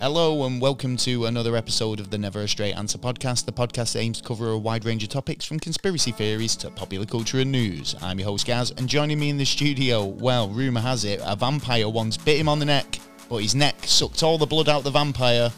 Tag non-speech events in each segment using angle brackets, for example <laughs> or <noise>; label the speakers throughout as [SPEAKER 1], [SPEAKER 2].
[SPEAKER 1] Hello and welcome to another episode of the Never a Straight Answer podcast. The podcast aims to cover a wide range of topics from conspiracy theories to popular culture and news. I'm your host Gaz, and joining me in the studio, well, rumour has it, a vampire once bit him on the neck, but his neck sucked all the blood out the vampire.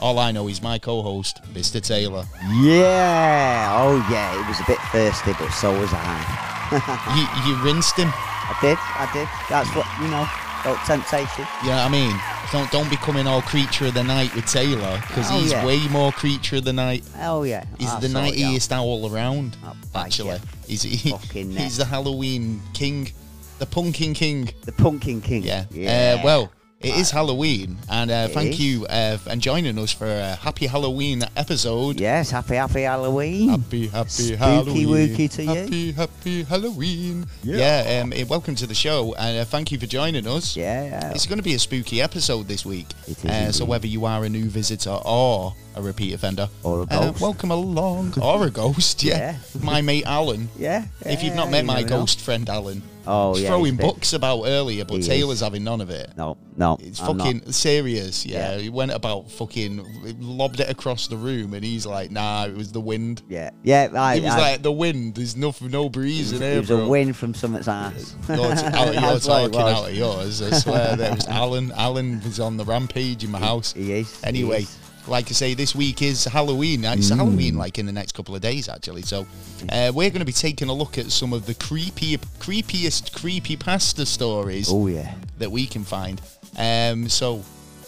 [SPEAKER 1] All I know is my co-host, Mr. Taylor.
[SPEAKER 2] Yeah. Oh, yeah. It was a bit thirsty, but so was I.
[SPEAKER 1] You, you rinsed him.
[SPEAKER 2] I did. I did. That's what you know. Don't temptation.
[SPEAKER 1] Yeah, I mean, don't don't be coming all creature of the night with Taylor because
[SPEAKER 2] Oh,
[SPEAKER 1] he's
[SPEAKER 2] yeah.
[SPEAKER 1] way more creature of the night.
[SPEAKER 2] Oh yeah.
[SPEAKER 1] He's
[SPEAKER 2] I
[SPEAKER 1] the
[SPEAKER 2] saw it, yeah.
[SPEAKER 1] nightiest owl around.
[SPEAKER 2] I'll bite
[SPEAKER 1] actually,
[SPEAKER 2] you.
[SPEAKER 1] he's he,
[SPEAKER 2] Fucking
[SPEAKER 1] <laughs>
[SPEAKER 2] neck.
[SPEAKER 1] he's the Halloween king, the pumpkin king.
[SPEAKER 2] The pumpkin king.
[SPEAKER 1] Yeah.
[SPEAKER 2] Yeah.
[SPEAKER 1] Uh, well, it is Halloween, and uh,
[SPEAKER 2] It
[SPEAKER 1] thank
[SPEAKER 2] is.
[SPEAKER 1] you uh, and joining us for a happy Halloween episode.
[SPEAKER 2] Yes. Happy, happy Halloween.
[SPEAKER 1] Happy, happy
[SPEAKER 2] Spooky
[SPEAKER 1] Halloween.
[SPEAKER 2] wooky to you.
[SPEAKER 1] Happy, happy Halloween.
[SPEAKER 2] Yeah.
[SPEAKER 1] Yeah. um, eh, welcome to the show, and uh, thank you for joining us.
[SPEAKER 2] yeah.
[SPEAKER 1] It's going to be a spooky episode this week.
[SPEAKER 2] Oh. It is
[SPEAKER 1] uh, so
[SPEAKER 2] indeed.
[SPEAKER 1] whether you are a new visitor or a repeat offender,
[SPEAKER 2] Or a
[SPEAKER 1] uh,
[SPEAKER 2] ghost.
[SPEAKER 1] welcome
[SPEAKER 2] <laughs>
[SPEAKER 1] along, or a ghost. Yeah, my mate Alan.
[SPEAKER 2] yeah.
[SPEAKER 1] If you've
[SPEAKER 2] yeah,
[SPEAKER 1] not met
[SPEAKER 2] you
[SPEAKER 1] my
[SPEAKER 2] never know.
[SPEAKER 1] ghost friend Alan,
[SPEAKER 2] Oh
[SPEAKER 1] he's
[SPEAKER 2] yeah.
[SPEAKER 1] throwing
[SPEAKER 2] he's been-
[SPEAKER 1] books about earlier, but
[SPEAKER 2] He is.
[SPEAKER 1] Taylor's having none of it.
[SPEAKER 2] No. No.
[SPEAKER 1] It's
[SPEAKER 2] I'm not.
[SPEAKER 1] fucking serious. Yeah.
[SPEAKER 2] Yeah.
[SPEAKER 1] he went about fucking lobbed it across the room, and he's like, "Nah, it was the wind."
[SPEAKER 2] Yeah. Yeah. I.
[SPEAKER 1] He was
[SPEAKER 2] I
[SPEAKER 1] like, "The wind. There's no no breeze in
[SPEAKER 2] it
[SPEAKER 1] here,
[SPEAKER 2] was a
[SPEAKER 1] bro."
[SPEAKER 2] win from someone's ass. <laughs>
[SPEAKER 1] You're, t- out, you're
[SPEAKER 2] That's what it
[SPEAKER 1] talking
[SPEAKER 2] was.
[SPEAKER 1] out of yours. I swear that was Alan. Alan was on the rampage in my house.
[SPEAKER 2] He is. he
[SPEAKER 1] Anyway,
[SPEAKER 2] is. Mm.
[SPEAKER 1] like I say, this week is Halloween. It's Halloween, like in the next couple of days, actually. So uh, we're going to be taking a look at some of the creepy, creepiest creepy pasta stories
[SPEAKER 2] Oh yeah.
[SPEAKER 1] that we can find. Um, so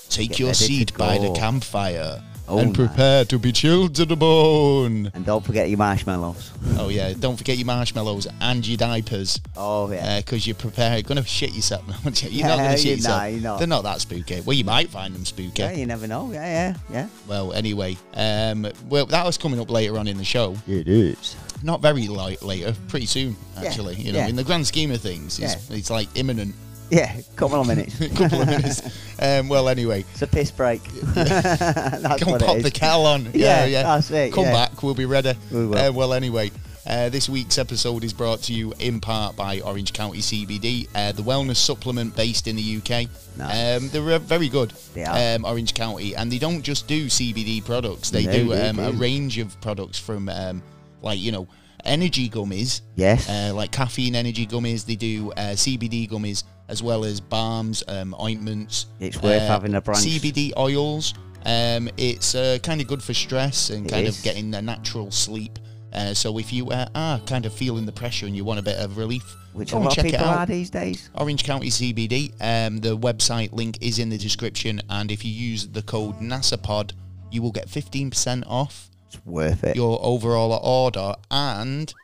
[SPEAKER 1] take
[SPEAKER 2] Get
[SPEAKER 1] your
[SPEAKER 2] ready to
[SPEAKER 1] seat by the
[SPEAKER 2] go.
[SPEAKER 1] campfire
[SPEAKER 2] Oh,
[SPEAKER 1] and
[SPEAKER 2] my.
[SPEAKER 1] prepare to be chilled to the bone.
[SPEAKER 2] And don't forget your marshmallows.
[SPEAKER 1] oh yeah, don't forget your marshmallows and your diapers.
[SPEAKER 2] Oh yeah.
[SPEAKER 1] Because uh, you're prepared, going to shit yourself. <laughs> No, I'm joking. you're not going
[SPEAKER 2] Yeah,
[SPEAKER 1] to shit
[SPEAKER 2] you're
[SPEAKER 1] yourself.
[SPEAKER 2] not, you're not.
[SPEAKER 1] They're not that spooky. Well, you might find them spooky.
[SPEAKER 2] yeah. You never know. Yeah. Yeah. Yeah.
[SPEAKER 1] Well, anyway, um, well, that was coming up later on in the show.
[SPEAKER 2] It is.
[SPEAKER 1] Not very light later, pretty soon,
[SPEAKER 2] Yeah,
[SPEAKER 1] actually. You know,
[SPEAKER 2] yeah.
[SPEAKER 1] in the grand scheme of things, it's, it's like imminent. <laughs>
[SPEAKER 2] Yeah, couple of minutes.
[SPEAKER 1] A couple of
[SPEAKER 2] <laughs>
[SPEAKER 1] minutes. Um, well, anyway,
[SPEAKER 2] It's a piss break. <laughs> that's
[SPEAKER 1] go
[SPEAKER 2] what
[SPEAKER 1] pop
[SPEAKER 2] it
[SPEAKER 1] the
[SPEAKER 2] is.
[SPEAKER 1] kettle on.
[SPEAKER 2] <laughs> Yeah, that's it,
[SPEAKER 1] Come
[SPEAKER 2] yeah.
[SPEAKER 1] back, we'll be ready.
[SPEAKER 2] We will.
[SPEAKER 1] Uh, well, anyway. Uh, this week's episode is brought to you in part by Orange County CBD, uh, the wellness supplement based in the UK.
[SPEAKER 2] Nice.
[SPEAKER 1] Um, they're uh, very good,
[SPEAKER 2] They are.
[SPEAKER 1] Um, Orange County, and they don't just do CBD products. They
[SPEAKER 2] No,
[SPEAKER 1] do
[SPEAKER 2] they
[SPEAKER 1] um, a
[SPEAKER 2] do.
[SPEAKER 1] range of products from, um, like you know, energy gummies,
[SPEAKER 2] Yes.
[SPEAKER 1] uh, like caffeine energy gummies. They do uh, CBD gummies as well as balms, um, ointments. Uh,
[SPEAKER 2] It's worth having a branch.
[SPEAKER 1] CBD oils. Um, it's uh, kind of good for stress and
[SPEAKER 2] It
[SPEAKER 1] kind
[SPEAKER 2] is.
[SPEAKER 1] of getting a natural sleep. Uh, so if you uh, are kind of feeling the pressure and you want a bit of relief,
[SPEAKER 2] which
[SPEAKER 1] go
[SPEAKER 2] a
[SPEAKER 1] and
[SPEAKER 2] lot of
[SPEAKER 1] check it
[SPEAKER 2] people
[SPEAKER 1] out.
[SPEAKER 2] are these days.
[SPEAKER 1] Orange County CBD. Um, the website link is in the description, and if you use the code NASAPOD, you will get 15% off
[SPEAKER 2] It's worth it.
[SPEAKER 1] your overall order and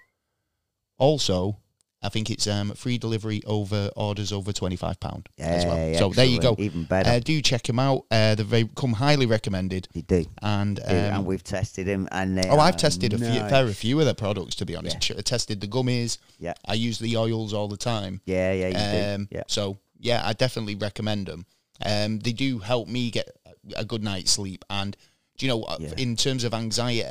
[SPEAKER 1] also I think it's um, free delivery over orders over twenty five pound as well.
[SPEAKER 2] Hey,
[SPEAKER 1] so there you go.
[SPEAKER 2] excellent. Even better.
[SPEAKER 1] Uh, do check them out. Uh, they've very- come highly recommended.
[SPEAKER 2] you do.
[SPEAKER 1] And
[SPEAKER 2] do, and
[SPEAKER 1] um,
[SPEAKER 2] we've tested him. And they
[SPEAKER 1] oh, I've
[SPEAKER 2] are
[SPEAKER 1] tested a few,
[SPEAKER 2] nice.
[SPEAKER 1] fair few of their products to be honest.
[SPEAKER 2] Yeah.
[SPEAKER 1] Ch- I tested the gummies.
[SPEAKER 2] Yeah.
[SPEAKER 1] I use the oils all the time.
[SPEAKER 2] Yeah, yeah, you
[SPEAKER 1] Um,
[SPEAKER 2] do. Yeah.
[SPEAKER 1] So yeah, I definitely recommend them. Um, they do help me get a good night's sleep, and do you know, uh,
[SPEAKER 2] Yeah.
[SPEAKER 1] in terms of anxiety,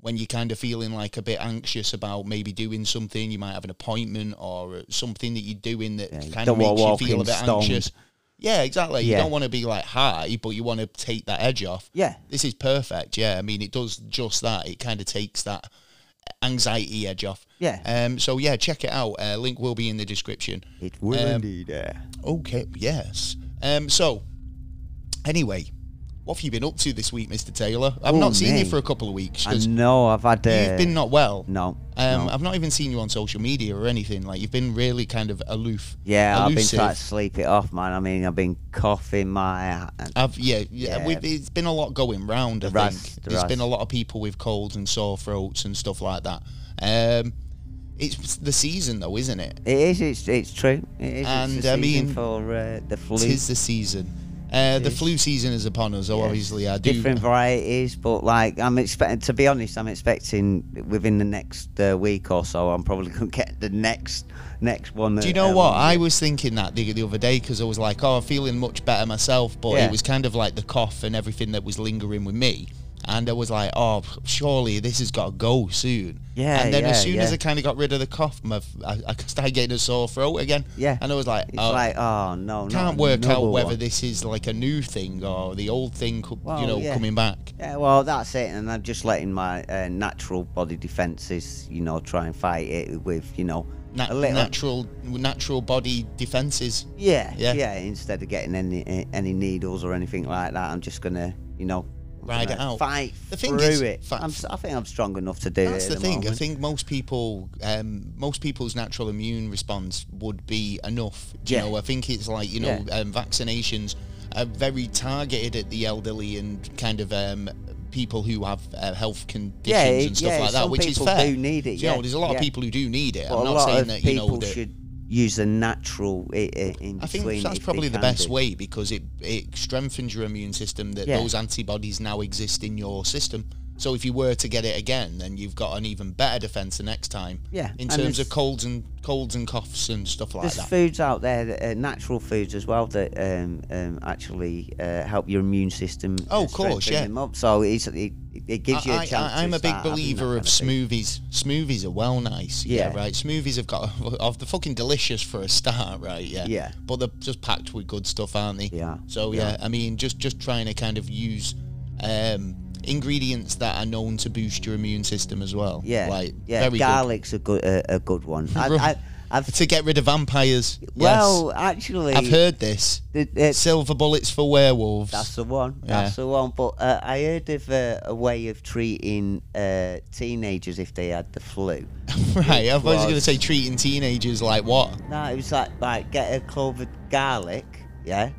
[SPEAKER 1] when you're kind of feeling like a bit anxious about maybe doing something, you might have an appointment or uh, something that you're doing that
[SPEAKER 2] Yeah, you
[SPEAKER 1] kind of
[SPEAKER 2] don't wanna
[SPEAKER 1] makes you
[SPEAKER 2] walk
[SPEAKER 1] feel
[SPEAKER 2] in
[SPEAKER 1] a bit
[SPEAKER 2] stoned.
[SPEAKER 1] anxious. Yeah, exactly. You
[SPEAKER 2] Yeah.
[SPEAKER 1] don't want to be like high, but you want to take that edge off.
[SPEAKER 2] Yeah.
[SPEAKER 1] This is perfect. Yeah, I mean, it does just that. It kind of takes that anxiety edge off.
[SPEAKER 2] Yeah.
[SPEAKER 1] Um. So yeah, check it out. Uh, link will be in the description.
[SPEAKER 2] It will
[SPEAKER 1] um,
[SPEAKER 2] indeed. Yeah.
[SPEAKER 1] Okay. Yes. Um. So, anyway, what have you been up to this week, Mister Taylor? I've
[SPEAKER 2] Oh,
[SPEAKER 1] not seen you
[SPEAKER 2] me.
[SPEAKER 1] for a couple of weeks
[SPEAKER 2] I
[SPEAKER 1] because
[SPEAKER 2] know. I've had. Uh,
[SPEAKER 1] you've been not well.
[SPEAKER 2] no.
[SPEAKER 1] Um.
[SPEAKER 2] no.
[SPEAKER 1] I've not even seen you on social media or anything. Like you've been really kind of aloof.
[SPEAKER 2] yeah, I've been
[SPEAKER 1] elusive.
[SPEAKER 2] trying to sleep it off, man. I mean, I've been coughing my.
[SPEAKER 1] I've yeah, yeah.
[SPEAKER 2] Yeah.
[SPEAKER 1] We've, it's been a lot going round. I
[SPEAKER 2] The
[SPEAKER 1] think
[SPEAKER 2] raz, the
[SPEAKER 1] there's
[SPEAKER 2] raz.
[SPEAKER 1] been a lot of people with colds and sore throats and stuff like that. Um, it's the season though, isn't it?
[SPEAKER 2] It is. It's it's true. It is.
[SPEAKER 1] And,
[SPEAKER 2] it's the
[SPEAKER 1] I
[SPEAKER 2] season
[SPEAKER 1] mean,
[SPEAKER 2] for uh, the flu.
[SPEAKER 1] Tis the season. Uh, the
[SPEAKER 2] is.
[SPEAKER 1] flu season is upon us. So
[SPEAKER 2] Yeah.
[SPEAKER 1] obviously, I do.
[SPEAKER 2] different varieties, but like I'm expecting. To be honest, I'm expecting within the next uh, week or so, I'm probably <laughs> gonna get the next next one. um,
[SPEAKER 1] Do you know what? I was thinking that the, the other day because I was like, oh, I'm feeling much better myself, but
[SPEAKER 2] Yeah.
[SPEAKER 1] it was kind of like the cough and everything that was lingering with me. and I was like, oh, surely this has got to go soon.
[SPEAKER 2] Yeah,
[SPEAKER 1] And then as
[SPEAKER 2] yeah,
[SPEAKER 1] soon
[SPEAKER 2] yeah.
[SPEAKER 1] as I kind of got rid of the cough, my, f- I, I started getting a sore throat again.
[SPEAKER 2] Yeah.
[SPEAKER 1] And I was like,
[SPEAKER 2] It's
[SPEAKER 1] oh,
[SPEAKER 2] like, oh no,
[SPEAKER 1] can't
[SPEAKER 2] not
[SPEAKER 1] work out
[SPEAKER 2] another
[SPEAKER 1] whether
[SPEAKER 2] one.
[SPEAKER 1] this is like a new thing or the old thing, co- you
[SPEAKER 2] Well,
[SPEAKER 1] know,
[SPEAKER 2] yeah.
[SPEAKER 1] coming back.
[SPEAKER 2] Yeah, well, that's it, and I'm just letting my uh, natural body defences, you know, try and fight it with, you know,
[SPEAKER 1] Nat-
[SPEAKER 2] a little.
[SPEAKER 1] natural, natural body defenses.
[SPEAKER 2] yeah,
[SPEAKER 1] Yeah.
[SPEAKER 2] yeah, Instead of getting any any needles or anything like that, I'm just gonna, you know, I'm
[SPEAKER 1] Ride
[SPEAKER 2] gonna
[SPEAKER 1] it out.
[SPEAKER 2] Fight
[SPEAKER 1] The thing
[SPEAKER 2] through
[SPEAKER 1] is,
[SPEAKER 2] it.
[SPEAKER 1] fa-
[SPEAKER 2] I'm, s- I think I'm strong enough to do
[SPEAKER 1] That's
[SPEAKER 2] it.
[SPEAKER 1] the
[SPEAKER 2] at
[SPEAKER 1] thing. I
[SPEAKER 2] moment.
[SPEAKER 1] think most people, um, most people's natural immune response would be enough. Do you
[SPEAKER 2] Yeah.
[SPEAKER 1] know, I think it's like you know, um, vaccinations are very targeted at the elderly and kind of um, people who have uh, health conditions
[SPEAKER 2] Yeah,
[SPEAKER 1] and stuff
[SPEAKER 2] yeah,
[SPEAKER 1] like that,
[SPEAKER 2] some
[SPEAKER 1] which is
[SPEAKER 2] people
[SPEAKER 1] fair.
[SPEAKER 2] do need it,
[SPEAKER 1] You know,
[SPEAKER 2] yeah,
[SPEAKER 1] there's a lot of
[SPEAKER 2] yeah.
[SPEAKER 1] people who do need it.
[SPEAKER 2] But
[SPEAKER 1] I'm
[SPEAKER 2] a
[SPEAKER 1] not
[SPEAKER 2] lot
[SPEAKER 1] saying
[SPEAKER 2] of
[SPEAKER 1] that you
[SPEAKER 2] people
[SPEAKER 1] know that.
[SPEAKER 2] should use a natural i- i- in between.
[SPEAKER 1] I think that's
[SPEAKER 2] if they
[SPEAKER 1] probably the
[SPEAKER 2] can
[SPEAKER 1] best
[SPEAKER 2] do.
[SPEAKER 1] way because it it strengthens your immune system that
[SPEAKER 2] Yeah.
[SPEAKER 1] those antibodies now exist in your system. So if you were to get it again, then you've got an even better defense the next time.
[SPEAKER 2] Yeah,
[SPEAKER 1] In
[SPEAKER 2] and
[SPEAKER 1] terms of
[SPEAKER 2] there's-
[SPEAKER 1] colds and colds and coughs and stuff like
[SPEAKER 2] There's
[SPEAKER 1] that.
[SPEAKER 2] foods out there, that, uh, natural foods as well, that um, um, actually uh, help your immune system. uh,
[SPEAKER 1] Oh, of course,
[SPEAKER 2] strengthen
[SPEAKER 1] yeah.
[SPEAKER 2] them up. So it's, it, it gives you a
[SPEAKER 1] I,
[SPEAKER 2] chance.
[SPEAKER 1] I,
[SPEAKER 2] to
[SPEAKER 1] I'm a big
[SPEAKER 2] start having that
[SPEAKER 1] believer
[SPEAKER 2] kind
[SPEAKER 1] of
[SPEAKER 2] of thing.
[SPEAKER 1] smoothies. Smoothies are well nice. Yeah.
[SPEAKER 2] Yeah.
[SPEAKER 1] right. Smoothies have got <laughs> of the fucking delicious for a start, right? Yeah.
[SPEAKER 2] Yeah.
[SPEAKER 1] But they're just packed with good stuff, aren't they?
[SPEAKER 2] They are,
[SPEAKER 1] So
[SPEAKER 2] they
[SPEAKER 1] yeah, I mean, just just trying to kind of use um, ingredients that are known to boost your immune system as well.
[SPEAKER 2] Yeah,
[SPEAKER 1] Like
[SPEAKER 2] yeah.
[SPEAKER 1] very good.
[SPEAKER 2] Garlic's a good a, a good one.
[SPEAKER 1] <laughs>
[SPEAKER 2] I,
[SPEAKER 1] Right.
[SPEAKER 2] I, I've
[SPEAKER 1] To get rid of vampires.
[SPEAKER 2] well, actually,
[SPEAKER 1] yes. I've heard this.
[SPEAKER 2] the- the-
[SPEAKER 1] Silver bullets for werewolves.
[SPEAKER 2] that's the one.
[SPEAKER 1] Yeah.
[SPEAKER 2] That's the one. But uh, I heard of uh, a way of treating uh, teenagers if they had the flu.
[SPEAKER 1] <laughs> right. I was
[SPEAKER 2] was-
[SPEAKER 1] going to say treating teenagers like what?
[SPEAKER 2] No, it was like right, get a clove of garlic, yeah,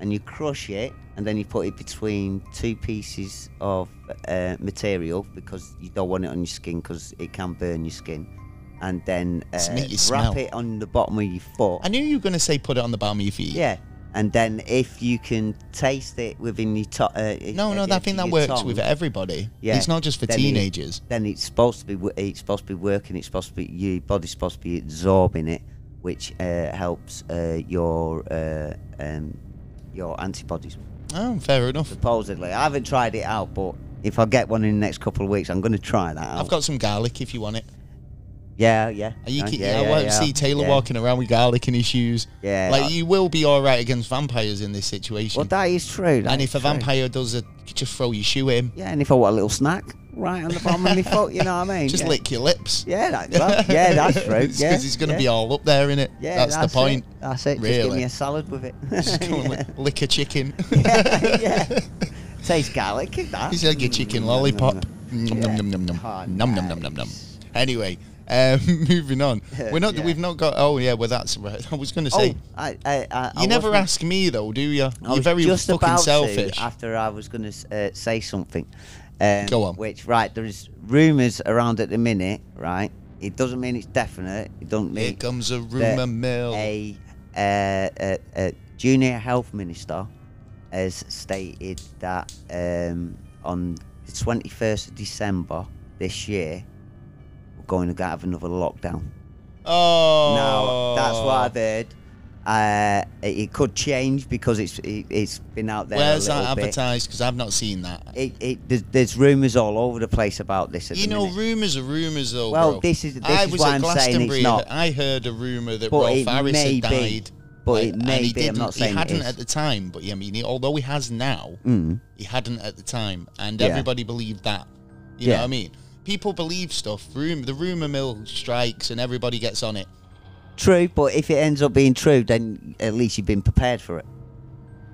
[SPEAKER 2] and you crush it, and then you put it between two pieces of uh, material because you don't want it on your skin because it can burn your skin, and then uh,
[SPEAKER 1] Sneaky
[SPEAKER 2] wrap
[SPEAKER 1] smell.
[SPEAKER 2] it on the bottom of your foot.
[SPEAKER 1] I knew you were going to say put it on the bottom of your feet.
[SPEAKER 2] yeah. And then, if you can taste it within your to- uh,
[SPEAKER 1] No, no,
[SPEAKER 2] uh,
[SPEAKER 1] that thing that
[SPEAKER 2] your
[SPEAKER 1] works
[SPEAKER 2] tongue,
[SPEAKER 1] with everybody.
[SPEAKER 2] Yeah.
[SPEAKER 1] It's not just for
[SPEAKER 2] Then you-
[SPEAKER 1] teenagers.
[SPEAKER 2] then it's supposed to be wo- it's supposed to be working. It's supposed to be your body's supposed to be absorbing it, which uh, helps uh, your uh, um, your antibodies.
[SPEAKER 1] Oh, fair enough.
[SPEAKER 2] Supposedly, I haven't tried it out, but if I get one in the next couple of weeks, I'm going to try that out.
[SPEAKER 1] I've got some garlic if you want it.
[SPEAKER 2] yeah, yeah.
[SPEAKER 1] Are you
[SPEAKER 2] uh,
[SPEAKER 1] ki-
[SPEAKER 2] yeah,
[SPEAKER 1] I
[SPEAKER 2] yeah,
[SPEAKER 1] won't
[SPEAKER 2] yeah,
[SPEAKER 1] see Taylor
[SPEAKER 2] yeah.
[SPEAKER 1] walking around with garlic in his shoes.
[SPEAKER 2] Yeah,
[SPEAKER 1] Like,
[SPEAKER 2] I-
[SPEAKER 1] you will be all right against vampires in this situation.
[SPEAKER 2] Well, that is true. that
[SPEAKER 1] and
[SPEAKER 2] is
[SPEAKER 1] if a
[SPEAKER 2] true.
[SPEAKER 1] vampire does it, just throw your shoe at him.
[SPEAKER 2] yeah, and if I want a little snack right on the
[SPEAKER 1] <laughs>
[SPEAKER 2] bottom of my foot, you know what I mean?
[SPEAKER 1] Just
[SPEAKER 2] yeah.
[SPEAKER 1] lick your lips.
[SPEAKER 2] Yeah, that, well, yeah,
[SPEAKER 1] <laughs>
[SPEAKER 2] that's true.
[SPEAKER 1] Because
[SPEAKER 2] yeah,
[SPEAKER 1] he's going to
[SPEAKER 2] yeah.
[SPEAKER 1] be all up there, innit?
[SPEAKER 2] Yeah,
[SPEAKER 1] that's, the point.
[SPEAKER 2] It. That's it. Just give
[SPEAKER 1] Really.
[SPEAKER 2] me a salad with it.
[SPEAKER 1] Just <laughs> go
[SPEAKER 2] <laughs>
[SPEAKER 1] and li- lick a chicken. <laughs>
[SPEAKER 2] yeah, yeah. Tastes garlic. That.
[SPEAKER 1] He's like a chicken
[SPEAKER 2] Mm,
[SPEAKER 1] lollipop.
[SPEAKER 2] nom,
[SPEAKER 1] Nom nom
[SPEAKER 2] Yeah.
[SPEAKER 1] nom nom nom.
[SPEAKER 2] Oh,
[SPEAKER 1] Nom nom nom nom nom.
[SPEAKER 2] nice.
[SPEAKER 1] Anyway, um, <laughs> moving
[SPEAKER 2] <laughs>
[SPEAKER 1] on. We're not.
[SPEAKER 2] Yeah.
[SPEAKER 1] We've not got. Oh yeah. Well, that's right. <laughs> I was going to
[SPEAKER 2] nom.
[SPEAKER 1] say.
[SPEAKER 2] Oh, I, I, I, I
[SPEAKER 1] you never
[SPEAKER 2] wasn't-
[SPEAKER 1] ask me though, do you?
[SPEAKER 2] I
[SPEAKER 1] You're
[SPEAKER 2] was
[SPEAKER 1] very
[SPEAKER 2] just
[SPEAKER 1] fucking
[SPEAKER 2] about
[SPEAKER 1] selfish.
[SPEAKER 2] To, after I was going to uh, say something. Um,
[SPEAKER 1] Go on.
[SPEAKER 2] Which right there is rumours around at the minute. Right, it doesn't mean it's definite. It doesn't
[SPEAKER 1] Here
[SPEAKER 2] mean
[SPEAKER 1] comes a
[SPEAKER 2] that
[SPEAKER 1] rumor mill.
[SPEAKER 2] a, uh, a, a junior health minister has stated that um, on the 21st of December this year, we're going to have another lockdown.
[SPEAKER 1] Oh.
[SPEAKER 2] Now, that's what I've heard. Uh, it it could change because it's it, it's been out there.
[SPEAKER 1] Where's
[SPEAKER 2] a little
[SPEAKER 1] that
[SPEAKER 2] bit.
[SPEAKER 1] advertised? Because I've not seen that.
[SPEAKER 2] It, it, there's, there's rumours all over the place about this. At
[SPEAKER 1] You
[SPEAKER 2] the
[SPEAKER 1] know,
[SPEAKER 2] minute.
[SPEAKER 1] rumours are rumours, though.
[SPEAKER 2] Well,
[SPEAKER 1] bro.
[SPEAKER 2] this is- this
[SPEAKER 1] I
[SPEAKER 2] is
[SPEAKER 1] was at
[SPEAKER 2] why I'm saying it's
[SPEAKER 1] Glastonbury,
[SPEAKER 2] not.
[SPEAKER 1] I heard a rumour that
[SPEAKER 2] But
[SPEAKER 1] Rolf
[SPEAKER 2] it
[SPEAKER 1] Harris
[SPEAKER 2] may be.
[SPEAKER 1] had died.
[SPEAKER 2] But
[SPEAKER 1] like,
[SPEAKER 2] it
[SPEAKER 1] and
[SPEAKER 2] may
[SPEAKER 1] he
[SPEAKER 2] be, I'm
[SPEAKER 1] didn't-
[SPEAKER 2] not saying
[SPEAKER 1] he
[SPEAKER 2] it
[SPEAKER 1] hadn't
[SPEAKER 2] is.
[SPEAKER 1] at the time. But yeah, I mean, he, although he has now,
[SPEAKER 2] Mm.
[SPEAKER 1] he hadn't at the time, and
[SPEAKER 2] Yeah.
[SPEAKER 1] everybody believed that. You know
[SPEAKER 2] Yeah.
[SPEAKER 1] what I mean? People believe stuff. Room the rumour mill strikes, and everybody gets on it.
[SPEAKER 2] True, but if it ends up being true, then at least you've been prepared for it.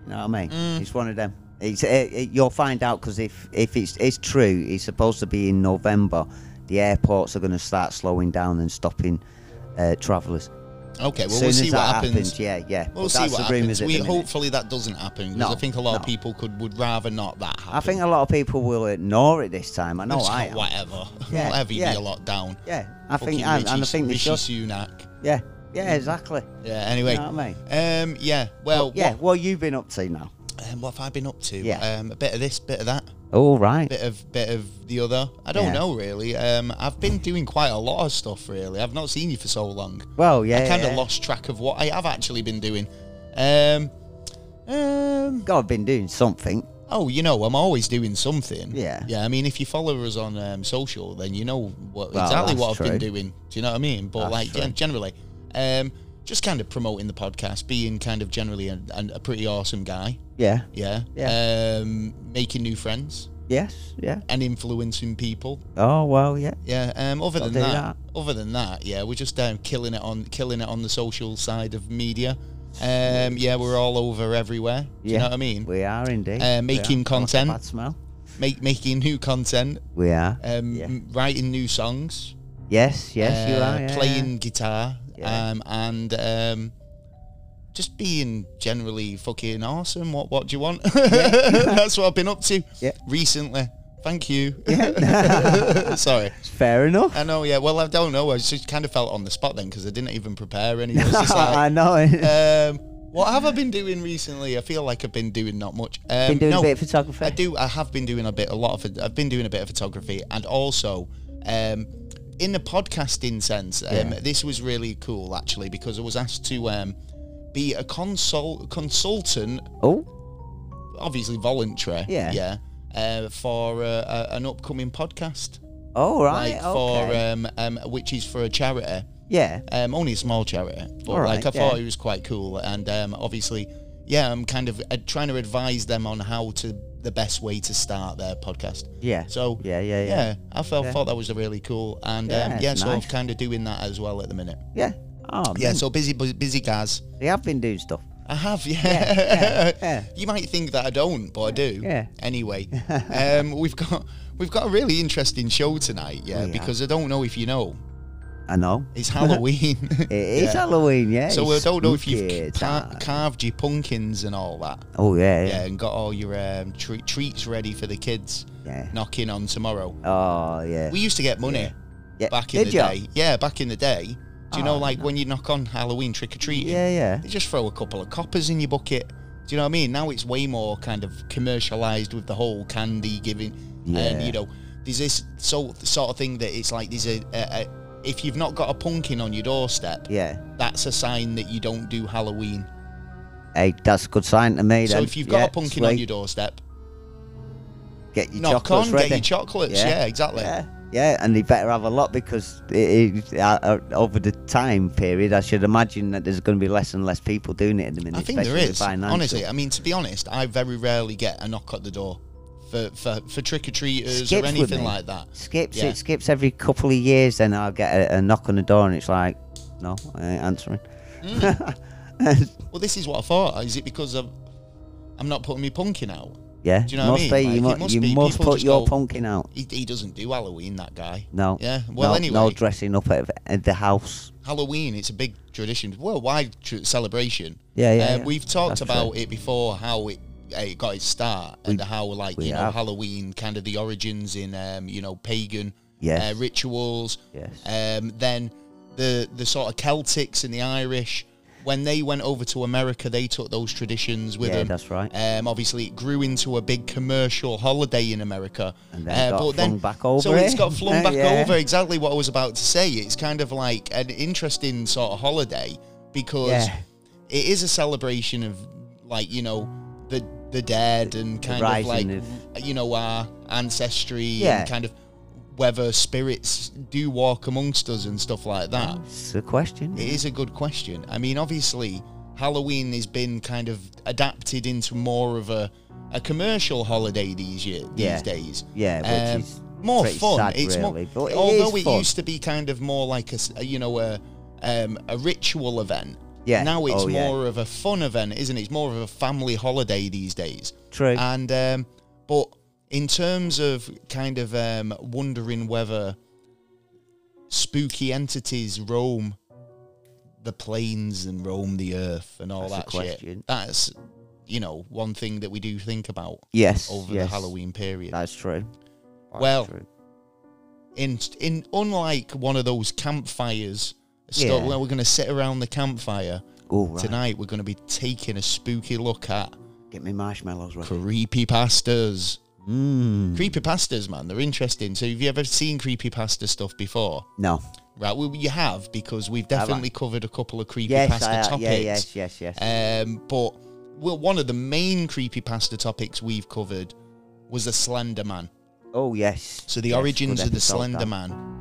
[SPEAKER 2] You know what I mean?
[SPEAKER 1] Mm.
[SPEAKER 2] It's one of them. It's, it, it, you'll find out because if, if it's, it's true, it's supposed to be in November. The airports are going to start slowing down and stopping uh, travellers.
[SPEAKER 1] Okay, well
[SPEAKER 2] Soon
[SPEAKER 1] we'll
[SPEAKER 2] as
[SPEAKER 1] see
[SPEAKER 2] that
[SPEAKER 1] what happens.
[SPEAKER 2] Yeah, yeah.
[SPEAKER 1] We'll
[SPEAKER 2] But
[SPEAKER 1] see
[SPEAKER 2] that's
[SPEAKER 1] what
[SPEAKER 2] the rumours
[SPEAKER 1] happens.
[SPEAKER 2] at
[SPEAKER 1] We
[SPEAKER 2] the minute.
[SPEAKER 1] hopefully that doesn't happen because
[SPEAKER 2] No,
[SPEAKER 1] I think a lot of
[SPEAKER 2] no.
[SPEAKER 1] people could would rather not that happen.
[SPEAKER 2] I think a lot of people will ignore it this time. I know
[SPEAKER 1] It's
[SPEAKER 2] I
[SPEAKER 1] like,
[SPEAKER 2] am.
[SPEAKER 1] whatever.
[SPEAKER 2] Yeah,
[SPEAKER 1] whatever. You
[SPEAKER 2] yeah.
[SPEAKER 1] be a lot down.
[SPEAKER 2] Yeah, I think,
[SPEAKER 1] Fucking
[SPEAKER 2] and, and I
[SPEAKER 1] Rishi-
[SPEAKER 2] think they
[SPEAKER 1] Rishi
[SPEAKER 2] should.
[SPEAKER 1] Sunak.
[SPEAKER 2] Yeah, yeah, exactly.
[SPEAKER 1] Yeah. Anyway.
[SPEAKER 2] You know what I mean?
[SPEAKER 1] Um. Yeah. Well.
[SPEAKER 2] Yeah, what have you been up to now?
[SPEAKER 1] What, um, what have I been up to?
[SPEAKER 2] Yeah.
[SPEAKER 1] Um. A bit of this, bit of that,
[SPEAKER 2] All right.
[SPEAKER 1] bit of bit of the other. I don't
[SPEAKER 2] Yeah.
[SPEAKER 1] know really. Um. I've been doing quite a lot of stuff really. I've not seen you for so long.
[SPEAKER 2] Well, yeah.
[SPEAKER 1] I kind of
[SPEAKER 2] yeah.
[SPEAKER 1] lost track of what I have actually been doing. Um. Um.
[SPEAKER 2] God, I've been doing something.
[SPEAKER 1] Oh, you know, I'm always doing something.
[SPEAKER 2] Yeah.
[SPEAKER 1] Yeah. I mean, if you follow us on um, social, then you know what
[SPEAKER 2] Well,
[SPEAKER 1] exactly
[SPEAKER 2] that's
[SPEAKER 1] what I've been
[SPEAKER 2] true.
[SPEAKER 1] doing. Do you know what I mean? But
[SPEAKER 2] That's
[SPEAKER 1] like gen- generally, um, just kind of promoting the podcast, being kind of generally a, an- a pretty awesome guy.
[SPEAKER 2] Yeah.
[SPEAKER 1] Yeah. Um, making new friends
[SPEAKER 2] Yes. Yeah.
[SPEAKER 1] and influencing people.
[SPEAKER 2] Oh well. Yeah.
[SPEAKER 1] Yeah. Um, other
[SPEAKER 2] Gotta
[SPEAKER 1] than
[SPEAKER 2] do
[SPEAKER 1] that, other than that, yeah, we're just um, killing it on killing it on the social side of media. Um, yeah, we're all over everywhere. Do you
[SPEAKER 2] Yeah.
[SPEAKER 1] know what I mean?
[SPEAKER 2] We are indeed.
[SPEAKER 1] Uh,
[SPEAKER 2] We
[SPEAKER 1] making
[SPEAKER 2] are. What's a
[SPEAKER 1] content.
[SPEAKER 2] Bad smell.
[SPEAKER 1] Make, making new content,
[SPEAKER 2] We are.
[SPEAKER 1] um,
[SPEAKER 2] Yeah.
[SPEAKER 1] m- writing new songs,
[SPEAKER 2] yes. Yes. you
[SPEAKER 1] uh,
[SPEAKER 2] are. Yeah,
[SPEAKER 1] playing guitar,
[SPEAKER 2] Yeah.
[SPEAKER 1] um, and um, just being generally fucking awesome. What What do you want? <laughs> That's what I've been up to
[SPEAKER 2] Yeah.
[SPEAKER 1] recently. Thank you. <laughs>
[SPEAKER 2] Yeah. <laughs>
[SPEAKER 1] Sorry.
[SPEAKER 2] It's Fair enough.
[SPEAKER 1] I know, yeah. Well, I don't know. I just kind of felt on the spot then because I didn't even prepare
[SPEAKER 2] <laughs>
[SPEAKER 1] any. I was just like,
[SPEAKER 2] I know. <laughs>
[SPEAKER 1] um, what have I been doing recently? I feel like I've been doing not much. Um,
[SPEAKER 2] Been doing
[SPEAKER 1] no,
[SPEAKER 2] a bit of photography.
[SPEAKER 1] I do. I have been doing a bit, a lot of. I've been doing a bit of photography, and also, um, in the podcasting sense, um,
[SPEAKER 2] Yeah.
[SPEAKER 1] this was really cool actually because I was asked to um, be a consult consultant,
[SPEAKER 2] Oh.
[SPEAKER 1] obviously voluntary.
[SPEAKER 2] Yeah.
[SPEAKER 1] yeah. Uh, for uh, a, an upcoming podcast,
[SPEAKER 2] Oh right.
[SPEAKER 1] like
[SPEAKER 2] okay.
[SPEAKER 1] for um, um, which is for a charity.
[SPEAKER 2] yeah.
[SPEAKER 1] Um, only a small charity, but
[SPEAKER 2] All
[SPEAKER 1] like I
[SPEAKER 2] right,
[SPEAKER 1] thought
[SPEAKER 2] yeah.
[SPEAKER 1] it was quite cool. And um, obviously, yeah, I'm kind of uh, trying to advise them on how to the best way to start their podcast.
[SPEAKER 2] Yeah.
[SPEAKER 1] So
[SPEAKER 2] Yeah. Yeah.
[SPEAKER 1] yeah,
[SPEAKER 2] Yeah.
[SPEAKER 1] I felt
[SPEAKER 2] Yeah.
[SPEAKER 1] thought that was really cool. And
[SPEAKER 2] Yeah,
[SPEAKER 1] yeah, um, yeah
[SPEAKER 2] it's
[SPEAKER 1] so I'm
[SPEAKER 2] nice.
[SPEAKER 1] kind of doing that as well at the minute.
[SPEAKER 2] Yeah. Oh.
[SPEAKER 1] Yeah,
[SPEAKER 2] mint.
[SPEAKER 1] so busy, bu- busy guys.
[SPEAKER 2] They have been doing
[SPEAKER 1] <laughs>
[SPEAKER 2] stuff.
[SPEAKER 1] I have, yeah.
[SPEAKER 2] yeah, yeah.
[SPEAKER 1] You might think that I don't, but I do.
[SPEAKER 2] Yeah. <laughs>
[SPEAKER 1] Anyway, um, we've got we've got a really interesting show tonight. Yeah,
[SPEAKER 2] We have.
[SPEAKER 1] because I don't know if you know,
[SPEAKER 2] I know.
[SPEAKER 1] it's
[SPEAKER 2] <laughs>
[SPEAKER 1] Halloween.
[SPEAKER 2] It is
[SPEAKER 1] Yeah.
[SPEAKER 2] Halloween, yeah.
[SPEAKER 1] <laughs> So I
[SPEAKER 2] it's
[SPEAKER 1] don't know if you've
[SPEAKER 2] spooky
[SPEAKER 1] ca-
[SPEAKER 2] time.
[SPEAKER 1] carved your pumpkins and all that,
[SPEAKER 2] oh yeah,
[SPEAKER 1] yeah,
[SPEAKER 2] yeah,
[SPEAKER 1] and got all your um, tre- treats ready for the kids
[SPEAKER 2] yeah.
[SPEAKER 1] knocking on tomorrow.
[SPEAKER 2] Oh yeah.
[SPEAKER 1] We used to get money
[SPEAKER 2] yeah.
[SPEAKER 1] back in
[SPEAKER 2] Did
[SPEAKER 1] the
[SPEAKER 2] ya?
[SPEAKER 1] day. Yeah, back in the day. Do you know,
[SPEAKER 2] Oh,
[SPEAKER 1] like when you knock on Halloween trick or treating,
[SPEAKER 2] Yeah, yeah.
[SPEAKER 1] they just throw a couple of coppers in your bucket. Do you know what I mean? Now it's way more kind of commercialized with the whole candy giving, and
[SPEAKER 2] Yeah.
[SPEAKER 1] you know, there's this so, sort of thing that it's like there's a, a, a if you've not got a pumpkin on your doorstep,
[SPEAKER 2] Yeah.
[SPEAKER 1] that's a sign that you don't do Halloween.
[SPEAKER 2] Hey, that's a good sign to me.
[SPEAKER 1] So
[SPEAKER 2] then.
[SPEAKER 1] if you've got
[SPEAKER 2] yeah,
[SPEAKER 1] a pumpkin on
[SPEAKER 2] sweet.
[SPEAKER 1] your doorstep,
[SPEAKER 2] get your
[SPEAKER 1] knock
[SPEAKER 2] chocolates
[SPEAKER 1] on,
[SPEAKER 2] ready.
[SPEAKER 1] get your chocolates. Yeah,
[SPEAKER 2] Yeah.
[SPEAKER 1] exactly.
[SPEAKER 2] Yeah, yeah, and they better have a lot because it, it, uh, uh, over the time period, I should imagine that there's going to be less and less people doing it in the minute.
[SPEAKER 1] I think there
[SPEAKER 2] especially
[SPEAKER 1] is.
[SPEAKER 2] financial.
[SPEAKER 1] Honestly, I mean, to be honest, I very rarely get a knock at the door for, for, for trick or treaters or
[SPEAKER 2] Skips with
[SPEAKER 1] anything
[SPEAKER 2] me.
[SPEAKER 1] like that.
[SPEAKER 2] skips
[SPEAKER 1] Yeah.
[SPEAKER 2] it skips every couple of years. Then I'll get a, a knock on the door and it's like, no, I ain't answering.
[SPEAKER 1] Hmm. Well, this is what I thought. Is it because of, I'm not putting my pumpkin out?
[SPEAKER 2] <laughs> Yeah,
[SPEAKER 1] Do you know what I
[SPEAKER 2] must
[SPEAKER 1] mean?
[SPEAKER 2] be. you
[SPEAKER 1] Like, it
[SPEAKER 2] mu-
[SPEAKER 1] must
[SPEAKER 2] you
[SPEAKER 1] be.
[SPEAKER 2] must
[SPEAKER 1] People
[SPEAKER 2] put
[SPEAKER 1] just
[SPEAKER 2] your
[SPEAKER 1] go-
[SPEAKER 2] pumpkin out.
[SPEAKER 1] He, he doesn't do Halloween, that guy.
[SPEAKER 2] No.
[SPEAKER 1] Yeah. Well,
[SPEAKER 2] no,
[SPEAKER 1] anyway,
[SPEAKER 2] No dressing up at, at the house.
[SPEAKER 1] Halloween, it's a big tradition, worldwide tr- celebration.
[SPEAKER 2] Yeah, yeah,
[SPEAKER 1] Uh,
[SPEAKER 2] yeah.
[SPEAKER 1] We've talked
[SPEAKER 2] That's
[SPEAKER 1] about
[SPEAKER 2] true.
[SPEAKER 1] it before, how it, uh, it got its start and how, like,
[SPEAKER 2] we
[SPEAKER 1] you know,
[SPEAKER 2] have.
[SPEAKER 1] Halloween, kind of the origins in, um, you know, pagan
[SPEAKER 2] Yes.
[SPEAKER 1] uh, rituals.
[SPEAKER 2] Yes.
[SPEAKER 1] Um, then the the sort of Celtics and the Irish, when they went over to America, they took those traditions with
[SPEAKER 2] Yeah,
[SPEAKER 1] them.
[SPEAKER 2] that's right.
[SPEAKER 1] Um, obviously, it grew into a big commercial holiday in America. Uh,
[SPEAKER 2] And then got flung back over
[SPEAKER 1] So it's
[SPEAKER 2] it.
[SPEAKER 1] got
[SPEAKER 2] <laughs>
[SPEAKER 1] flung back
[SPEAKER 2] Yeah.
[SPEAKER 1] over. Exactly what I was about to say. It's kind of like an interesting sort of holiday because
[SPEAKER 2] Yeah.
[SPEAKER 1] it is a celebration of, like you know, the the dead and kind of like
[SPEAKER 2] rising
[SPEAKER 1] you know our ancestry
[SPEAKER 2] Yeah.
[SPEAKER 1] and kind of whether spirits do walk amongst us and stuff like that.
[SPEAKER 2] It's a question.
[SPEAKER 1] Ah. It is a good question. I mean, obviously, Halloween has been kind of adapted into more of a, a commercial holiday these year, these
[SPEAKER 2] Yeah.
[SPEAKER 1] days.
[SPEAKER 2] Yeah, which is
[SPEAKER 1] um, more
[SPEAKER 2] pretty
[SPEAKER 1] fun.
[SPEAKER 2] sad,
[SPEAKER 1] it's
[SPEAKER 2] really,
[SPEAKER 1] more,
[SPEAKER 2] but it
[SPEAKER 1] although
[SPEAKER 2] is
[SPEAKER 1] it
[SPEAKER 2] fun.
[SPEAKER 1] used to be kind of more like a, s- a, you know a um, a ritual event.
[SPEAKER 2] Yeah.
[SPEAKER 1] Now it's
[SPEAKER 2] Oh, yeah.
[SPEAKER 1] more of a fun event, isn't it? It's more of a family holiday these days.
[SPEAKER 2] True.
[SPEAKER 1] And um, but in terms of kind of um, wondering whether spooky entities roam the plains and roam the earth and all
[SPEAKER 2] That's a
[SPEAKER 1] that shit,
[SPEAKER 2] question.
[SPEAKER 1] that's you know one thing that we do think about
[SPEAKER 2] yes.
[SPEAKER 1] over
[SPEAKER 2] yes,
[SPEAKER 1] the Halloween period.
[SPEAKER 2] That's true. That's
[SPEAKER 1] Well,
[SPEAKER 2] true.
[SPEAKER 1] in in unlike one of those campfires.
[SPEAKER 2] Yeah.
[SPEAKER 1] Stuff, where we're going to sit around the campfire
[SPEAKER 2] All right.
[SPEAKER 1] tonight. We're going to be taking a spooky look at
[SPEAKER 2] Get me marshmallows right.
[SPEAKER 1] creepy pastas.
[SPEAKER 2] Mmm.
[SPEAKER 1] Creepy pastas, man, they're interesting. So, have you ever seen creepy pasta stuff before?
[SPEAKER 2] No.
[SPEAKER 1] Right, well, you have because we've
[SPEAKER 2] Have I?
[SPEAKER 1] definitely covered a couple of creepy
[SPEAKER 2] Yes,
[SPEAKER 1] pasta
[SPEAKER 2] I,
[SPEAKER 1] topics.
[SPEAKER 2] yeah, yes, yes, yes.
[SPEAKER 1] Um, but well, one of the main creepy pasta topics we've covered was the Slender Man.
[SPEAKER 2] Oh yes.
[SPEAKER 1] So the
[SPEAKER 2] Yes,
[SPEAKER 1] origins
[SPEAKER 2] good
[SPEAKER 1] of the
[SPEAKER 2] episode,
[SPEAKER 1] Slender
[SPEAKER 2] that.
[SPEAKER 1] Man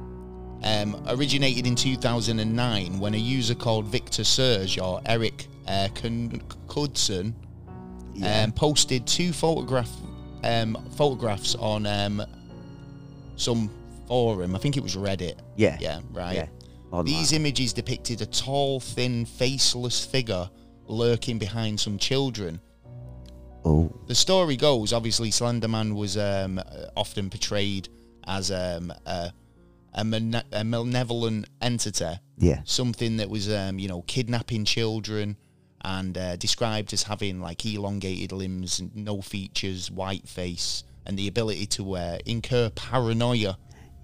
[SPEAKER 1] um, originated in 2009 when a user called Victor Serge or Eric uh, Kun- Kudson
[SPEAKER 2] Yeah.
[SPEAKER 1] um, posted two photograph um, photographs on um, some forum. I think it was Reddit.
[SPEAKER 2] yeah.
[SPEAKER 1] Yeah, right.
[SPEAKER 2] Yeah. Online.
[SPEAKER 1] These images depicted a tall, thin, faceless figure lurking behind some children.
[SPEAKER 2] Oh.
[SPEAKER 1] The story goes, obviously, Slenderman was um, uh, often portrayed as um, a, a, mane- a malevolent entity,
[SPEAKER 2] Yeah.
[SPEAKER 1] something that was, um, you know, kidnapping children and uh, described as having like elongated limbs, and no features, white face, and the ability to uh, incur paranoia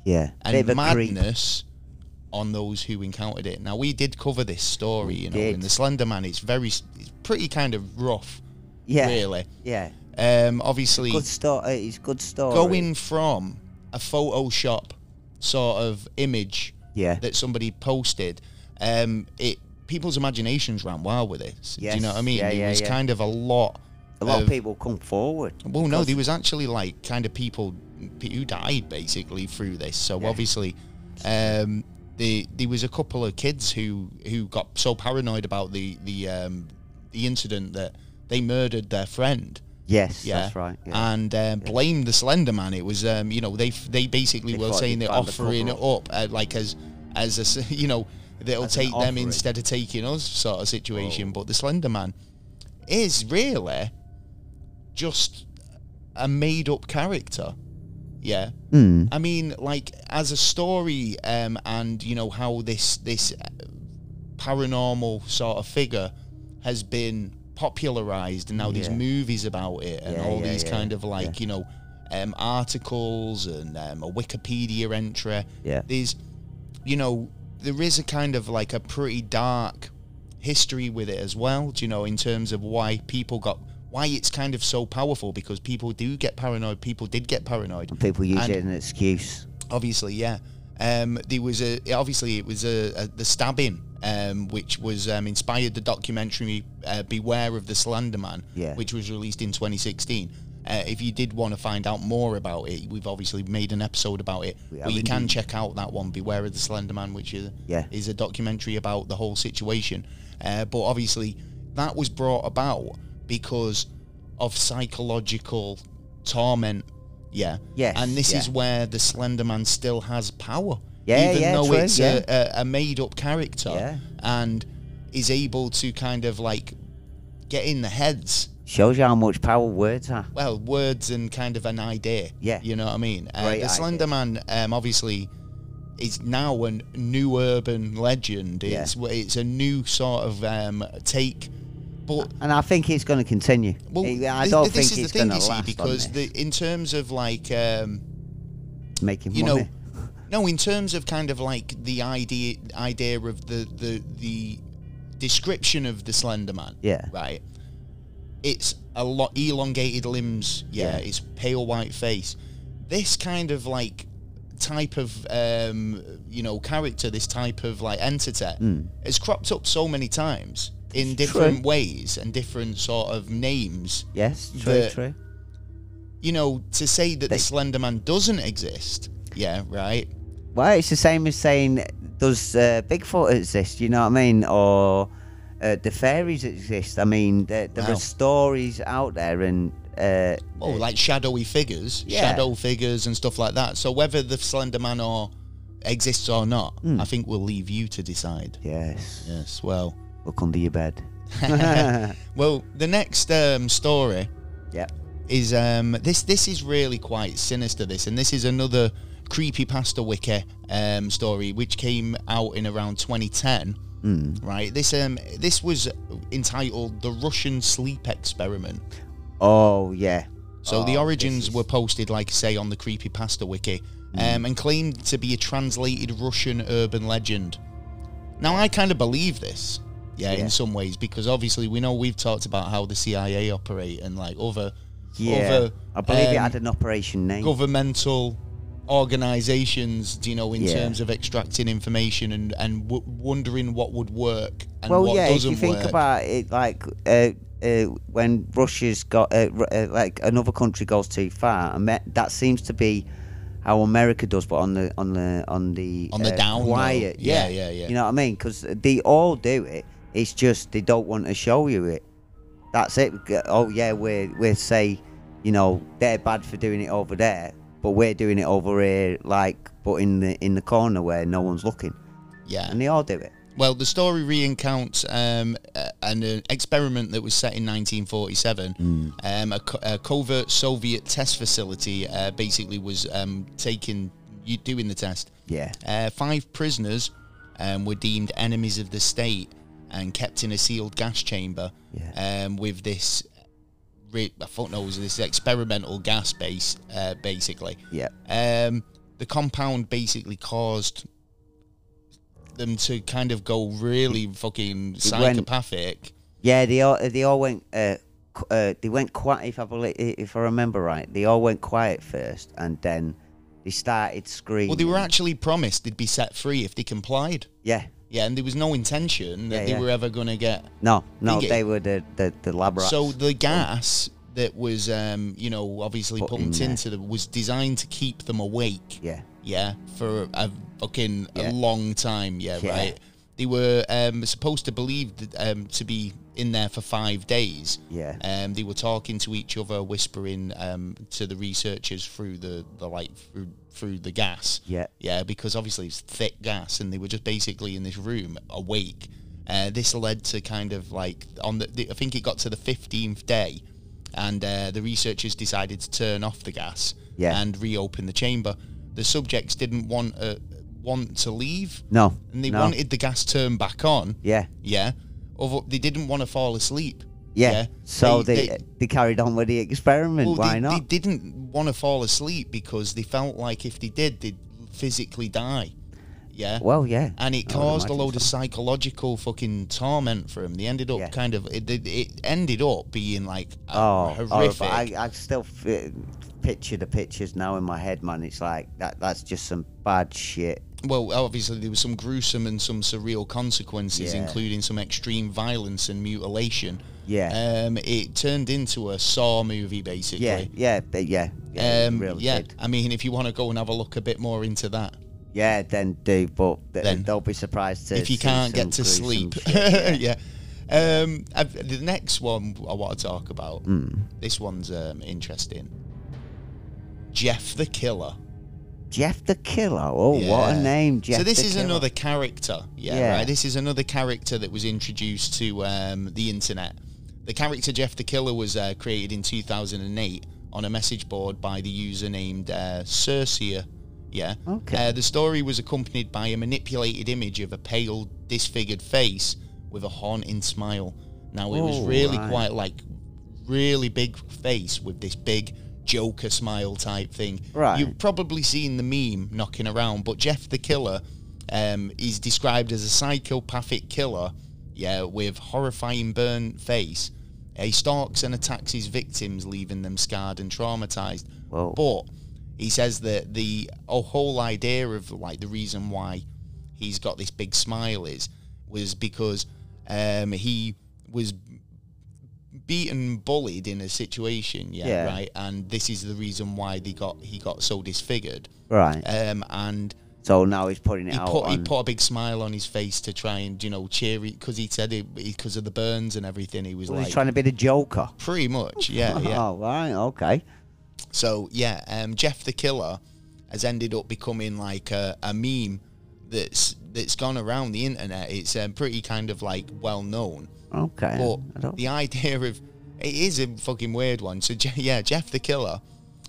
[SPEAKER 2] Yeah. Bit
[SPEAKER 1] and
[SPEAKER 2] of a creep.
[SPEAKER 1] madness on those who encountered it. Now we did cover this story, you know,
[SPEAKER 2] did.
[SPEAKER 1] in the Slender Man. It's very, it's pretty kind of rough,
[SPEAKER 2] Yeah.
[SPEAKER 1] really.
[SPEAKER 2] Yeah.
[SPEAKER 1] Um, obviously,
[SPEAKER 2] Good story. It's good story.
[SPEAKER 1] going from a Photoshop sort of image
[SPEAKER 2] Yeah.
[SPEAKER 1] that somebody posted, um, it people's imaginations ran wild with this. Do
[SPEAKER 2] Yes.
[SPEAKER 1] you know what I mean?
[SPEAKER 2] Yeah,
[SPEAKER 1] it
[SPEAKER 2] yeah,
[SPEAKER 1] was
[SPEAKER 2] yeah.
[SPEAKER 1] kind of a lot.
[SPEAKER 2] A lot
[SPEAKER 1] of-
[SPEAKER 2] of people come forward.
[SPEAKER 1] Well, no, there was actually like kind of people p- who died basically through this. So
[SPEAKER 2] Yeah.
[SPEAKER 1] obviously, um, the there was a couple of kids who who got so paranoid about the the um, the incident that they murdered their friend.
[SPEAKER 2] Yes.
[SPEAKER 1] Yeah,
[SPEAKER 2] That's right. Yeah.
[SPEAKER 1] And um, blamed the Slender Man. It was um, you know they f- they basically
[SPEAKER 2] They
[SPEAKER 1] were
[SPEAKER 2] thought
[SPEAKER 1] saying
[SPEAKER 2] they
[SPEAKER 1] they're
[SPEAKER 2] planned the cover
[SPEAKER 1] offering it up uh, like as as a s- <laughs> you know they'll
[SPEAKER 2] As an
[SPEAKER 1] take them
[SPEAKER 2] offering.
[SPEAKER 1] instead of taking us sort of situation. But the Slender Man is really just a made up character. Yeah.
[SPEAKER 2] Hmm.
[SPEAKER 1] I mean, like as a story, um, and you know how this this uh, paranormal sort of figure has been popularized, and now there's
[SPEAKER 2] Yeah.
[SPEAKER 1] movies about it, and
[SPEAKER 2] Yeah,
[SPEAKER 1] all
[SPEAKER 2] yeah,
[SPEAKER 1] these
[SPEAKER 2] yeah,
[SPEAKER 1] kind of like you know um, articles and um, a Wikipedia entry.
[SPEAKER 2] Yeah.
[SPEAKER 1] There's, you know, there is a kind of like a pretty dark history with it as well. Do you know in terms of why people got why it's kind of so powerful because people do get paranoid. People did get paranoid
[SPEAKER 2] People use
[SPEAKER 1] and-
[SPEAKER 2] it as an excuse.
[SPEAKER 1] obviously yeah um there was a obviously it was a, a the stabbing um which was um inspired the documentary uh, beware of the slender man
[SPEAKER 2] Yeah.
[SPEAKER 1] which was released in 2016 uh, if you did want to find out more about it we've obviously made an episode about it
[SPEAKER 2] We
[SPEAKER 1] but
[SPEAKER 2] have
[SPEAKER 1] you can
[SPEAKER 2] indeed.
[SPEAKER 1] check out that one beware of the slender man which is
[SPEAKER 2] Yeah.
[SPEAKER 1] is a documentary about the whole situation uh, but obviously that was brought about because of psychological torment yeah
[SPEAKER 2] Yes,
[SPEAKER 1] and this
[SPEAKER 2] yeah.
[SPEAKER 1] is where the Slender Man still has power.
[SPEAKER 2] Yeah,
[SPEAKER 1] Even
[SPEAKER 2] yeah,
[SPEAKER 1] though
[SPEAKER 2] true,
[SPEAKER 1] it's a, a, a made up character
[SPEAKER 2] Yeah.
[SPEAKER 1] and is able to kind of like get in the heads.
[SPEAKER 2] Shows you how much power words have.
[SPEAKER 1] Well, words and kind of an idea.
[SPEAKER 2] Yeah.
[SPEAKER 1] You know what I mean? Uh,
[SPEAKER 2] Great
[SPEAKER 1] the
[SPEAKER 2] idea.
[SPEAKER 1] Slender Man um, obviously is now a new urban legend.
[SPEAKER 2] Yeah.
[SPEAKER 1] It's, it's a new sort of um, take. But
[SPEAKER 2] And I think it's going to continue.
[SPEAKER 1] well,
[SPEAKER 2] I- I
[SPEAKER 1] thi-
[SPEAKER 2] don't
[SPEAKER 1] this
[SPEAKER 2] think
[SPEAKER 1] is
[SPEAKER 2] it's
[SPEAKER 1] the thing
[SPEAKER 2] going to
[SPEAKER 1] you see
[SPEAKER 2] last
[SPEAKER 1] because
[SPEAKER 2] on
[SPEAKER 1] the,
[SPEAKER 2] this.
[SPEAKER 1] in terms of like um,
[SPEAKER 2] making
[SPEAKER 1] you
[SPEAKER 2] money.
[SPEAKER 1] know no in terms of kind of like the idea idea of the the the description of the slender man
[SPEAKER 2] Yeah.
[SPEAKER 1] right it's a lot elongated limbs yeah,
[SPEAKER 2] Yeah.
[SPEAKER 1] it's pale white face this kind of like type of um you know character this type of like entity has cropped up so many times in
[SPEAKER 2] Hmm. It's true.
[SPEAKER 1] different ways and different sort of names
[SPEAKER 2] Yes, true,
[SPEAKER 1] the-
[SPEAKER 2] true.
[SPEAKER 1] you know to say that the
[SPEAKER 2] They-
[SPEAKER 1] slender man doesn't exist yeah right
[SPEAKER 2] Well, it's the same as saying, does uh, Bigfoot exist? You know what I mean? Or uh, the fairies exist? I mean, there, there
[SPEAKER 1] Wow.
[SPEAKER 2] are stories out there, and uh,
[SPEAKER 1] Oh, like shadowy figures,
[SPEAKER 2] Yeah.
[SPEAKER 1] shadow figures and stuff like that. So whether the Slender Man or exists or not, I think we'll leave you to decide.
[SPEAKER 2] yes,
[SPEAKER 1] Yes. Well,
[SPEAKER 2] look under your bed.
[SPEAKER 1] well, the next um, story
[SPEAKER 2] yep.
[SPEAKER 1] is um, this. This is really quite sinister. This, and this is another creepy pasta wiki um, story which came out in around 2010. Mm. Right. This um this was entitled the Russian Sleep Experiment.
[SPEAKER 2] Oh, yeah.
[SPEAKER 1] So
[SPEAKER 2] Oh,
[SPEAKER 1] the
[SPEAKER 2] this
[SPEAKER 1] origins
[SPEAKER 2] is- Hmm.
[SPEAKER 1] were posted, like I say, on the Creepypasta wiki, um, and claimed to be a translated Russian urban legend. Now I kind of believe this, yeah,
[SPEAKER 2] Yeah.
[SPEAKER 1] in some ways, because obviously we know we've talked about how the CIA operate and like other,
[SPEAKER 2] Yeah.
[SPEAKER 1] other
[SPEAKER 2] I believe it
[SPEAKER 1] um,
[SPEAKER 2] had an operation name.
[SPEAKER 1] governmental organizations, do you know, in
[SPEAKER 2] Yeah.
[SPEAKER 1] terms of extracting information and and w- wondering what would work and
[SPEAKER 2] well,
[SPEAKER 1] what
[SPEAKER 2] yeah, if
[SPEAKER 1] doesn't
[SPEAKER 2] you think
[SPEAKER 1] work.
[SPEAKER 2] about it, like uh, uh, when Russia's got uh, Ru- uh, like another country goes too far, and me- that seems to be how America does, but on the on the on the
[SPEAKER 1] On the down low.
[SPEAKER 2] quiet,
[SPEAKER 1] Yeah, yeah, yeah.
[SPEAKER 2] You know what I mean? Because they all do it. It's just they don't want to show you it. That's it. G- Oh yeah, we're we're say, you know, they're bad for doing it over there, but we're doing it over here, like, but in the in the corner where no one's looking,
[SPEAKER 1] Yeah.
[SPEAKER 2] and they all do it.
[SPEAKER 1] Well, the story recounts um, a- an uh, experiment that was set in 1947. Um, a, co- a covert Soviet test facility uh, basically was um, taking you doing the test.
[SPEAKER 2] Yeah.
[SPEAKER 1] Uh, five prisoners um, were deemed enemies of the state and kept in a sealed gas chamber
[SPEAKER 2] Yeah.
[SPEAKER 1] um, with this. Re- I thought no, it was this experimental gas base, uh, basically.
[SPEAKER 2] Yeah.
[SPEAKER 1] Um, the compound basically caused them to kind of go really fucking psychopathic.
[SPEAKER 2] Yeah, they all they all went. Uh, qu- uh, they went quiet. If I believe, if I remember right, they all went quiet first, and then they started screaming.
[SPEAKER 1] Well, they were actually promised they'd be set free if they complied.
[SPEAKER 2] yeah.
[SPEAKER 1] Yeah, and there was no intention that
[SPEAKER 2] Yeah,
[SPEAKER 1] they
[SPEAKER 2] yeah.
[SPEAKER 1] were ever going to get.
[SPEAKER 2] No, no,
[SPEAKER 1] Think it-
[SPEAKER 2] they were the the, the lab rats.
[SPEAKER 1] So the gas that was, um, you know, obviously
[SPEAKER 2] Put in
[SPEAKER 1] pumped
[SPEAKER 2] there.
[SPEAKER 1] into them was designed to keep them awake.
[SPEAKER 2] yeah,
[SPEAKER 1] yeah, for a fucking a
[SPEAKER 2] Yeah.
[SPEAKER 1] long time. Yeah,
[SPEAKER 2] Yeah.
[SPEAKER 1] right. They were um, supposed to believe that, um, to be in there for five days.
[SPEAKER 2] Yeah.
[SPEAKER 1] Um, they were talking to each other, whispering um, to the researchers through the, the light through, through the gas.
[SPEAKER 2] Yeah.
[SPEAKER 1] Yeah, because obviously it's thick gas, and they were just basically in this room awake. Uh, this led to kind of like on the, the I think it got to the fifteenth day, and uh, the researchers decided to turn off the gas
[SPEAKER 2] Yeah.
[SPEAKER 1] and reopen the chamber. The subjects didn't want uh, want to leave,
[SPEAKER 2] no,
[SPEAKER 1] and they
[SPEAKER 2] no.
[SPEAKER 1] wanted the gas turned back on.
[SPEAKER 2] Yeah,
[SPEAKER 1] Yeah, although they didn't want to fall asleep.
[SPEAKER 2] yeah. So
[SPEAKER 1] They-
[SPEAKER 2] they, they carried on with the experiment.
[SPEAKER 1] well,
[SPEAKER 2] Why
[SPEAKER 1] they,
[SPEAKER 2] not?
[SPEAKER 1] They didn't want to fall asleep because they felt like if they did, they'd physically die. Yeah.
[SPEAKER 2] well, yeah.
[SPEAKER 1] and it
[SPEAKER 2] I would
[SPEAKER 1] caused a
[SPEAKER 2] imagine
[SPEAKER 1] load of
[SPEAKER 2] so.
[SPEAKER 1] psychological fucking torment for him. They ended up
[SPEAKER 2] Yeah.
[SPEAKER 1] kind of it, it, it ended up being like
[SPEAKER 2] Oh,
[SPEAKER 1] oh, horrific.
[SPEAKER 2] horrible. I, I still f- picture the pictures now in my head, man. It's like that. That's just some bad shit.
[SPEAKER 1] well, obviously there was some gruesome and some surreal consequences,
[SPEAKER 2] Yeah.
[SPEAKER 1] including some extreme violence and mutilation.
[SPEAKER 2] Yeah.
[SPEAKER 1] Um, it turned into a Saw movie, basically.
[SPEAKER 2] Yeah, yeah, they- yeah, yeah,
[SPEAKER 1] um,
[SPEAKER 2] really
[SPEAKER 1] yeah.
[SPEAKER 2] did.
[SPEAKER 1] I mean, if you want to go and have a look a bit more into that,
[SPEAKER 2] Yeah, then do, but th-
[SPEAKER 1] Then.
[SPEAKER 2] they'll be surprised to
[SPEAKER 1] if you
[SPEAKER 2] see
[SPEAKER 1] can't
[SPEAKER 2] some
[SPEAKER 1] get to
[SPEAKER 2] gruesome
[SPEAKER 1] sleep.
[SPEAKER 2] shit.
[SPEAKER 1] <laughs> yeah. Um, I've, the next one I want to talk about.
[SPEAKER 2] Hmm.
[SPEAKER 1] This one's um, interesting. Jeff the Killer.
[SPEAKER 2] Jeff the Killer. Oh, what
[SPEAKER 1] Yeah.
[SPEAKER 2] a name, Jeff.
[SPEAKER 1] so this
[SPEAKER 2] the
[SPEAKER 1] is
[SPEAKER 2] Killer.
[SPEAKER 1] another character. Yeah,
[SPEAKER 2] Yeah.
[SPEAKER 1] Right? This is another character that was introduced to um, the internet. The character Jeff the Killer was uh, created in 2008 on a message board by the user named uh, Circia. Yeah.
[SPEAKER 2] Okay.
[SPEAKER 1] Uh, the story was accompanied by a manipulated image of a pale, disfigured face with a haunting smile. Now it was
[SPEAKER 2] Oh,
[SPEAKER 1] really
[SPEAKER 2] right.
[SPEAKER 1] quite like really big face with this big Joker smile type thing.
[SPEAKER 2] Right.
[SPEAKER 1] You probably seen the meme knocking around, but Jeff the Killer um, is described as a psychopathic killer, yeah, with horrifying burnt face. He stalks and attacks his victims, leaving them scarred and traumatized.
[SPEAKER 2] Whoa.
[SPEAKER 1] But he says that the a whole idea of like the reason why he's got this big smile is was because um, he was beaten, bullied in a situation, yeah,
[SPEAKER 2] Yeah.
[SPEAKER 1] right. And this is the reason why they got he got so disfigured.
[SPEAKER 2] Right.
[SPEAKER 1] Um, and
[SPEAKER 2] so now he's putting it
[SPEAKER 1] he
[SPEAKER 2] out.
[SPEAKER 1] put he
[SPEAKER 2] on-
[SPEAKER 1] put a big smile on his face to try and you know cheer because he said it because of the burns and everything. He was
[SPEAKER 2] well,
[SPEAKER 1] like
[SPEAKER 2] he's trying to be the Joker.
[SPEAKER 1] pretty much,
[SPEAKER 2] <laughs>
[SPEAKER 1] yeah, <laughs> yeah.
[SPEAKER 2] Oh, right. Okay.
[SPEAKER 1] So yeah, um, Jeff the Killer has ended up becoming like a, a meme that's that's gone around the internet. It's um, pretty kind of like well known.
[SPEAKER 2] Okay. I
[SPEAKER 1] But
[SPEAKER 2] don't-
[SPEAKER 1] the idea of it is a fucking weird one. So Je- yeah, Jeff the Killer,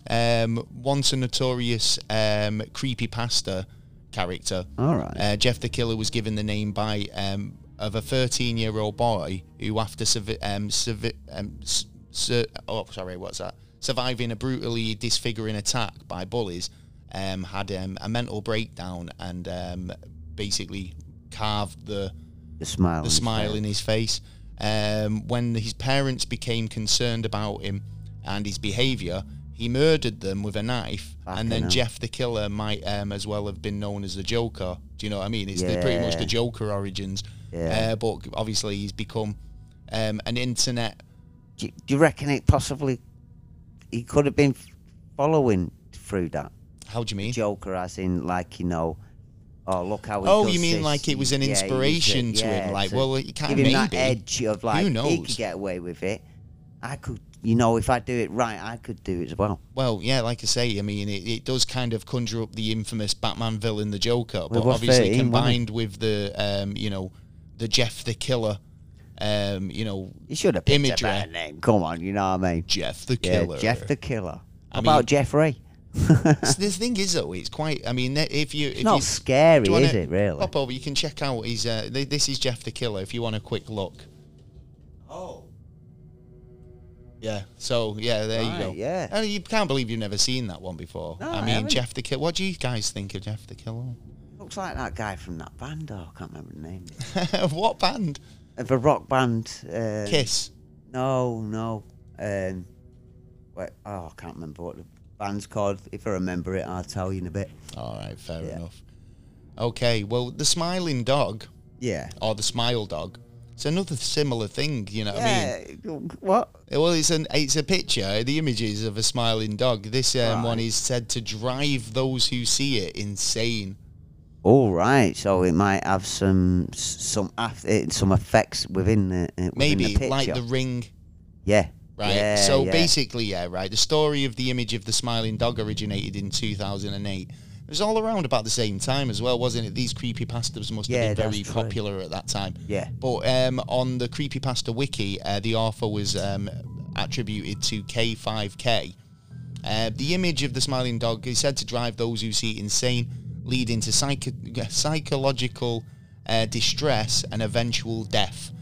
[SPEAKER 1] um, once a notorious um, creepy pasta character.
[SPEAKER 2] All right.
[SPEAKER 1] Uh, Jeff the Killer was given the name by um, of a 13 year old boy who, after survi- um, survi- um, s- sur- oh sorry, what's that? Surviving a brutally disfiguring attack by bullies, um, had um, a mental breakdown and um, basically carved the
[SPEAKER 2] the smile.
[SPEAKER 1] the smile in his face. Um, when his parents became concerned about him and his behaviour, he murdered them with a knife.
[SPEAKER 2] Fucking
[SPEAKER 1] and then
[SPEAKER 2] hell.
[SPEAKER 1] Jeff the Killer might um, as well have been known as the Joker. Do you know what I mean? It's the, pretty much
[SPEAKER 2] Yeah.
[SPEAKER 1] the Joker origins.
[SPEAKER 2] Yeah.
[SPEAKER 1] Uh, but obviously, he's become um, an internet
[SPEAKER 2] Do, do you reckon it possibly he could have been following through that
[SPEAKER 1] How do you mean?
[SPEAKER 2] Joker, as in like you know, oh look how he
[SPEAKER 1] Oh,
[SPEAKER 2] does
[SPEAKER 1] you mean
[SPEAKER 2] this,
[SPEAKER 1] like it was an
[SPEAKER 2] yeah, he does it,
[SPEAKER 1] inspiration to him?
[SPEAKER 2] yeah,
[SPEAKER 1] Like,
[SPEAKER 2] to
[SPEAKER 1] well, you can't
[SPEAKER 2] give him that
[SPEAKER 1] maybe.
[SPEAKER 2] edge of like he
[SPEAKER 1] knows?
[SPEAKER 2] could get away with it. I could, you know, if I do it right, I could do it as well.
[SPEAKER 1] Well, yeah, like I say, I mean, it, it does kind of conjure up the infamous Batman villain, the Joker, but
[SPEAKER 2] was
[SPEAKER 1] obviously
[SPEAKER 2] 13, wasn't he?
[SPEAKER 1] combined with the, um, you know, the Jeff the Killer, um, you know,
[SPEAKER 2] You should have picked
[SPEAKER 1] Imagery.
[SPEAKER 2] a better name. Come on, you know what I mean?
[SPEAKER 1] Jeff the
[SPEAKER 2] Yeah,
[SPEAKER 1] Killer.
[SPEAKER 2] Jeff the Killer.
[SPEAKER 1] I
[SPEAKER 2] How about
[SPEAKER 1] mean-
[SPEAKER 2] Jeffrey?
[SPEAKER 1] So the thing is, though, it's quite. I mean, that- if you if
[SPEAKER 2] <laughs> Not
[SPEAKER 1] you,
[SPEAKER 2] scary,
[SPEAKER 1] do you wanna
[SPEAKER 2] is it, really?
[SPEAKER 1] Pop over. You can check out. He's uh, th- this is Jeff the Killer. If you want a quick look.
[SPEAKER 2] Oh,
[SPEAKER 1] Yeah. So yeah, there you
[SPEAKER 2] Right,
[SPEAKER 1] go.
[SPEAKER 2] yeah.
[SPEAKER 1] I mean, you can't believe you've never seen that one before.
[SPEAKER 2] No,
[SPEAKER 1] I
[SPEAKER 2] I
[SPEAKER 1] mean,
[SPEAKER 2] haven't.
[SPEAKER 1] Jeff the Killer. What do you guys think of Jeff the Killer? <laughs>
[SPEAKER 2] looks like that guy from that band. Oh, I can't remember the name.
[SPEAKER 1] Of what band?
[SPEAKER 2] Of a rock band. Uh,
[SPEAKER 1] Kiss.
[SPEAKER 2] No, no. Um, wait, oh, I can't remember what the band's called. If I remember it, I'll tell you in a bit.
[SPEAKER 1] All right. Fair
[SPEAKER 2] Yeah.
[SPEAKER 1] enough. Okay. Well, the smiling dog
[SPEAKER 2] Yeah.
[SPEAKER 1] or the smile dog. It's another similar thing. You know what I mean?
[SPEAKER 2] yeah. What?
[SPEAKER 1] Well, it's an it's a picture. uh, The images of a smiling dog. This um, one
[SPEAKER 2] Right.
[SPEAKER 1] is said to drive those who see it insane.
[SPEAKER 2] All right. So it might have some some af- eh, some effects within the uh, within
[SPEAKER 1] Maybe
[SPEAKER 2] the
[SPEAKER 1] like
[SPEAKER 2] picture.
[SPEAKER 1] the ring,
[SPEAKER 2] yeah.
[SPEAKER 1] right?
[SPEAKER 2] Yeah,
[SPEAKER 1] so
[SPEAKER 2] yeah.
[SPEAKER 1] basically, yeah, right. The story of the image of the smiling dog originated in 2008. It was all around about the same time as well, wasn't it? These creepypastas must
[SPEAKER 2] Yeah,
[SPEAKER 1] have been
[SPEAKER 2] that's
[SPEAKER 1] very
[SPEAKER 2] true.
[SPEAKER 1] popular at that time.
[SPEAKER 2] Yeah.
[SPEAKER 1] But um, on the creepypasta wiki, uh, the author was um, attributed to K5K. Uh, the image of the smiling dog is said to drive those who see it insane, leading to psycho- psychological uh, distress and eventual death.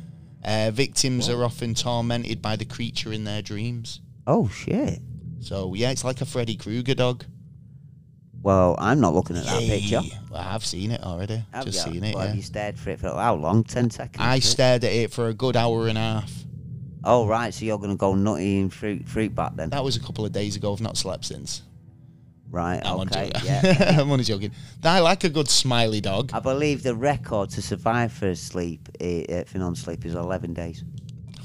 [SPEAKER 1] Uh, victims are often tormented by the creature in their dreams.
[SPEAKER 2] Oh shit.
[SPEAKER 1] So yeah, it's like a Freddy Krueger dog.
[SPEAKER 2] Well, I'm not looking at that picture.
[SPEAKER 1] Hey, well, I've seen it already.
[SPEAKER 2] Have
[SPEAKER 1] Just
[SPEAKER 2] ya?
[SPEAKER 1] seen it.
[SPEAKER 2] Well,
[SPEAKER 1] yeah.
[SPEAKER 2] you stared for it for how long? Ten seconds.
[SPEAKER 1] I
[SPEAKER 2] is it?
[SPEAKER 1] stared at it for a good hour and a half.
[SPEAKER 2] Oh right. So you're gonna go nutty and fruit fruit back then?
[SPEAKER 1] That was a couple of days ago. I've not slept since.
[SPEAKER 2] Right.
[SPEAKER 1] I'm only <laughs>
[SPEAKER 2] okay.
[SPEAKER 1] joking.
[SPEAKER 2] Yeah.
[SPEAKER 1] I'm only joking. I like a good smiley dog.
[SPEAKER 2] I believe the record to survive for sleep, eh, eh, for non-sleep, is 11 days.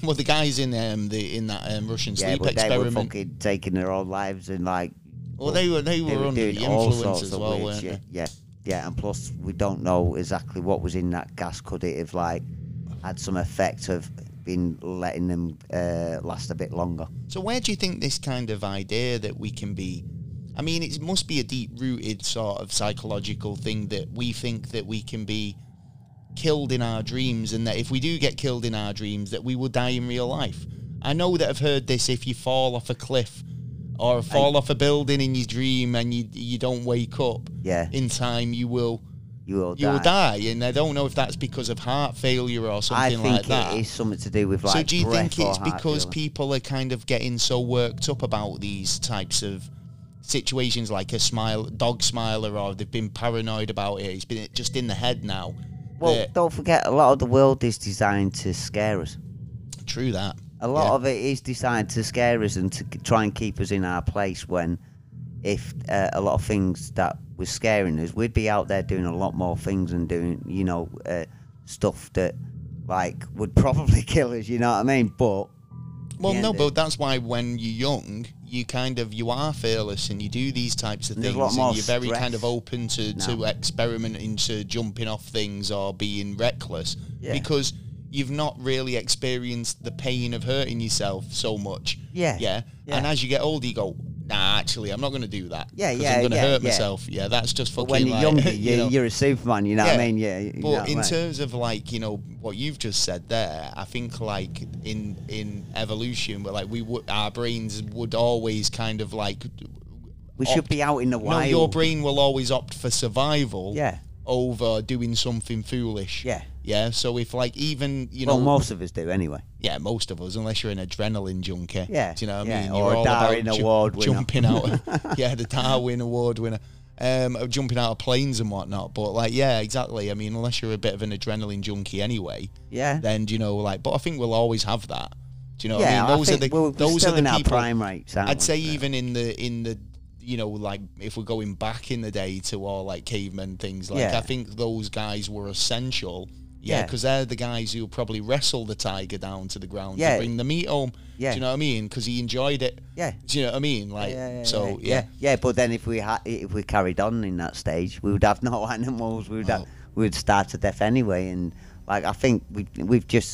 [SPEAKER 1] Well, the guys in um, the in that um, Russian
[SPEAKER 2] Yeah,
[SPEAKER 1] sleep
[SPEAKER 2] but they were
[SPEAKER 1] experiment.
[SPEAKER 2] fucking taking their own lives and like
[SPEAKER 1] well, they were they were,
[SPEAKER 2] they were
[SPEAKER 1] under the
[SPEAKER 2] doing all
[SPEAKER 1] influence
[SPEAKER 2] sorts
[SPEAKER 1] as
[SPEAKER 2] of
[SPEAKER 1] well,
[SPEAKER 2] weird
[SPEAKER 1] weren't
[SPEAKER 2] shit.
[SPEAKER 1] they?
[SPEAKER 2] Yeah, yeah, and plus we don't know exactly what was in that gas. Could it have like had some effect of been letting them uh, last a bit longer?
[SPEAKER 1] So, where do you think this kind of idea that we can be? I mean, it must be a deep-rooted sort of psychological thing that we think that we can be killed in our dreams, and that if we do get killed in our dreams, that we will die in real life. I know that I've heard this: if you fall off a cliff or fall off a building in your dream and you you don't wake up
[SPEAKER 2] Yeah,
[SPEAKER 1] in time, you will
[SPEAKER 2] you will
[SPEAKER 1] you
[SPEAKER 2] die.
[SPEAKER 1] will die, and I don't know if that's because of heart failure or
[SPEAKER 2] I
[SPEAKER 1] something
[SPEAKER 2] think
[SPEAKER 1] like that.
[SPEAKER 2] it is something to do with like.
[SPEAKER 1] so do you
[SPEAKER 2] breath
[SPEAKER 1] think
[SPEAKER 2] or
[SPEAKER 1] it's
[SPEAKER 2] heart
[SPEAKER 1] because
[SPEAKER 2] failure.
[SPEAKER 1] people are kind of getting so worked up about these types of situations, like a smile, dog smiler, or they've been paranoid about it? It's been just in the head now.
[SPEAKER 2] Well,
[SPEAKER 1] that-
[SPEAKER 2] don't forget, a lot of the world is designed to scare us.
[SPEAKER 1] true that.
[SPEAKER 2] A lot
[SPEAKER 1] Yeah.
[SPEAKER 2] of it is designed to scare us and to k- try and keep us in our place. When, if uh, a lot of things that were scaring us, we'd be out there doing a lot more things and doing, you know, uh, stuff that like would <laughs> probably kill us. You know what I mean? But
[SPEAKER 1] Well,
[SPEAKER 2] yeah,
[SPEAKER 1] no,
[SPEAKER 2] they-
[SPEAKER 1] but that's why when you're young, you kind of you are fearless and you do these types of
[SPEAKER 2] There's
[SPEAKER 1] things,
[SPEAKER 2] a lot more
[SPEAKER 1] and you're very kind of
[SPEAKER 2] stress
[SPEAKER 1] open to to
[SPEAKER 2] now.
[SPEAKER 1] experimenting, to jumping off things or being reckless
[SPEAKER 2] Yeah.
[SPEAKER 1] because you've not really experienced the pain of hurting yourself so much.
[SPEAKER 2] Yeah,
[SPEAKER 1] yeah. And
[SPEAKER 2] yeah.
[SPEAKER 1] as you get older, you go. Nah, actually, I'm not going to do that.
[SPEAKER 2] Yeah,
[SPEAKER 1] 'cause I'm
[SPEAKER 2] yeah,
[SPEAKER 1] going to
[SPEAKER 2] yeah,
[SPEAKER 1] hurt
[SPEAKER 2] yeah.
[SPEAKER 1] myself. Yeah, that's just fucking.
[SPEAKER 2] when you're
[SPEAKER 1] like, <laughs>
[SPEAKER 2] younger,
[SPEAKER 1] you
[SPEAKER 2] you
[SPEAKER 1] know.
[SPEAKER 2] you're a Superman. You know what
[SPEAKER 1] Yeah.
[SPEAKER 2] I mean? Yeah. you know
[SPEAKER 1] But
[SPEAKER 2] what I
[SPEAKER 1] in
[SPEAKER 2] mean?
[SPEAKER 1] terms of like you know what you've just said there, I think like in in evolution, we're like we would our brains would always kind of like
[SPEAKER 2] we should be out in the
[SPEAKER 1] no,
[SPEAKER 2] wild.
[SPEAKER 1] your brain will always opt for survival
[SPEAKER 2] Yeah.
[SPEAKER 1] over doing something foolish.
[SPEAKER 2] Yeah.
[SPEAKER 1] yeah. So if like even you
[SPEAKER 2] well,
[SPEAKER 1] know
[SPEAKER 2] most of us do anyway.
[SPEAKER 1] yeah, most of us, unless you're an adrenaline junkie.
[SPEAKER 2] Yeah,
[SPEAKER 1] Do you know what I
[SPEAKER 2] yeah,
[SPEAKER 1] mean?
[SPEAKER 2] or a Darwin
[SPEAKER 1] ju-
[SPEAKER 2] Award winner.
[SPEAKER 1] Jumping
[SPEAKER 2] <laughs>
[SPEAKER 1] out of, yeah, the Darwin Award winner. Um, of jumping out of planes and whatnot. But, like, yeah, exactly. I mean, unless you're a bit of an adrenaline junkie anyway,
[SPEAKER 2] Yeah.
[SPEAKER 1] then, do you know, like, but I think we'll always have that. Do you know
[SPEAKER 2] yeah.
[SPEAKER 1] what I mean?
[SPEAKER 2] think we're, we're
[SPEAKER 1] those
[SPEAKER 2] still
[SPEAKER 1] are the
[SPEAKER 2] in
[SPEAKER 1] people.
[SPEAKER 2] our prime rates. aren't
[SPEAKER 1] I'd
[SPEAKER 2] we?
[SPEAKER 1] say even in the in the you know like if we're going back in the day to all like cavemen things like
[SPEAKER 2] Yeah.
[SPEAKER 1] I think those guys were essential Yeah,
[SPEAKER 2] Yeah.
[SPEAKER 1] because they're the guys who probably wrestle the tiger down to the ground to
[SPEAKER 2] Yeah.
[SPEAKER 1] bring the meat home.
[SPEAKER 2] Yeah.
[SPEAKER 1] Do you know what I mean? Because he enjoyed it.
[SPEAKER 2] Yeah.
[SPEAKER 1] Do you know what I mean? Like, so yeah.
[SPEAKER 2] yeah, yeah. But then if we had, if we carried on in that stage, we would have no <laughs> animals. We would
[SPEAKER 1] Oh.
[SPEAKER 2] have, we would starve to death anyway. And like I think we we've just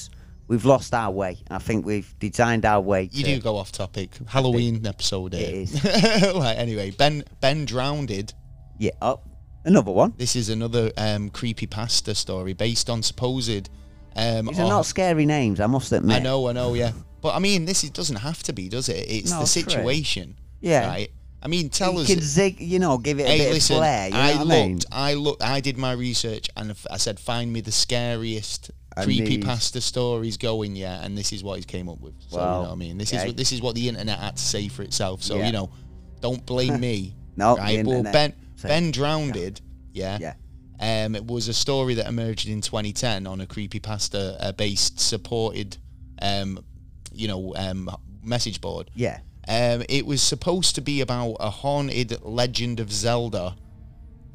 [SPEAKER 2] we've lost our way. I think we've designed our way.
[SPEAKER 1] You
[SPEAKER 2] to,
[SPEAKER 1] do go off topic. Halloween episode.
[SPEAKER 2] It
[SPEAKER 1] here. <laughs> like anyway, Ben Ben drowned.
[SPEAKER 2] Yeah. Oh, another one.
[SPEAKER 1] This is another um, creepy pasta story based on supposed. Um,
[SPEAKER 2] These are
[SPEAKER 1] or-
[SPEAKER 2] not scary names. I must admit.
[SPEAKER 1] I know, I know, yeah. But I mean, this is, doesn't have to be, does it? It's
[SPEAKER 2] No,
[SPEAKER 1] the
[SPEAKER 2] it's correct.
[SPEAKER 1] situation.
[SPEAKER 2] Yeah.
[SPEAKER 1] Right. I mean, tell
[SPEAKER 2] You
[SPEAKER 1] us.
[SPEAKER 2] can zig, you know, give it a
[SPEAKER 1] hey,
[SPEAKER 2] bit
[SPEAKER 1] listen.
[SPEAKER 2] of flair. You know
[SPEAKER 1] I
[SPEAKER 2] what
[SPEAKER 1] looked.
[SPEAKER 2] I mean?
[SPEAKER 1] I looked. I did my research, and if- I said, find me the scariest
[SPEAKER 2] And
[SPEAKER 1] creepy
[SPEAKER 2] these-
[SPEAKER 1] pasta stories going. Yeah, and this is what he came up with. So you
[SPEAKER 2] Wow.
[SPEAKER 1] know what I mean. This is
[SPEAKER 2] Okay.
[SPEAKER 1] what this is what the internet had to say for itself. So
[SPEAKER 2] Yeah.
[SPEAKER 1] you know, don't
[SPEAKER 2] <laughs>
[SPEAKER 1] blame me.
[SPEAKER 2] No, the
[SPEAKER 1] Right. Well,
[SPEAKER 2] internet
[SPEAKER 1] Ben
[SPEAKER 2] said-
[SPEAKER 1] Ben drowned. Yeah.
[SPEAKER 2] Yeah.
[SPEAKER 1] Um, it was a story that emerged in 2010 on a creepypasta uh, based supported, um, you know, um, message board.
[SPEAKER 2] Yeah.
[SPEAKER 1] Um, it was supposed to be about a haunted Legend of Zelda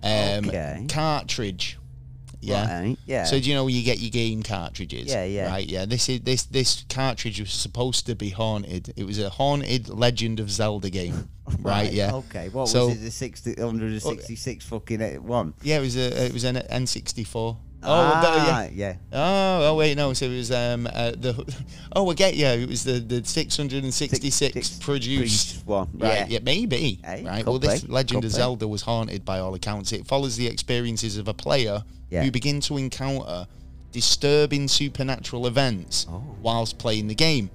[SPEAKER 1] um,
[SPEAKER 2] Okay.
[SPEAKER 1] cartridge. Yeah.
[SPEAKER 2] Right, eh? yeah.
[SPEAKER 1] So do you know where you get your game cartridges?
[SPEAKER 2] Yeah, yeah.
[SPEAKER 1] Right, yeah. This is this this cartridge was supposed to be haunted. It was a haunted Legend of Zelda
[SPEAKER 2] <laughs>
[SPEAKER 1] game. right, yeah.
[SPEAKER 2] Okay. What
[SPEAKER 1] So- Oh,
[SPEAKER 2] was it? The 60, 166 fucking eh, one.
[SPEAKER 1] Yeah, it was a it was an N64. Oh, that- yeah.
[SPEAKER 2] ah, yeah.
[SPEAKER 1] Oh, oh wait, no. So it was um uh, the <laughs> oh I get you. It was the the 666
[SPEAKER 2] Six-
[SPEAKER 1] produced.
[SPEAKER 2] Produced one.
[SPEAKER 1] Right,
[SPEAKER 2] Yeah.
[SPEAKER 1] yeah, maybe.
[SPEAKER 2] Hey,
[SPEAKER 1] right.
[SPEAKER 2] could
[SPEAKER 1] Well, this
[SPEAKER 2] be,
[SPEAKER 1] Legend
[SPEAKER 2] could
[SPEAKER 1] of
[SPEAKER 2] be.
[SPEAKER 1] Zelda was haunted by all accounts. It follows the experiences of a player
[SPEAKER 2] Yeah.
[SPEAKER 1] who begin to encounter disturbing supernatural events
[SPEAKER 2] Oh.
[SPEAKER 1] whilst playing the game.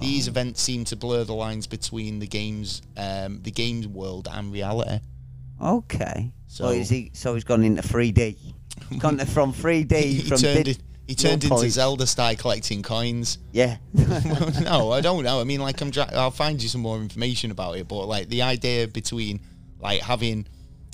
[SPEAKER 1] These events seem to blur the lines between the game's um, the game's world and reality.
[SPEAKER 2] Okay.
[SPEAKER 1] So-
[SPEAKER 2] So is he? So he's gone into 3D. He's
[SPEAKER 1] <laughs>
[SPEAKER 2] gone to- from 3D
[SPEAKER 1] He
[SPEAKER 2] from
[SPEAKER 1] turned
[SPEAKER 2] did-
[SPEAKER 1] it, he turned into
[SPEAKER 2] point.
[SPEAKER 1] Zelda style collecting coins. <laughs>
[SPEAKER 2] Yeah. <laughs>
[SPEAKER 1] well, no, I don't know. I mean, like, I'm. Dra- I'll find you some more information about it, but like the idea between like having,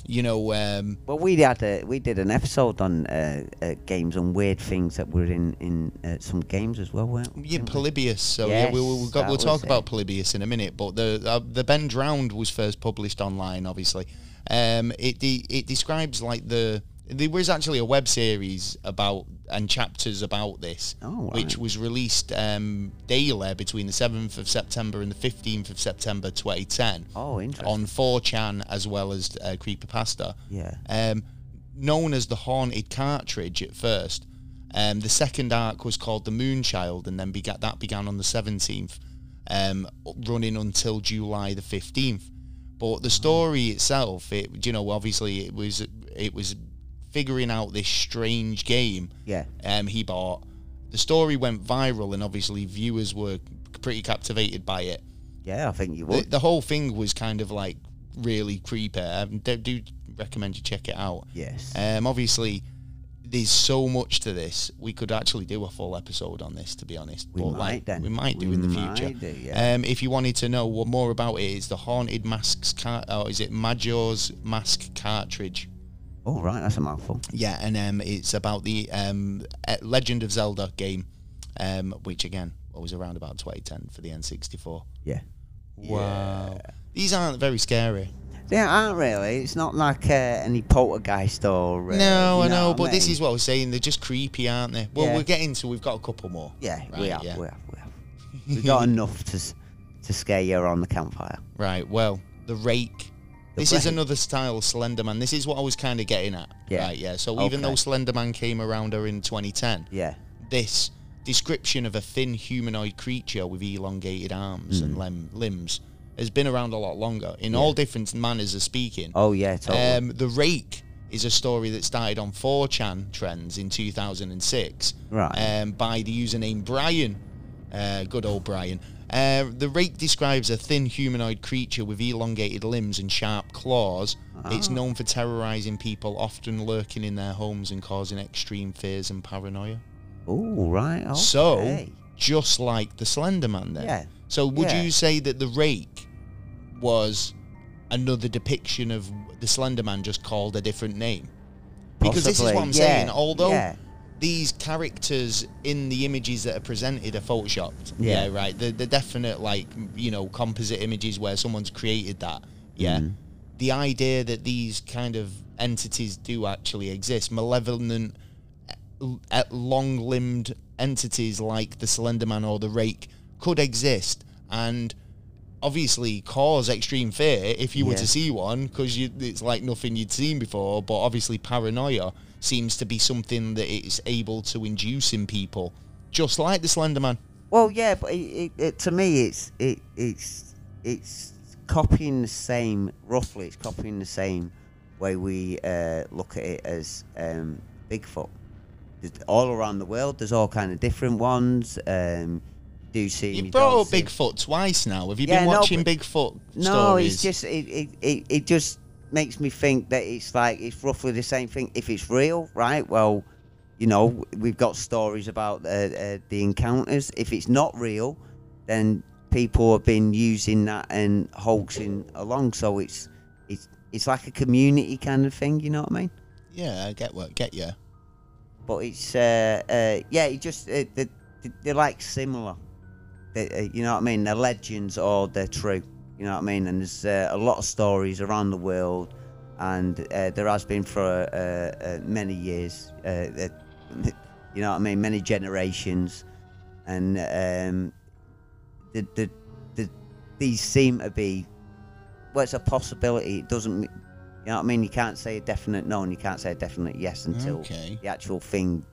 [SPEAKER 1] you know, um,
[SPEAKER 2] well, we had a, we did an episode on uh, uh, games and weird things that were in in uh, some games as well, weren't we?
[SPEAKER 1] yeah,
[SPEAKER 2] Didn't we?
[SPEAKER 1] Polybius. So yeah, we, we, we
[SPEAKER 2] Yes,
[SPEAKER 1] got,
[SPEAKER 2] that
[SPEAKER 1] we'll
[SPEAKER 2] was
[SPEAKER 1] talk
[SPEAKER 2] it.
[SPEAKER 1] about Polybius in a minute. But the uh, the Ben Drowned was first published online, obviously. Um, it de- it describes like the there was actually a web series about and chapters about this,
[SPEAKER 2] Oh,
[SPEAKER 1] which
[SPEAKER 2] right.
[SPEAKER 1] was released um, daily between the seventh of September and the fifteenth of September, twenty ten.
[SPEAKER 2] Oh, interesting.
[SPEAKER 1] on 4chan as well as uh, Creepypasta.
[SPEAKER 2] Yeah.
[SPEAKER 1] Um, known as the Haunted Cartridge at first. Um, the second arc was called The Moonchild, and then bega- that began on the 17th, um, running until July the 15th. But the story itself, it you know, obviously it was it was figuring out this strange game
[SPEAKER 2] Yeah.
[SPEAKER 1] um, he bought. The story went viral, and obviously viewers were pretty captivated by it
[SPEAKER 2] Yeah, I think you
[SPEAKER 1] the,
[SPEAKER 2] would.
[SPEAKER 1] the whole thing was kind of like really creepy. I do, do recommend you check it out.
[SPEAKER 2] yes.
[SPEAKER 1] Um, obviously, there's so much to this. We could actually do a full episode on this, to be honest.
[SPEAKER 2] We
[SPEAKER 1] But,
[SPEAKER 2] might
[SPEAKER 1] like,
[SPEAKER 2] then.
[SPEAKER 1] We might do
[SPEAKER 2] We
[SPEAKER 1] in the
[SPEAKER 2] might
[SPEAKER 1] future.
[SPEAKER 2] do, yeah.
[SPEAKER 1] um, if you wanted to know what more about it, is the Haunted Masks car- or is it Major's Mask cartridge?
[SPEAKER 2] oh, right. That's a mouthful.
[SPEAKER 1] Yeah, and um, it's about the um, eh, Legend of Zelda game, um, which again was around about 2010 for the N64.
[SPEAKER 2] Yeah.
[SPEAKER 1] Wow. These aren't very scary.
[SPEAKER 2] They aren't really. It's not like uh, any poltergeist or. Uh,
[SPEAKER 1] No,
[SPEAKER 2] you
[SPEAKER 1] I know,
[SPEAKER 2] what
[SPEAKER 1] but this
[SPEAKER 2] mean?
[SPEAKER 1] is what I was saying. They're just creepy, aren't they? Well,
[SPEAKER 2] Yeah.
[SPEAKER 1] we're getting to. We've got a couple more.
[SPEAKER 2] Yeah,
[SPEAKER 1] Right,
[SPEAKER 2] we have,
[SPEAKER 1] yeah.
[SPEAKER 2] we have,
[SPEAKER 1] <laughs>
[SPEAKER 2] we have. We've got enough to s- to scare you around the campfire.
[SPEAKER 1] Right. Well, the rake.
[SPEAKER 2] The
[SPEAKER 1] this is
[SPEAKER 2] rake.
[SPEAKER 1] another style Slenderman. This is what I was kind of getting at.
[SPEAKER 2] Yeah.
[SPEAKER 1] Right. Yeah. So even though
[SPEAKER 2] Okay.
[SPEAKER 1] Slenderman came around her in 2010,
[SPEAKER 2] Yeah.
[SPEAKER 1] this description of a thin humanoid creature with elongated arms and lem- limbs has been around a lot longer in all different manners of speaking.
[SPEAKER 2] Oh yeah, totally.
[SPEAKER 1] Um, the Rake is a story that started on 4chan trends in 2006
[SPEAKER 2] Right.
[SPEAKER 1] um, by the username Brian. Uh, good old Brian. Uh, the Rake describes a thin humanoid creature with elongated limbs and sharp claws.
[SPEAKER 2] Ah.
[SPEAKER 1] It's known for terrorizing people, often lurking in their homes and causing extreme fears and paranoia.
[SPEAKER 2] oh right. Okay.
[SPEAKER 1] So, just like the Slender Man, then.
[SPEAKER 2] Yeah.
[SPEAKER 1] So, would
[SPEAKER 2] Yeah.
[SPEAKER 1] you say that the rake was another depiction of the Slender Man, just called a different name? Because this is what
[SPEAKER 2] Possibly,
[SPEAKER 1] I'm
[SPEAKER 2] yeah,
[SPEAKER 1] saying. Although
[SPEAKER 2] yeah.
[SPEAKER 1] these characters in the images that are presented are photoshopped.
[SPEAKER 2] Yeah.
[SPEAKER 1] right. The the definite like you know composite images where someone's created that. Yeah.
[SPEAKER 2] Mm-hmm.
[SPEAKER 1] The idea that these kind of entities do actually exist, malevolent l- at long-limbed entities like the Slender Man or the Rake could exist and obviously cause extreme fear if you were
[SPEAKER 2] Yeah.
[SPEAKER 1] to see one because it's like nothing you'd seen before. But obviously, paranoia seems to be something that it's able to induce in people, just like the Slender Man.
[SPEAKER 2] Well, yeah, but it, it, it, to me, it's it, it's it's copying the same. Roughly, it's copying the same way we uh, look at it as um, Bigfoot. There's- All around the world, there's all kind of different ones. Um, do see? 'em,
[SPEAKER 1] You
[SPEAKER 2] you
[SPEAKER 1] brought
[SPEAKER 2] don't
[SPEAKER 1] up
[SPEAKER 2] see 'em.
[SPEAKER 1] Bigfoot twice now. Have you
[SPEAKER 2] Yeah,
[SPEAKER 1] been
[SPEAKER 2] no,
[SPEAKER 1] watching
[SPEAKER 2] but-
[SPEAKER 1] Bigfoot
[SPEAKER 2] No,
[SPEAKER 1] stories?
[SPEAKER 2] it's just it, it, it, it just makes me think that it's like it's roughly the same thing. If it's real, right? Well, you know, we've got stories about uh, uh, the encounters. If it's not real, then people have been using that and hoaxing along. So it's it's it's like a community kind of thing. You know what I mean?
[SPEAKER 1] yeah, I get what get you.
[SPEAKER 2] But it's uh, uh, yeah, it just uh, they, they- they're like similar. They, uh, you know what I mean? They're legends or they're true. You know what I mean? And there's uh, a lot of stories around the world, and uh, there has been for uh, uh, many years. Uh, uh, <laughs> you know what I mean? Many generations, and um, the, the, the, these seem to be. Well, it's a possibility. It doesn't. m- You know what I mean? You can't say a definite no, and you can't say a definite yes until
[SPEAKER 1] Okay,
[SPEAKER 2] the actual thing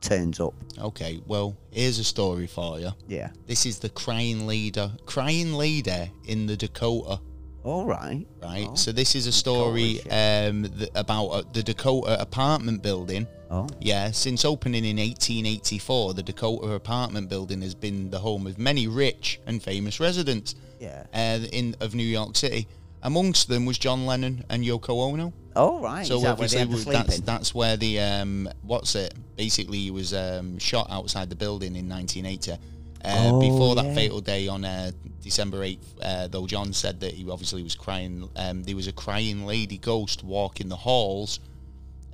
[SPEAKER 2] turns up.
[SPEAKER 1] okay. Well, here's a story for you.
[SPEAKER 2] Yeah.
[SPEAKER 1] This is the crying leader, crying leader in the Dakota.
[SPEAKER 2] All right.
[SPEAKER 1] right?
[SPEAKER 2] Oh.
[SPEAKER 1] So this is a story
[SPEAKER 2] shit.
[SPEAKER 1] um, th- about uh, the Dakota apartment building.
[SPEAKER 2] Oh.
[SPEAKER 1] Yeah, since opening in 1884, the Dakota apartment building has been the home of many rich and famous residents
[SPEAKER 2] Yeah.
[SPEAKER 1] uh, in of New York City. Amongst them was John Lennon and Yoko Ono.
[SPEAKER 2] All right.
[SPEAKER 1] So
[SPEAKER 2] Is that where they
[SPEAKER 1] obviously
[SPEAKER 2] had
[SPEAKER 1] w-
[SPEAKER 2] the
[SPEAKER 1] that's
[SPEAKER 2] sleeping?
[SPEAKER 1] that's where the um, what's it? Basically, he was um, shot outside the building in 1980. Uh,
[SPEAKER 2] Oh,
[SPEAKER 1] before that
[SPEAKER 2] yeah.
[SPEAKER 1] fatal day on uh, December 8th, uh, though John said that he obviously was crying. Um, there was a crying lady ghost walking the halls.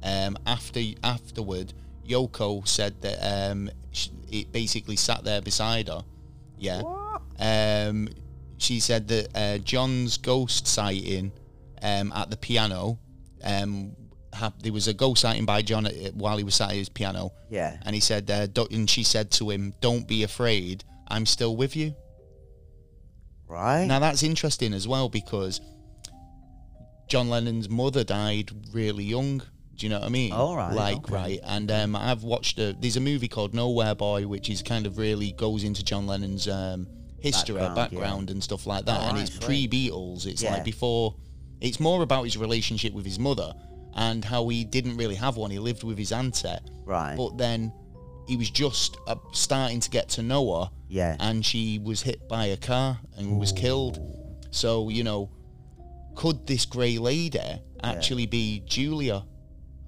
[SPEAKER 1] Um, after afterward, Yoko said that um, sh it basically sat there beside her. Yeah.
[SPEAKER 2] What?
[SPEAKER 1] Um, she said that uh, John's ghost sighting um, at the piano, um, hap- there was a ghost sighting by John at, while he was sat at his piano,
[SPEAKER 2] Yeah.
[SPEAKER 1] and he said, uh, do and she said to him, "Don't be afraid, I'm still with you."
[SPEAKER 2] Right.
[SPEAKER 1] Now that's interesting as well because John Lennon's mother died really young. Do you know what I mean?
[SPEAKER 2] All right,
[SPEAKER 1] Like
[SPEAKER 2] okay.
[SPEAKER 1] right, and um, I've watched a. There's a movie called Nowhere Boy, which is kind of really goes into John Lennon's um, history, background,
[SPEAKER 2] Background, yeah.
[SPEAKER 1] and stuff like that,
[SPEAKER 2] All
[SPEAKER 1] and
[SPEAKER 2] right,
[SPEAKER 1] it's pre
[SPEAKER 2] sweet.
[SPEAKER 1] Beatles. It's
[SPEAKER 2] Yeah.
[SPEAKER 1] like before. It's more about his relationship with his mother and how he didn't really have one. He lived with his auntie,
[SPEAKER 2] Right.
[SPEAKER 1] but then he was just uh, starting to get to know her,
[SPEAKER 2] yeah.
[SPEAKER 1] and she was hit by a car and was killed. So, you know, could this grey lady actually be Julia,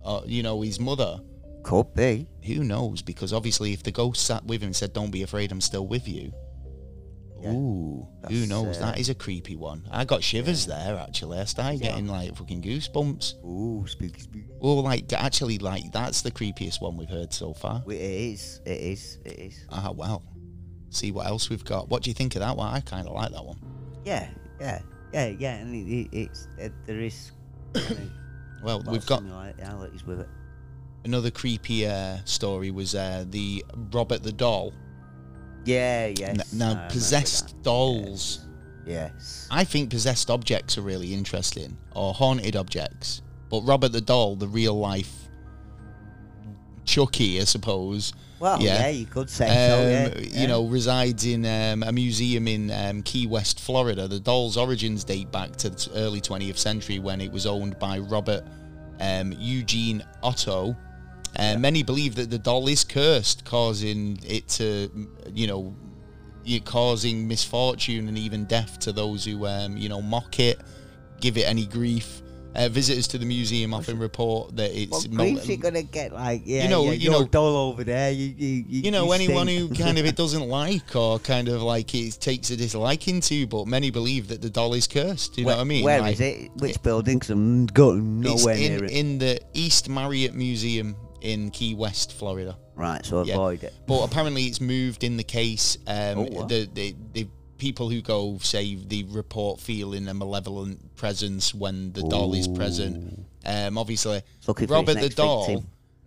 [SPEAKER 1] or, you know, his mother?
[SPEAKER 2] Could be.
[SPEAKER 1] Who knows? Because obviously, if the ghost sat with him and said, Don't be afraid, I'm still with you.
[SPEAKER 2] Yeah.
[SPEAKER 1] Ooh, who
[SPEAKER 2] That's,
[SPEAKER 1] knows?
[SPEAKER 2] uh,
[SPEAKER 1] that is a creepy one. I got shivers there, actually. I started
[SPEAKER 2] Yeah.
[SPEAKER 1] getting like fucking goosebumps.
[SPEAKER 2] Ooh, spooky, spooky.
[SPEAKER 1] Well, like, actually, like, that's the creepiest one we've heard so far.
[SPEAKER 2] It is. It is. It is.
[SPEAKER 1] Ah, well. See what else we've got. What do you think of that one? I kind of like that one.
[SPEAKER 2] Yeah. Yeah. Yeah. Yeah. And it, it, it's uh, there is. kinda
[SPEAKER 1] Well,
[SPEAKER 2] lot
[SPEAKER 1] <coughs> we've
[SPEAKER 2] of
[SPEAKER 1] got
[SPEAKER 2] similarities with it.
[SPEAKER 1] another creepy uh, story was uh, the Robert the doll.
[SPEAKER 2] Yeah.
[SPEAKER 1] N-
[SPEAKER 2] Yes. I
[SPEAKER 1] now,
[SPEAKER 2] remember
[SPEAKER 1] possessed dolls.
[SPEAKER 2] that. Yes.
[SPEAKER 1] I think possessed objects are really interesting, or haunted objects. But Robert the doll, the real life Chucky, I suppose,
[SPEAKER 2] Well,
[SPEAKER 1] yeah.
[SPEAKER 2] yeah. you could say so.
[SPEAKER 1] um,
[SPEAKER 2] Yeah.
[SPEAKER 1] you
[SPEAKER 2] yeah.
[SPEAKER 1] know, resides in um, a museum in um, Key West, Florida. The doll's origins date back to the early 20th century when it was owned by Robert um, Eugene Otto. Uh, Many believe that the doll is cursed, causing it to, you know, you causing misfortune and even death to those who, um, you know, mock it, give it any grief. Uh, visitors to the museum often report that
[SPEAKER 2] What
[SPEAKER 1] it's
[SPEAKER 2] grief's
[SPEAKER 1] mol-
[SPEAKER 2] you gonna get? Like, yeah,
[SPEAKER 1] know-
[SPEAKER 2] yeah,
[SPEAKER 1] you
[SPEAKER 2] you're
[SPEAKER 1] know-
[SPEAKER 2] dull over there. You, you, you,
[SPEAKER 1] you know
[SPEAKER 2] you
[SPEAKER 1] anyone
[SPEAKER 2] stink. <laughs>
[SPEAKER 1] who kind of it doesn't like or kind of like it takes a disliking to but many believe that the doll is cursed you
[SPEAKER 2] Where-
[SPEAKER 1] know what i mean
[SPEAKER 2] Where
[SPEAKER 1] Like,
[SPEAKER 2] is it? Which building? Because I'm got
[SPEAKER 1] it's
[SPEAKER 2] nowhere
[SPEAKER 1] in,
[SPEAKER 2] near it.
[SPEAKER 1] in the east marriott museum in key west florida
[SPEAKER 2] Right, so
[SPEAKER 1] yeah.
[SPEAKER 2] avoid it.
[SPEAKER 1] but apparently it's moved in the case um
[SPEAKER 2] Oh, wow.
[SPEAKER 1] the, the the people who go say the report feeling a malevolent presence when the doll is present um obviously
[SPEAKER 2] Looking for his
[SPEAKER 1] robert the
[SPEAKER 2] next
[SPEAKER 1] doll
[SPEAKER 2] victim.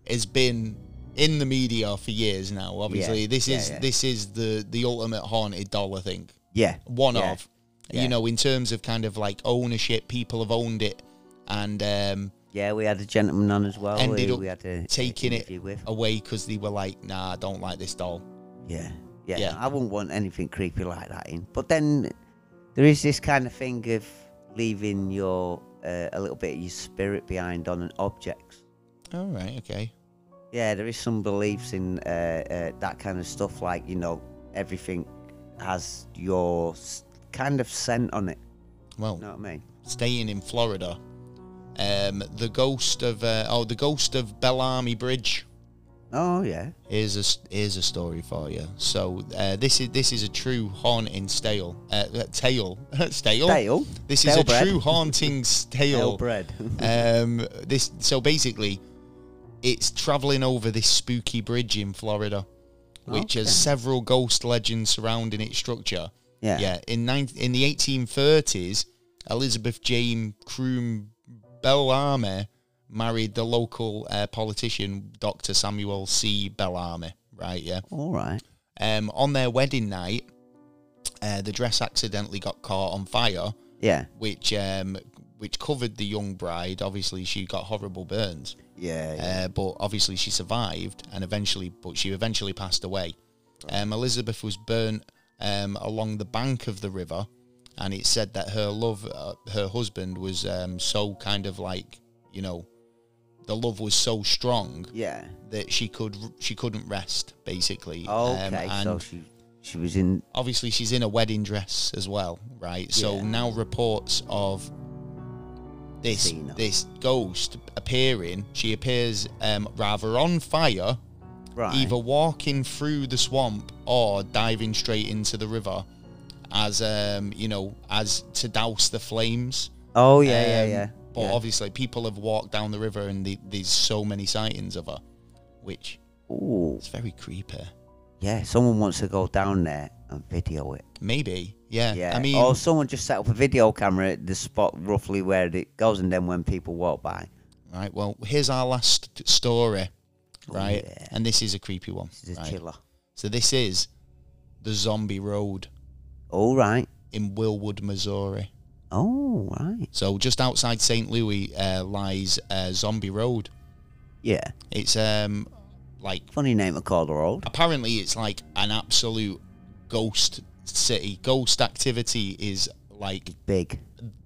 [SPEAKER 1] has been in the media for years now. Obviously,
[SPEAKER 2] Yeah,
[SPEAKER 1] this
[SPEAKER 2] yeah,
[SPEAKER 1] is
[SPEAKER 2] yeah.
[SPEAKER 1] this is the the ultimate haunted doll. I think
[SPEAKER 2] Yeah.
[SPEAKER 1] one
[SPEAKER 2] Yeah.
[SPEAKER 1] of,
[SPEAKER 2] Yeah.
[SPEAKER 1] you know, in terms of kind of like ownership, people have owned it and um,
[SPEAKER 2] Yeah, we had a gentleman on as well.
[SPEAKER 1] ended
[SPEAKER 2] who
[SPEAKER 1] up
[SPEAKER 2] we had a,
[SPEAKER 1] taking it Oh.
[SPEAKER 2] interview With.
[SPEAKER 1] away because they were like, "Nah, I don't like this doll."
[SPEAKER 2] Yeah, yeah.
[SPEAKER 1] Yeah.
[SPEAKER 2] I wouldn't want anything creepy like that in. But then there is this kind of thing of leaving your uh, a little bit of your spirit behind on an object.
[SPEAKER 1] All right, okay,
[SPEAKER 2] Yeah, there is some beliefs in uh, uh, that kind of stuff. Like you know, everything has your s- kind of scent on it.
[SPEAKER 1] well,
[SPEAKER 2] You know what I mean?
[SPEAKER 1] staying in Florida, um, the ghost of uh, oh, the ghost of Bellarmy Bridge.
[SPEAKER 2] Oh yeah.
[SPEAKER 1] Here's a here's a story for you. So uh, this is this is a true haunting tale. Uh, uh, tale, <laughs> tale.
[SPEAKER 2] Dale.
[SPEAKER 1] Oh, This is
[SPEAKER 2] Dale
[SPEAKER 1] a
[SPEAKER 2] bread.
[SPEAKER 1] true
[SPEAKER 2] <laughs>
[SPEAKER 1] haunting tale.
[SPEAKER 2] Dale <laughs> bread.
[SPEAKER 1] um, this so basically, it's traveling over this spooky bridge in Florida, which has several ghost legends surrounding its structure. <laughs>
[SPEAKER 2] yeah.
[SPEAKER 1] Yeah, in nine, in the 1830s, Elizabeth Jane Croom Bellarme married the local uh, politician Dr. Samuel C. Bellarme. Right, yeah.
[SPEAKER 2] All right.
[SPEAKER 1] Um, on their wedding night, uh, the dress accidentally got caught on fire,
[SPEAKER 2] Yeah.
[SPEAKER 1] which um, which covered the young bride. Obviously, she got horrible burns,
[SPEAKER 2] Yeah. yeah.
[SPEAKER 1] uh, but obviously she survived and eventually, but she eventually passed away. Um, Elizabeth was burnt um, along the bank of the river, and it's said that her love, uh, her husband, was um, so kind of like you know, the love was so strong
[SPEAKER 2] yeah.
[SPEAKER 1] that she could she couldn't rest basically. Um,
[SPEAKER 2] Okay.
[SPEAKER 1] and
[SPEAKER 2] so she she was in.
[SPEAKER 1] obviously she's in a wedding dress as well, right? So
[SPEAKER 2] Yeah.
[SPEAKER 1] now reports of this
[SPEAKER 2] Seen her.
[SPEAKER 1] this ghost appearing. She appears um, rather on fire,
[SPEAKER 2] Right.
[SPEAKER 1] either walking through the swamp or diving straight into the river, as um, you know, as to douse the flames.
[SPEAKER 2] Oh yeah, yeah,
[SPEAKER 1] Um,
[SPEAKER 2] yeah.
[SPEAKER 1] But
[SPEAKER 2] yeah.
[SPEAKER 1] obviously, people have walked down the river, and the, there's so many sightings of her, which
[SPEAKER 2] Ooh.
[SPEAKER 1] is very creepy.
[SPEAKER 2] Yeah, someone wants to go down there and video it.
[SPEAKER 1] Maybe, yeah.
[SPEAKER 2] Yeah.
[SPEAKER 1] Uh,
[SPEAKER 2] Oh,
[SPEAKER 1] I mean,
[SPEAKER 2] or someone just set up a video camera at the spot roughly where it goes, and then when people walk by,
[SPEAKER 1] Right. Well, here's our last story.
[SPEAKER 2] Oh,
[SPEAKER 1] Right.
[SPEAKER 2] yeah.
[SPEAKER 1] And this is a creepy one.
[SPEAKER 2] this is a
[SPEAKER 1] right?
[SPEAKER 2] chiller.
[SPEAKER 1] So this is the Zombie Road
[SPEAKER 2] All right.
[SPEAKER 1] in Wilwood, Missouri.
[SPEAKER 2] Oh right.
[SPEAKER 1] So just outside St. Louis uh, lies uh, Zombie Road.
[SPEAKER 2] Yeah.
[SPEAKER 1] It's um like
[SPEAKER 2] Funny name of Calder Road.
[SPEAKER 1] apparently it's like an absolute ghost city. Ghost activity is like
[SPEAKER 2] Big.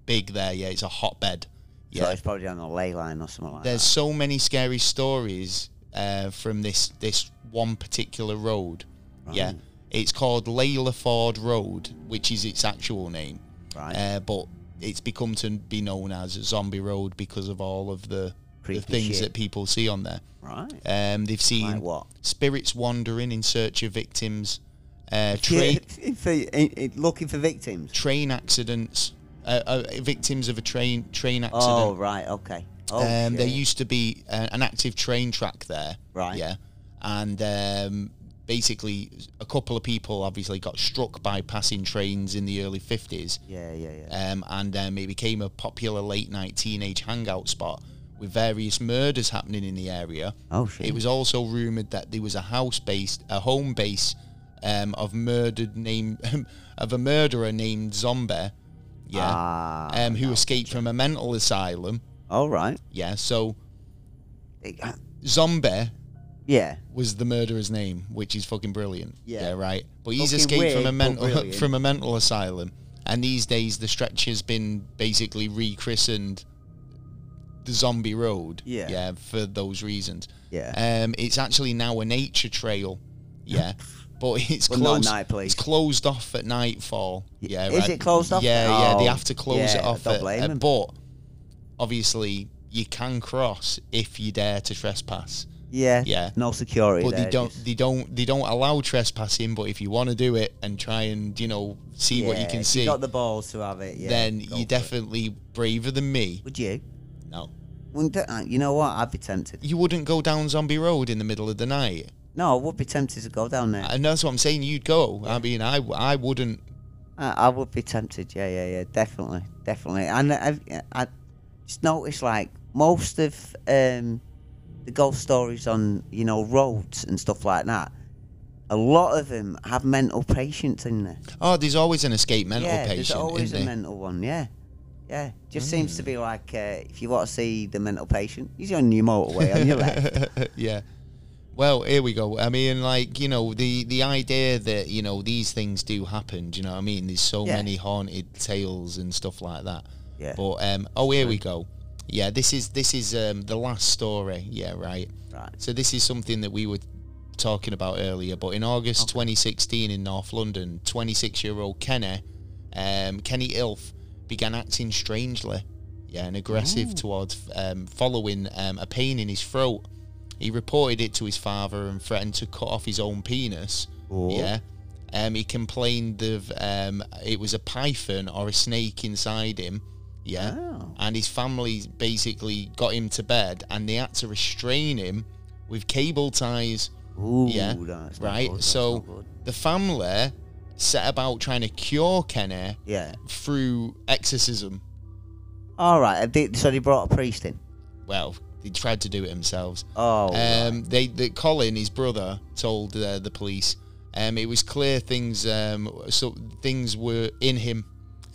[SPEAKER 1] big there. Yeah, it's a hotbed.
[SPEAKER 2] Yeah.
[SPEAKER 1] Yeah.
[SPEAKER 2] So it's probably on a ley line or something like
[SPEAKER 1] There's so many scary stories uh, from this this one particular road. Yeah,
[SPEAKER 2] Right.
[SPEAKER 1] it's called Layla Ford Road, which is its actual name,
[SPEAKER 2] that. Right.
[SPEAKER 1] uh, but it's become to be known as Zombie Road because of all of the, the
[SPEAKER 2] Creepy
[SPEAKER 1] things
[SPEAKER 2] shit.
[SPEAKER 1] that people see on there.
[SPEAKER 2] right.
[SPEAKER 1] Um, they've seen
[SPEAKER 2] Like what?
[SPEAKER 1] spirits wandering in search of victims,
[SPEAKER 2] <laughs>
[SPEAKER 1] uh, tra-
[SPEAKER 2] Yeah, for- in- in- looking for victims.
[SPEAKER 1] train accidents, uh, uh, victims of a train train accident.
[SPEAKER 2] Oh right. Okay. Oh,
[SPEAKER 1] um, there
[SPEAKER 2] shit.
[SPEAKER 1] used to be uh, an active train track there.
[SPEAKER 2] Right.
[SPEAKER 1] Yeah. And um, basically, a couple of people obviously got struck by passing trains in the early 50s.
[SPEAKER 2] Yeah, yeah, yeah.
[SPEAKER 1] Um, and um, it became a popular late night teenage hangout spot with various murders happening in the area.
[SPEAKER 2] oh shit.
[SPEAKER 1] It was also rumored that there was a house based, a home base um, of murdered name <laughs> of a murderer named Zombie. Yeah.
[SPEAKER 2] Ah.
[SPEAKER 1] um, who escaped from a mental asylum.
[SPEAKER 2] all right.
[SPEAKER 1] Yeah. So
[SPEAKER 2] It-
[SPEAKER 1] Zombie
[SPEAKER 2] Yeah.
[SPEAKER 1] was the murderer's name, which is fucking brilliant.
[SPEAKER 2] Yeah.
[SPEAKER 1] right. But he's
[SPEAKER 2] Fucking
[SPEAKER 1] escaped from a
[SPEAKER 2] weird, but
[SPEAKER 1] mental <laughs>
[SPEAKER 2] brilliant.
[SPEAKER 1] from a mental asylum, and these days the stretch has been basically rechristened the Zombie Road.
[SPEAKER 2] Yeah.
[SPEAKER 1] yeah, for those reasons.
[SPEAKER 2] Yeah.
[SPEAKER 1] Um, it's actually now a nature trail.
[SPEAKER 2] <laughs>
[SPEAKER 1] Yeah. But it's
[SPEAKER 2] Well, not
[SPEAKER 1] closed.
[SPEAKER 2] night, please.
[SPEAKER 1] it's closed off at nightfall. Yeah,
[SPEAKER 2] Is
[SPEAKER 1] right.
[SPEAKER 2] it closed off?
[SPEAKER 1] Yeah, yeah. They
[SPEAKER 2] Oh,
[SPEAKER 1] have to close it
[SPEAKER 2] yeah,
[SPEAKER 1] off.
[SPEAKER 2] don't
[SPEAKER 1] at-
[SPEAKER 2] blame
[SPEAKER 1] at-
[SPEAKER 2] 'em.
[SPEAKER 1] but obviously, you can cross if you dare to trespass.
[SPEAKER 2] Yeah.
[SPEAKER 1] Yeah.
[SPEAKER 2] No security.
[SPEAKER 1] But they
[SPEAKER 2] there,
[SPEAKER 1] don't,
[SPEAKER 2] just-
[SPEAKER 1] they don't, they don't allow trespassing. But if you want to do it and try and you know see what you
[SPEAKER 2] Yeah,
[SPEAKER 1] can
[SPEAKER 2] if
[SPEAKER 1] see,
[SPEAKER 2] got the balls to have it. Yeah,
[SPEAKER 1] then
[SPEAKER 2] go for
[SPEAKER 1] you're
[SPEAKER 2] it.
[SPEAKER 1] definitely braver than me.
[SPEAKER 2] Would you?
[SPEAKER 1] No,
[SPEAKER 2] Wouldn't I- you know what? I'd be tempted.
[SPEAKER 1] you wouldn't go down Zombie Road in the middle of the night,
[SPEAKER 2] No, I would be tempted to go down there. I,
[SPEAKER 1] and that's what I'm saying. You'd go. I mean, I, I wouldn't.
[SPEAKER 2] I would be tempted. Yeah, yeah, yeah. Definitely, definitely. And I've, I just noticed like most of um, the ghost stories on you know roads and stuff like that. A lot of them have mental patients in there.
[SPEAKER 1] Oh, there's always an escape mental
[SPEAKER 2] yeah,
[SPEAKER 1] patient,
[SPEAKER 2] there's always
[SPEAKER 1] isn't
[SPEAKER 2] a
[SPEAKER 1] there? Mm.
[SPEAKER 2] mental one. Yeah, yeah. Just seems to be like uh, if you want to see the mental patient, he's on your motorway on your
[SPEAKER 1] <laughs>
[SPEAKER 2] left.
[SPEAKER 1] yeah. Well, here we go. I mean, like you know, the the idea that you know these things do happen. Do you know what I mean? There's so
[SPEAKER 2] Yeah.
[SPEAKER 1] many haunted tales and stuff like that.
[SPEAKER 2] Yeah.
[SPEAKER 1] But um, oh, here we go. Yeah, this is this is um, the last story. Yeah, right.
[SPEAKER 2] Right.
[SPEAKER 1] So this is something that we were talking about earlier. But in August 2016 in North London, 26-year-old Kenny, um, Kenny Ilf, began acting strangely, yeah, and aggressive towards um, following um, a pain in his throat. He reported it to his father and threatened to cut off his own penis.
[SPEAKER 2] Oh.
[SPEAKER 1] Yeah. Um, he complained of um, it was a python or a snake inside him. Yeah.
[SPEAKER 2] Oh.
[SPEAKER 1] And his family basically got him to bed and they had to restrain him with cable ties.
[SPEAKER 2] Ooh,
[SPEAKER 1] yeah.
[SPEAKER 2] that's not
[SPEAKER 1] right.
[SPEAKER 2] good, that's
[SPEAKER 1] so
[SPEAKER 2] not good.
[SPEAKER 1] the family set about trying to cure Kenny
[SPEAKER 2] yeah.
[SPEAKER 1] through exorcism.
[SPEAKER 2] All right. uh, they- So they brought a priest in.
[SPEAKER 1] Well, they tried to do it themselves.
[SPEAKER 2] Oh.
[SPEAKER 1] Um, they, the, Colin, his brother, told uh, the police. Um, it was clear things, um, so things were in him.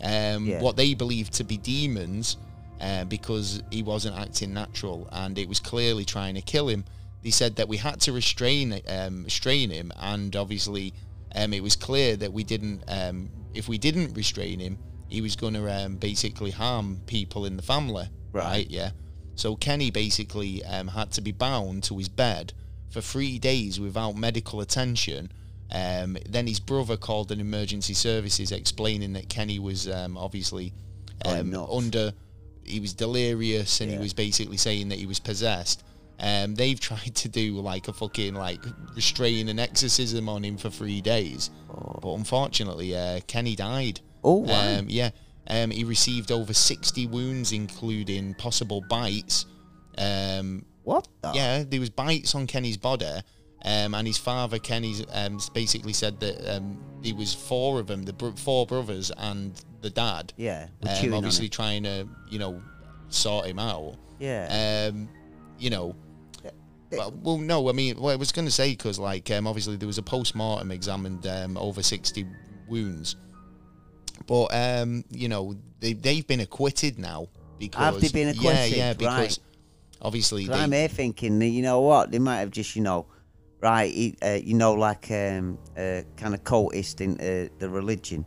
[SPEAKER 1] Um,
[SPEAKER 2] Yeah.
[SPEAKER 1] What they believed to be demons, uh, because he wasn't acting natural, and it was clearly trying to kill him. They said that we had to restrain, um, restrain him, and obviously, um, it was clear that we didn't. Um, if we didn't restrain him, he was going to um, basically harm people in the family.
[SPEAKER 2] Right.
[SPEAKER 1] right? Yeah. So Kenny basically um, had to be bound to his bed for three days without medical attention. Um, then his brother called an emergency services, explaining that Kenny was um, obviously
[SPEAKER 2] Going
[SPEAKER 1] um,
[SPEAKER 2] nuts.
[SPEAKER 1] under. He was delirious, and
[SPEAKER 2] Yeah.
[SPEAKER 1] he was basically saying that he was possessed. Um, they've <laughs> tried to do like a fucking like restrain and exorcism on him for three days, but unfortunately, uh, Kenny died.
[SPEAKER 2] Oh, wow.
[SPEAKER 1] Um, yeah. Um, he received over 60 wounds, including possible bites. Um,
[SPEAKER 2] what? The?
[SPEAKER 1] yeah, there was bites on Kenny's body, um, and his father, Kenny's, um, basically said that um, there was four of them, the br- four brothers and the dad,
[SPEAKER 2] Yeah. We're
[SPEAKER 1] um,
[SPEAKER 2] chewing on
[SPEAKER 1] obviously
[SPEAKER 2] it.
[SPEAKER 1] trying to, you know, sort him out.
[SPEAKER 2] Yeah.
[SPEAKER 1] Um, you know,
[SPEAKER 2] Yeah.
[SPEAKER 1] well, well, no, I mean, well, I was going to say because, like, um, obviously there was a post mortem examined um, over sixty wounds, but um, you know they they've been acquitted now because
[SPEAKER 2] Have they been acquitted?
[SPEAKER 1] Yeah, yeah, because
[SPEAKER 2] Right.
[SPEAKER 1] obviously
[SPEAKER 2] But I'm
[SPEAKER 1] they,
[SPEAKER 2] here thinking that you know what they might have just you know, right? he- Uh, you know, like um, uh, kind of cultist into the religion,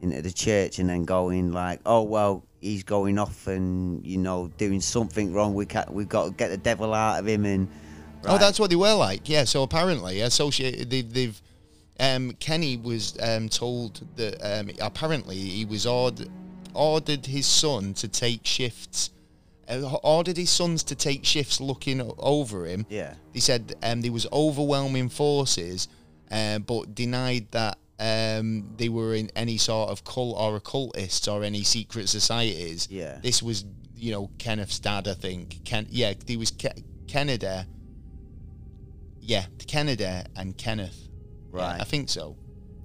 [SPEAKER 2] into the church, and then going like, oh well, he's going off and you know doing something wrong. We can we've got to get the devil out of him and. Right.
[SPEAKER 1] Oh, that's what they were like. Yeah. So apparently, associated, they've, they've um, Kenny was um, told that um, apparently he was ordered ordered his son to take shifts. Uh, ordered his sons to take shifts looking o- over him.
[SPEAKER 2] yeah.
[SPEAKER 1] He said um, there was overwhelming forces, uh, but denied that um, they were in any sort of cult or occultists or any secret societies.
[SPEAKER 2] Yeah.
[SPEAKER 1] This was, you know, Kenneth's dad, I think. Ken, yeah, there was Ke- Kennedy. Yeah, Kennedy and Kenneth. Yeah,
[SPEAKER 2] Right.
[SPEAKER 1] I think so.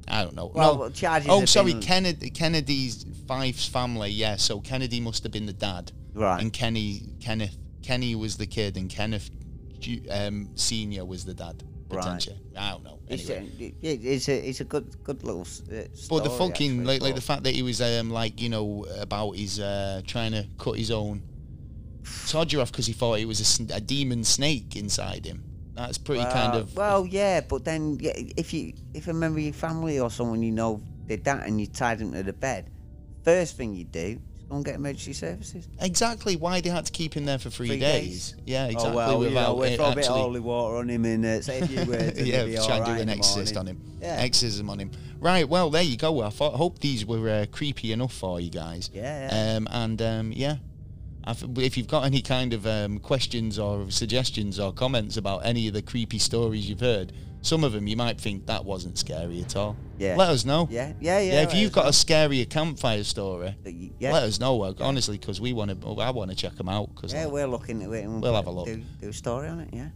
[SPEAKER 1] I don't know.
[SPEAKER 2] Well,
[SPEAKER 1] no.
[SPEAKER 2] well, charges
[SPEAKER 1] oh,
[SPEAKER 2] have
[SPEAKER 1] sorry,
[SPEAKER 2] been-
[SPEAKER 1] Kennedy, Kennedy's Fife's family. Yeah, so Kennedy must have been the dad.
[SPEAKER 2] Right.
[SPEAKER 1] And Kenny, Kenneth, Kenny was the kid, and Kenneth Ju- um, Senior was the dad.
[SPEAKER 2] Right.
[SPEAKER 1] Potentially. I don't know.
[SPEAKER 2] It's,
[SPEAKER 1] Anyway.
[SPEAKER 2] a, it- it's a it's a good good little. s- Uh,
[SPEAKER 1] But
[SPEAKER 2] story,
[SPEAKER 1] the fucking
[SPEAKER 2] actually,
[SPEAKER 1] like, like
[SPEAKER 2] but-
[SPEAKER 1] the fact that he was um like you know about his uh trying to cut his own todger off because he thought it was a, sn- a demon snake inside him. That's pretty kind
[SPEAKER 2] Well,
[SPEAKER 1] of
[SPEAKER 2] Well, yeah, but then yeah, if you if a member of your family or someone you know did that and you tied them to the bed, first thing you do is go and get emergency services.
[SPEAKER 1] exactly why they had to keep him there for three,
[SPEAKER 2] Three
[SPEAKER 1] days.
[SPEAKER 2] days.
[SPEAKER 1] Yeah, exactly.
[SPEAKER 2] oh well, you
[SPEAKER 1] without
[SPEAKER 2] know, we'll
[SPEAKER 1] it
[SPEAKER 2] throw a bit of
[SPEAKER 1] actually-
[SPEAKER 2] holy water on him and uh, say a
[SPEAKER 1] <laughs>
[SPEAKER 2] few words. and
[SPEAKER 1] yeah,
[SPEAKER 2] he'll be
[SPEAKER 1] try and
[SPEAKER 2] all
[SPEAKER 1] do
[SPEAKER 2] right
[SPEAKER 1] an
[SPEAKER 2] in the
[SPEAKER 1] exorcist on
[SPEAKER 2] morning.
[SPEAKER 1] him.
[SPEAKER 2] Yeah,
[SPEAKER 1] Exorcism on him. Right, well, there you go. I thought, hope these were uh, creepy enough for you guys.
[SPEAKER 2] Yeah,
[SPEAKER 1] Um, and um, yeah, I th- if you've got any kind of um, questions or suggestions or comments about any of the creepy stories you've heard, some of them you might think that wasn't scary at all.
[SPEAKER 2] Yeah.
[SPEAKER 1] Let us know.
[SPEAKER 2] yeah, yeah, yeah.
[SPEAKER 1] Yeah, if
[SPEAKER 2] right,
[SPEAKER 1] you've
[SPEAKER 2] it's
[SPEAKER 1] got a scarier campfire story,
[SPEAKER 2] not- yeah,
[SPEAKER 1] let us know. uh, Honestly, because we want to, I want to check them out. Cause
[SPEAKER 2] yeah,
[SPEAKER 1] like,
[SPEAKER 2] we're looking at it and
[SPEAKER 1] We'll have a look.
[SPEAKER 2] Do, do a story on it. Yeah.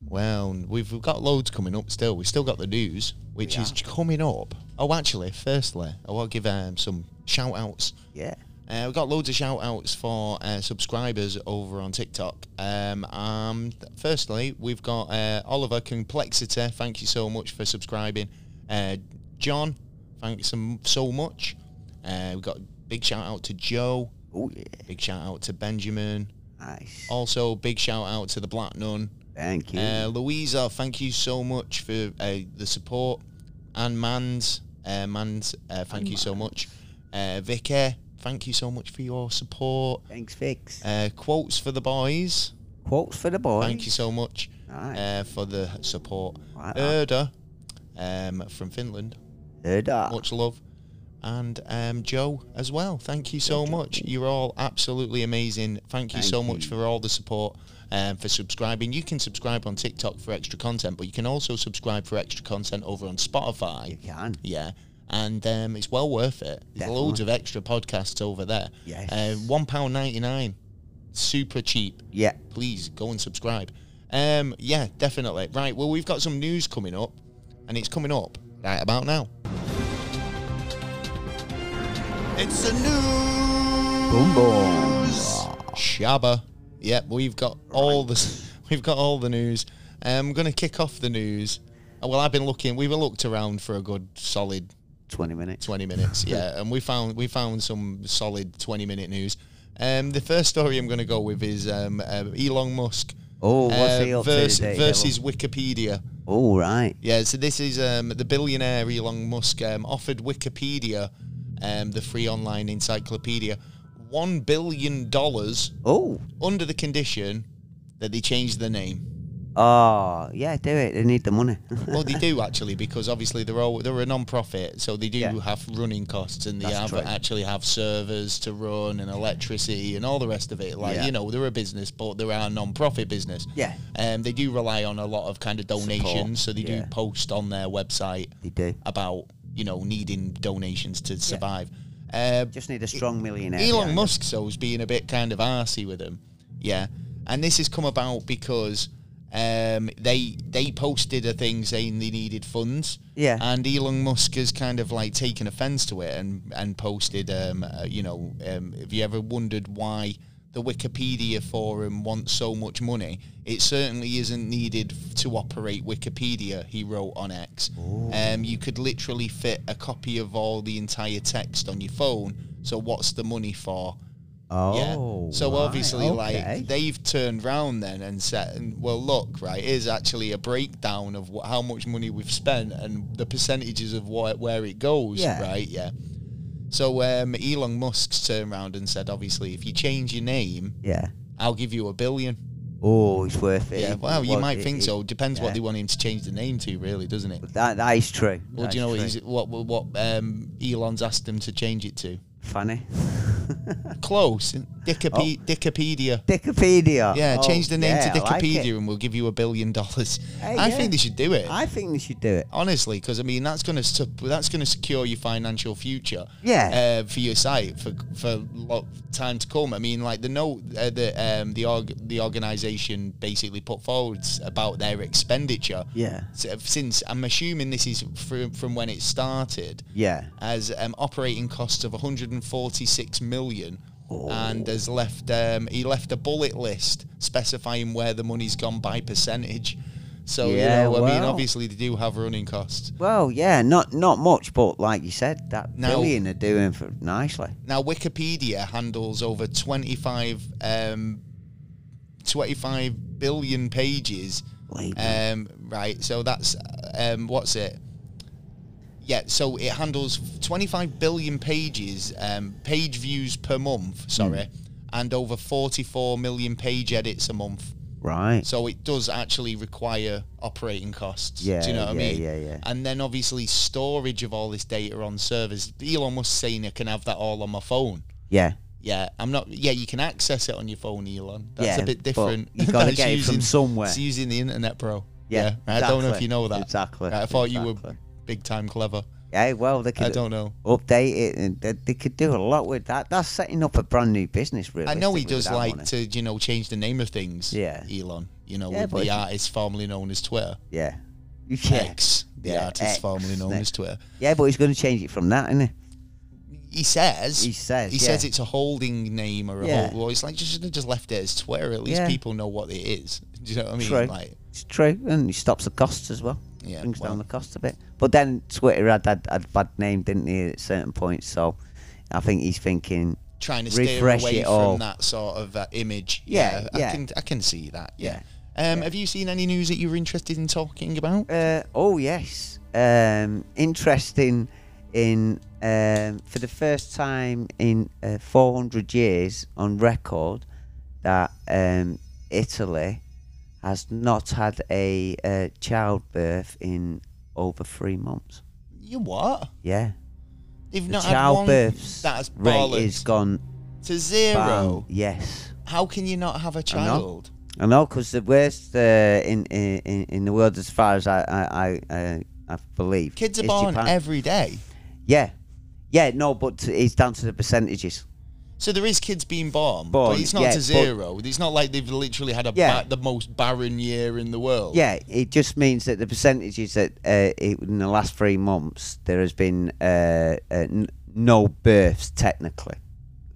[SPEAKER 1] Well, we've we've got loads coming up still. We've still got the news, which
[SPEAKER 2] We
[SPEAKER 1] is
[SPEAKER 2] have.
[SPEAKER 1] coming up. Oh, actually, firstly, I want to give um, some shout outs.
[SPEAKER 2] Yeah.
[SPEAKER 1] Uh, we've got loads of shout outs for uh, subscribers over on TikTok. Um, um, th- firstly, we've got uh, Oliver Complexity. Thank you so much for subscribing. Uh, John, thanks um, so much. Uh, we've got big shout out to Joe.
[SPEAKER 2] Oh yeah,
[SPEAKER 1] Big shout out to Benjamin.
[SPEAKER 2] nice.
[SPEAKER 1] Also, big shout out to the Black Nun.
[SPEAKER 2] Thank you.
[SPEAKER 1] Oh, Uh, Louisa, thank you so much for uh, the support. And Mans, uh, Mans, uh, thank you so much. Uh, Vicky, thank you so much for your support.
[SPEAKER 2] Thanks, Vix.
[SPEAKER 1] Uh, quotes for the boys,
[SPEAKER 2] Quotes for the boy.
[SPEAKER 1] thank you so much
[SPEAKER 2] Nice.
[SPEAKER 1] uh, for the support.
[SPEAKER 2] Right.
[SPEAKER 1] Erda um, from Finland,
[SPEAKER 2] Heard that.
[SPEAKER 1] much love. And um, Joe as well, thank you so much. You're all absolutely amazing. Thank you
[SPEAKER 2] Thank
[SPEAKER 1] so much for all the support and for subscribing. You can subscribe on TikTok for extra content, but you can also subscribe for extra content over on Spotify.
[SPEAKER 2] You can.
[SPEAKER 1] Yeah. And um, it's well worth it. There's loads
[SPEAKER 2] Definitely.
[SPEAKER 1] of extra podcasts over there.
[SPEAKER 2] Yes.
[SPEAKER 1] Uh, £1.99. Super cheap
[SPEAKER 2] Yeah.
[SPEAKER 1] please go and subscribe. Um, yeah, definitely. Right, well, we've got some news coming up, and it's coming up right about now. It's the news.
[SPEAKER 2] Boom boom.
[SPEAKER 1] Shabba. Yep, we've got all the <laughs> we've got all the news. Um, I'm gonna kick off the news. Uh, Well, I've been looking. We've looked around for a good solid
[SPEAKER 2] Twenty minutes.
[SPEAKER 1] 20 minutes yeah and we found we found some solid 20 minute news um the first story i'm going to go with is um, um elon musk
[SPEAKER 2] Oh, what's he up to
[SPEAKER 1] vers-
[SPEAKER 2] today,
[SPEAKER 1] Uh,
[SPEAKER 2] Oh,
[SPEAKER 1] versus wikipedia
[SPEAKER 2] All right.
[SPEAKER 1] yeah so this is um the billionaire elon musk um, offered wikipedia um the free online encyclopedia 1 billion dollars
[SPEAKER 2] Oh.
[SPEAKER 1] under the condition that they change the name
[SPEAKER 2] Oh yeah, do it. They need the money. <laughs>
[SPEAKER 1] well they do actually because obviously they're all they're a non-profit so they do
[SPEAKER 2] Yeah.
[SPEAKER 1] have running costs and they
[SPEAKER 2] That's
[SPEAKER 1] have,
[SPEAKER 2] true.
[SPEAKER 1] actually have servers to run and electricity and all the rest of it like
[SPEAKER 2] Yeah.
[SPEAKER 1] you know they're a business but they're a non-profit business
[SPEAKER 2] Yeah.
[SPEAKER 1] um, they do rely on a lot of kind of donations so they do
[SPEAKER 2] yeah.
[SPEAKER 1] post on their website
[SPEAKER 2] they do.
[SPEAKER 1] about you know needing donations to survive uh,
[SPEAKER 2] Just need a strong millionaire.
[SPEAKER 1] Elon
[SPEAKER 2] behind
[SPEAKER 1] Musk though's being a bit kind of arsy with him. Yeah. And this has come about because um, they they posted a thing saying they needed funds.
[SPEAKER 2] Yeah.
[SPEAKER 1] And Elon Musk has kind of like taken offense to it and, and posted, um, uh, you know, um, have you ever wondered why the Wikipedia forum wants so much money? It certainly isn't needed f- to operate Wikipedia, he wrote on X. Um, you could literally fit a copy of all the entire text on your phone. So what's the money for?
[SPEAKER 2] Oh.
[SPEAKER 1] yeah. So
[SPEAKER 2] right,
[SPEAKER 1] obviously,
[SPEAKER 2] okay.
[SPEAKER 1] like they've turned round then and said, and, "Well, look, right, here's actually a breakdown of wh- how much money we've spent and the percentages of what where it goes."
[SPEAKER 2] Yeah.
[SPEAKER 1] Right. Yeah. So um, Elon Musk's turned round and said, "Obviously, if you change your name,
[SPEAKER 2] Yeah.
[SPEAKER 1] I'll give you a billion.
[SPEAKER 2] Oh, it's worth it.
[SPEAKER 1] Yeah.
[SPEAKER 2] It-
[SPEAKER 1] Well, you
[SPEAKER 2] well,
[SPEAKER 1] might
[SPEAKER 2] it-
[SPEAKER 1] think
[SPEAKER 2] it-
[SPEAKER 1] so. Depends what
[SPEAKER 2] yeah.
[SPEAKER 1] they want him to change the name to, really, doesn't it?
[SPEAKER 2] That that is true.
[SPEAKER 1] Well,
[SPEAKER 2] That
[SPEAKER 1] do you
[SPEAKER 2] is
[SPEAKER 1] know what,
[SPEAKER 2] true.
[SPEAKER 1] he's, what what what um, Elon's asked him to change it to?
[SPEAKER 2] Funny. <laughs>
[SPEAKER 1] Close.
[SPEAKER 2] Oh.
[SPEAKER 1] Dickope- Dickopedia.
[SPEAKER 2] Wikipedia.
[SPEAKER 1] Yeah,
[SPEAKER 2] Oh,
[SPEAKER 1] change the name
[SPEAKER 2] yeah,
[SPEAKER 1] to
[SPEAKER 2] I like
[SPEAKER 1] Wikipedia
[SPEAKER 2] it.
[SPEAKER 1] and we'll give you a billion dollars.
[SPEAKER 2] Hey,
[SPEAKER 1] I
[SPEAKER 2] yeah.
[SPEAKER 1] think they should do it.
[SPEAKER 2] I think they should do it.
[SPEAKER 1] Honestly, because I mean that's gonna sup- that's gonna secure your financial future.
[SPEAKER 2] Yeah.
[SPEAKER 1] Uh, for your site for for lot time to come. I mean, like the note uh, the um the org the organization basically put forward about their expenditure.
[SPEAKER 2] Yeah.
[SPEAKER 1] S- Since I'm assuming this is from from when it started
[SPEAKER 2] Yeah.
[SPEAKER 1] as um, operating costs of 146 million,
[SPEAKER 2] Oh.
[SPEAKER 1] and has left um, he left a bullet list specifying where the money's gone by percentage. So
[SPEAKER 2] Yeah,
[SPEAKER 1] you know, I mean,
[SPEAKER 2] wow.
[SPEAKER 1] obviously they do have running costs.
[SPEAKER 2] Well, yeah, not not much, but like you said, that
[SPEAKER 1] Now-
[SPEAKER 2] billion are doing for nicely.
[SPEAKER 1] Now Wikipedia handles over 25, um, 25 billion pages.
[SPEAKER 2] Blimey.
[SPEAKER 1] Um, right, so that's um, what's it? Yeah, so it handles 25 billion pages, um, page views per month, sorry, and over 44 million page edits a month.
[SPEAKER 2] Right.
[SPEAKER 1] So it does actually require operating costs. do
[SPEAKER 2] Yeah,
[SPEAKER 1] you know what
[SPEAKER 2] yeah,
[SPEAKER 1] I mean?
[SPEAKER 2] yeah, yeah.
[SPEAKER 1] And then obviously storage of all this data on servers. Elon Musk saying I can have that all on my phone.
[SPEAKER 2] Yeah.
[SPEAKER 1] Yeah, I'm not. Yeah, you can access it on your phone, Elon. That's
[SPEAKER 2] Yeah,
[SPEAKER 1] a bit
[SPEAKER 2] but
[SPEAKER 1] different.
[SPEAKER 2] you
[SPEAKER 1] <laughs>
[SPEAKER 2] gotta
[SPEAKER 1] That's
[SPEAKER 2] get it from somewhere.
[SPEAKER 1] It's using the internet, bro.
[SPEAKER 2] Yeah,
[SPEAKER 1] right, I don't know if
[SPEAKER 2] exactly,
[SPEAKER 1] you know that.
[SPEAKER 2] exactly,
[SPEAKER 1] Right, I thought you were
[SPEAKER 2] exactly.
[SPEAKER 1] big time clever.
[SPEAKER 2] Yeah, well, they could
[SPEAKER 1] I don't know.
[SPEAKER 2] update it, and they, they could do a lot with that. That's setting up a brand new business, really.
[SPEAKER 1] I know he does like to, you know, change the name of things.
[SPEAKER 2] Yeah.
[SPEAKER 1] Elon. You know,
[SPEAKER 2] Yeah,
[SPEAKER 1] with
[SPEAKER 2] but
[SPEAKER 1] the
[SPEAKER 2] he-
[SPEAKER 1] artist formerly known as Twitter.
[SPEAKER 2] Yeah. Yeah.
[SPEAKER 1] X, the
[SPEAKER 2] Yeah,
[SPEAKER 1] artist
[SPEAKER 2] X,
[SPEAKER 1] formerly known
[SPEAKER 2] next.
[SPEAKER 1] as Twitter.
[SPEAKER 2] Yeah, but he's going to change it from that, isn't he?
[SPEAKER 1] He says.
[SPEAKER 2] He says,
[SPEAKER 1] He
[SPEAKER 2] yeah.
[SPEAKER 1] says it's a holding name or a
[SPEAKER 2] Yeah.
[SPEAKER 1] whole. Well, it's like you should have just left it as Twitter. At least
[SPEAKER 2] Yeah.
[SPEAKER 1] people know what it is. Do you know what I mean?
[SPEAKER 2] True.
[SPEAKER 1] Like,
[SPEAKER 2] It's true, and it stops the costs as well.
[SPEAKER 1] Yeah,
[SPEAKER 2] brings
[SPEAKER 1] well.
[SPEAKER 2] down the cost a bit. But then Twitter had had, had a bad name, didn't he? At certain points, so I think he's thinking,
[SPEAKER 1] trying to steer
[SPEAKER 2] Refresh
[SPEAKER 1] away
[SPEAKER 2] it
[SPEAKER 1] from
[SPEAKER 2] all.
[SPEAKER 1] that sort of uh, image.
[SPEAKER 2] Yeah,
[SPEAKER 1] I
[SPEAKER 2] yeah.
[SPEAKER 1] can I can see that. Yeah. Um,
[SPEAKER 2] yeah.
[SPEAKER 1] Have you seen any news that you were interested in talking about?
[SPEAKER 2] uh, "Oh yes, um, interesting." In um, for the first time in uh, 400 years on record, that um, Italy has not had a uh, childbirth in over three months.
[SPEAKER 1] You what?
[SPEAKER 2] Yeah,
[SPEAKER 1] They've
[SPEAKER 2] the
[SPEAKER 1] not had one
[SPEAKER 2] childbirths
[SPEAKER 1] that's
[SPEAKER 2] rate is
[SPEAKER 1] bollocks
[SPEAKER 2] gone
[SPEAKER 1] to zero.
[SPEAKER 2] Bang. Yes.
[SPEAKER 1] How can you not have a child?
[SPEAKER 2] I know, because the worst uh, in, in in in the world, as far as I I I, uh, I believe,
[SPEAKER 1] Kids are
[SPEAKER 2] is
[SPEAKER 1] born
[SPEAKER 2] Japan.
[SPEAKER 1] every day,
[SPEAKER 2] yeah, yeah. No, but it's down to the percentages.
[SPEAKER 1] so there is kids being born, but
[SPEAKER 2] Born,
[SPEAKER 1] it's not
[SPEAKER 2] yeah,
[SPEAKER 1] to
[SPEAKER 2] but-
[SPEAKER 1] zero. it's not like they've literally had a
[SPEAKER 2] Yeah.
[SPEAKER 1] ba- the most barren year in the world.
[SPEAKER 2] Yeah, it just means that the percentages that uh, it, in the last three months there has been uh, uh, n- no births technically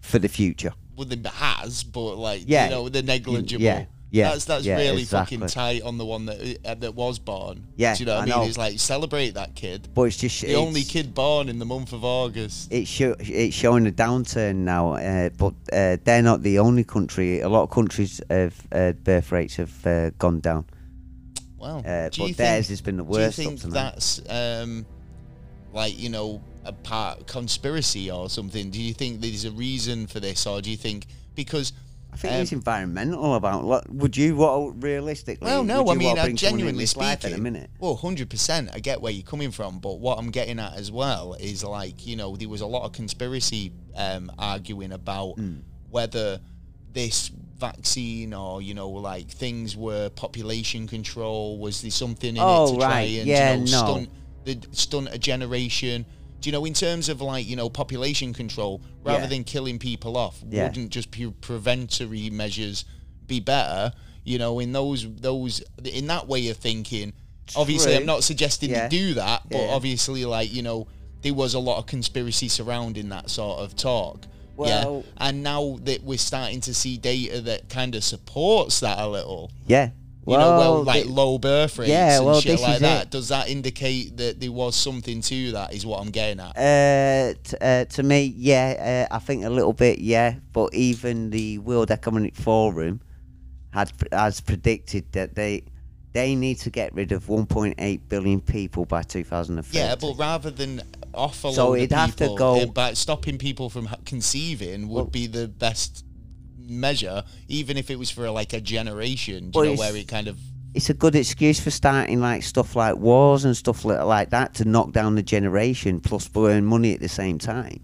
[SPEAKER 2] for the future.
[SPEAKER 1] well, they has, but like
[SPEAKER 2] Yeah.
[SPEAKER 1] you know, they're negligible.
[SPEAKER 2] Yeah, yeah,
[SPEAKER 1] That's that's
[SPEAKER 2] yeah,
[SPEAKER 1] really fucking
[SPEAKER 2] exactly.
[SPEAKER 1] tight on the one that uh, that was born.
[SPEAKER 2] Yeah,
[SPEAKER 1] do you know what I
[SPEAKER 2] I
[SPEAKER 1] mean?
[SPEAKER 2] know.
[SPEAKER 1] It's like celebrate that kid.
[SPEAKER 2] But it's just
[SPEAKER 1] The
[SPEAKER 2] it's,
[SPEAKER 1] only kid born in the month of August.
[SPEAKER 2] it's show, it's showing a downturn now, uh, but uh, they're not the only country. A lot of countries have uh, birth rates have uh, gone down,
[SPEAKER 1] Well,
[SPEAKER 2] uh,
[SPEAKER 1] do you
[SPEAKER 2] but
[SPEAKER 1] think,
[SPEAKER 2] theirs has been the
[SPEAKER 1] do you
[SPEAKER 2] worst.
[SPEAKER 1] think
[SPEAKER 2] up to now.
[SPEAKER 1] that's um, like you know a part conspiracy or something? Do you think there's a reason for this, or do you think because?
[SPEAKER 2] I think
[SPEAKER 1] um,
[SPEAKER 2] it's environmental about. What, would you what realistically?
[SPEAKER 1] Well, no,
[SPEAKER 2] would
[SPEAKER 1] I
[SPEAKER 2] you
[SPEAKER 1] mean,
[SPEAKER 2] want to
[SPEAKER 1] I
[SPEAKER 2] bring someone in
[SPEAKER 1] genuinely
[SPEAKER 2] this life in
[SPEAKER 1] speaking,
[SPEAKER 2] a minute.
[SPEAKER 1] well, hundred percent, I get where you're coming from, but what I'm getting at as well is like, you know, there was a lot of conspiracy um, arguing about
[SPEAKER 2] Hmm.
[SPEAKER 1] whether this vaccine or you know, like things were population control. Was there something in it
[SPEAKER 2] Oh,
[SPEAKER 1] to try
[SPEAKER 2] right,
[SPEAKER 1] and
[SPEAKER 2] yeah,
[SPEAKER 1] you know,
[SPEAKER 2] no.
[SPEAKER 1] stunt the stunt a generation? Do you know, in terms of like you know population control, rather
[SPEAKER 2] Yeah.
[SPEAKER 1] than killing people off,
[SPEAKER 2] Yeah.
[SPEAKER 1] wouldn't just pure preventary measures be better? You know, in those those in that way of thinking. Obviously, I'm
[SPEAKER 2] True.
[SPEAKER 1] not suggesting
[SPEAKER 2] Yeah.
[SPEAKER 1] they do that, but
[SPEAKER 2] Yeah, yeah.
[SPEAKER 1] obviously, like you know, there was a lot of conspiracy surrounding that sort of talk.
[SPEAKER 2] Well-
[SPEAKER 1] yeah, and now that we're starting to see data that kind of supports that a little,
[SPEAKER 2] Yeah.
[SPEAKER 1] you know, well, like low birth rates
[SPEAKER 2] yeah,
[SPEAKER 1] and
[SPEAKER 2] well,
[SPEAKER 1] shit
[SPEAKER 2] this
[SPEAKER 1] like
[SPEAKER 2] is
[SPEAKER 1] that.
[SPEAKER 2] it.
[SPEAKER 1] Does that indicate that there was something to that? Is what I'm getting at.
[SPEAKER 2] Uh, t- uh, to me, yeah, uh, I think a little bit, yeah. But even the World Economic Forum had pr- has predicted that they they need to get rid of 1.8 billion people by 2050.
[SPEAKER 1] Yeah, but rather than offer
[SPEAKER 2] So
[SPEAKER 1] load of
[SPEAKER 2] it'd have to
[SPEAKER 1] people,
[SPEAKER 2] go-
[SPEAKER 1] uh, but stopping people from ha- conceiving would be the best measure, even if it was for like a generation. Do
[SPEAKER 2] Well,
[SPEAKER 1] you know
[SPEAKER 2] it's-
[SPEAKER 1] where it kind of
[SPEAKER 2] it's a good excuse for starting like stuff like wars and stuff li- like that to knock down the generation plus burn money at the same time.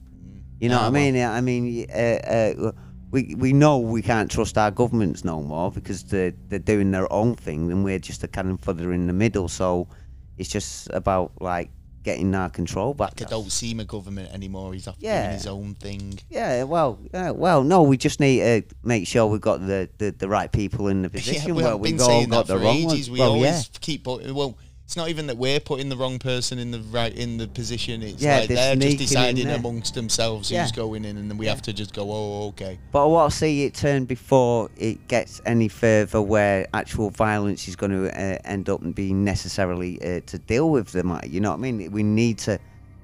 [SPEAKER 2] You know
[SPEAKER 1] Ah,
[SPEAKER 2] what I mean? I mean, uh, uh, we we know we can't trust our governments no more because they're they're doing their own thing and we're just a cannon fodder in the middle. So it's just about like getting our control back.
[SPEAKER 1] I don't see my government anymore. He's off doing
[SPEAKER 2] Yeah.
[SPEAKER 1] his own thing. <laughs>
[SPEAKER 2] Yeah, well, yeah, well, no, we just need to make sure we've got the, the, the right
[SPEAKER 1] <laughs>
[SPEAKER 2] people in the position
[SPEAKER 1] we
[SPEAKER 2] where
[SPEAKER 1] have
[SPEAKER 2] we've
[SPEAKER 1] been
[SPEAKER 2] all
[SPEAKER 1] saying that
[SPEAKER 2] got the
[SPEAKER 1] for
[SPEAKER 2] wrong
[SPEAKER 1] ages.
[SPEAKER 2] ones.
[SPEAKER 1] We
[SPEAKER 2] well,
[SPEAKER 1] always
[SPEAKER 2] yeah.
[SPEAKER 1] keep putting. Well, it's not even that we're putting the wrong person in the right in the position. It's
[SPEAKER 2] Yeah,
[SPEAKER 1] like they're
[SPEAKER 2] they're
[SPEAKER 1] just
[SPEAKER 2] sneaking in
[SPEAKER 1] deciding
[SPEAKER 2] there.
[SPEAKER 1] amongst themselves
[SPEAKER 2] Yeah.
[SPEAKER 1] who's going in, and then we have to just go. Oh, okay.
[SPEAKER 2] But I want to see it turn before it gets any further, where actual violence is going to uh, end up and being necessarily uh, to deal with the matter. You know what I mean? We need to,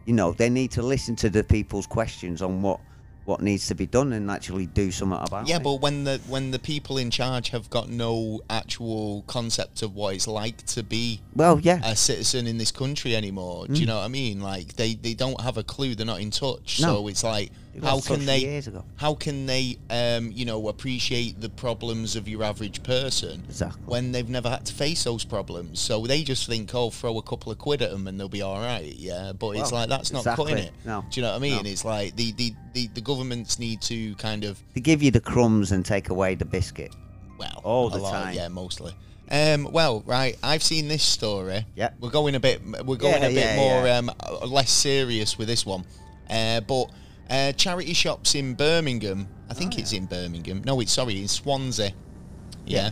[SPEAKER 2] you know, they need to listen to the people's questions on what what needs to be done and actually do something about
[SPEAKER 1] Yeah,
[SPEAKER 2] it.
[SPEAKER 1] but when the when the people in charge have got no actual concept of what it's like to be
[SPEAKER 2] well, yeah, <laughs>
[SPEAKER 1] a citizen in this country anymore, do you know what I mean? Like they, they don't have a clue. They're not in touch.
[SPEAKER 2] Mm. No.
[SPEAKER 1] So it's like
[SPEAKER 2] They
[SPEAKER 1] how
[SPEAKER 2] lost touch
[SPEAKER 1] can they
[SPEAKER 2] years ago.
[SPEAKER 1] how can they um, you know appreciate the problems of your average person
[SPEAKER 2] Exactly.
[SPEAKER 1] when they've never had to face those problems? So they just think, oh, throw a couple of quid at them and they'll be all right. Yeah, but it's
[SPEAKER 2] Well,
[SPEAKER 1] like that's not
[SPEAKER 2] exactly.
[SPEAKER 1] cutting it.
[SPEAKER 2] No.
[SPEAKER 1] Do you know what I mean?
[SPEAKER 2] No.
[SPEAKER 1] It's like the the, the the governments need to kind of
[SPEAKER 2] they give you the crumbs and take away the biscuit.
[SPEAKER 1] well,
[SPEAKER 2] All
[SPEAKER 1] a
[SPEAKER 2] the
[SPEAKER 1] lot of-
[SPEAKER 2] time.
[SPEAKER 1] yeah, mostly. Um, well, right, I've seen this story.
[SPEAKER 2] Yeah.
[SPEAKER 1] we're going a bit, we're going
[SPEAKER 2] Yeah,
[SPEAKER 1] a bit
[SPEAKER 2] yeah,
[SPEAKER 1] more
[SPEAKER 2] yeah.
[SPEAKER 1] um, uh, less serious with this one. Uh, but uh, charity shops in Birmingham, I
[SPEAKER 2] Oh,
[SPEAKER 1] think it's in Birmingham. No, it's sorry, in Swansea. Yeah.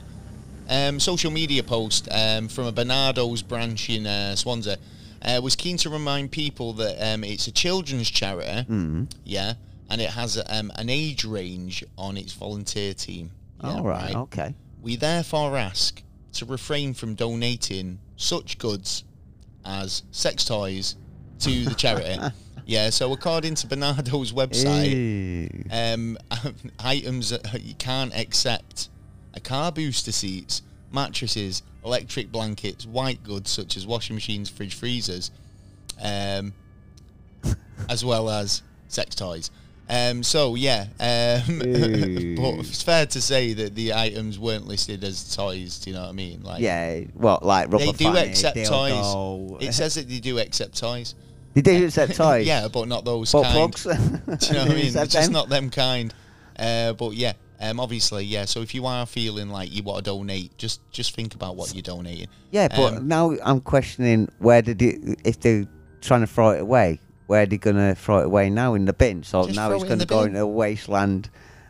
[SPEAKER 1] Um, social media post um, from a Bernardo's branch in uh, Swansea. uh, was keen to remind people that um, it's a children's charity,
[SPEAKER 2] Mm.
[SPEAKER 1] yeah, and it has um, an age range on its volunteer team. Yeah,
[SPEAKER 2] All right. Okay.
[SPEAKER 1] We therefore ask to refrain from donating such goods as sex toys to the charity. Yeah, so according to Bernardo's website,
[SPEAKER 2] Ew.
[SPEAKER 1] um, <laughs> items that you can't accept are car booster seats, mattresses, electric blankets, white goods such as washing machines, fridge, freezers, um, as well as sex toys. Um, so yeah, um, <laughs>
[SPEAKER 2] Ew.
[SPEAKER 1] but it's fair to say that the items weren't listed as toys. Do you know what I mean? Like,
[SPEAKER 2] Yeah. What? Like rubber
[SPEAKER 1] they do
[SPEAKER 2] fanny,
[SPEAKER 1] accept
[SPEAKER 2] dildo. <laughs>
[SPEAKER 1] toys. It says that they do accept toys. <laughs>
[SPEAKER 2] they do accept toys.
[SPEAKER 1] yeah, but not those
[SPEAKER 2] Butt
[SPEAKER 1] kind. <laughs>
[SPEAKER 2] plugs.
[SPEAKER 1] Do
[SPEAKER 2] <laughs>
[SPEAKER 1] you know what I mean? It's
[SPEAKER 2] Accept
[SPEAKER 1] just
[SPEAKER 2] them?
[SPEAKER 1] not them kind. Uh, but yeah, um, obviously, yeah. So if you are feeling like you want to donate, just just think about what you're donating.
[SPEAKER 2] Yeah, but
[SPEAKER 1] Um,
[SPEAKER 2] now I'm questioning where did it if they're trying to throw it away, where are they gonna throw it away now in the bin? So
[SPEAKER 1] Just
[SPEAKER 2] now
[SPEAKER 1] throw
[SPEAKER 2] it's
[SPEAKER 1] it in
[SPEAKER 2] gonna
[SPEAKER 1] the
[SPEAKER 2] go
[SPEAKER 1] bin.
[SPEAKER 2] into a wasteland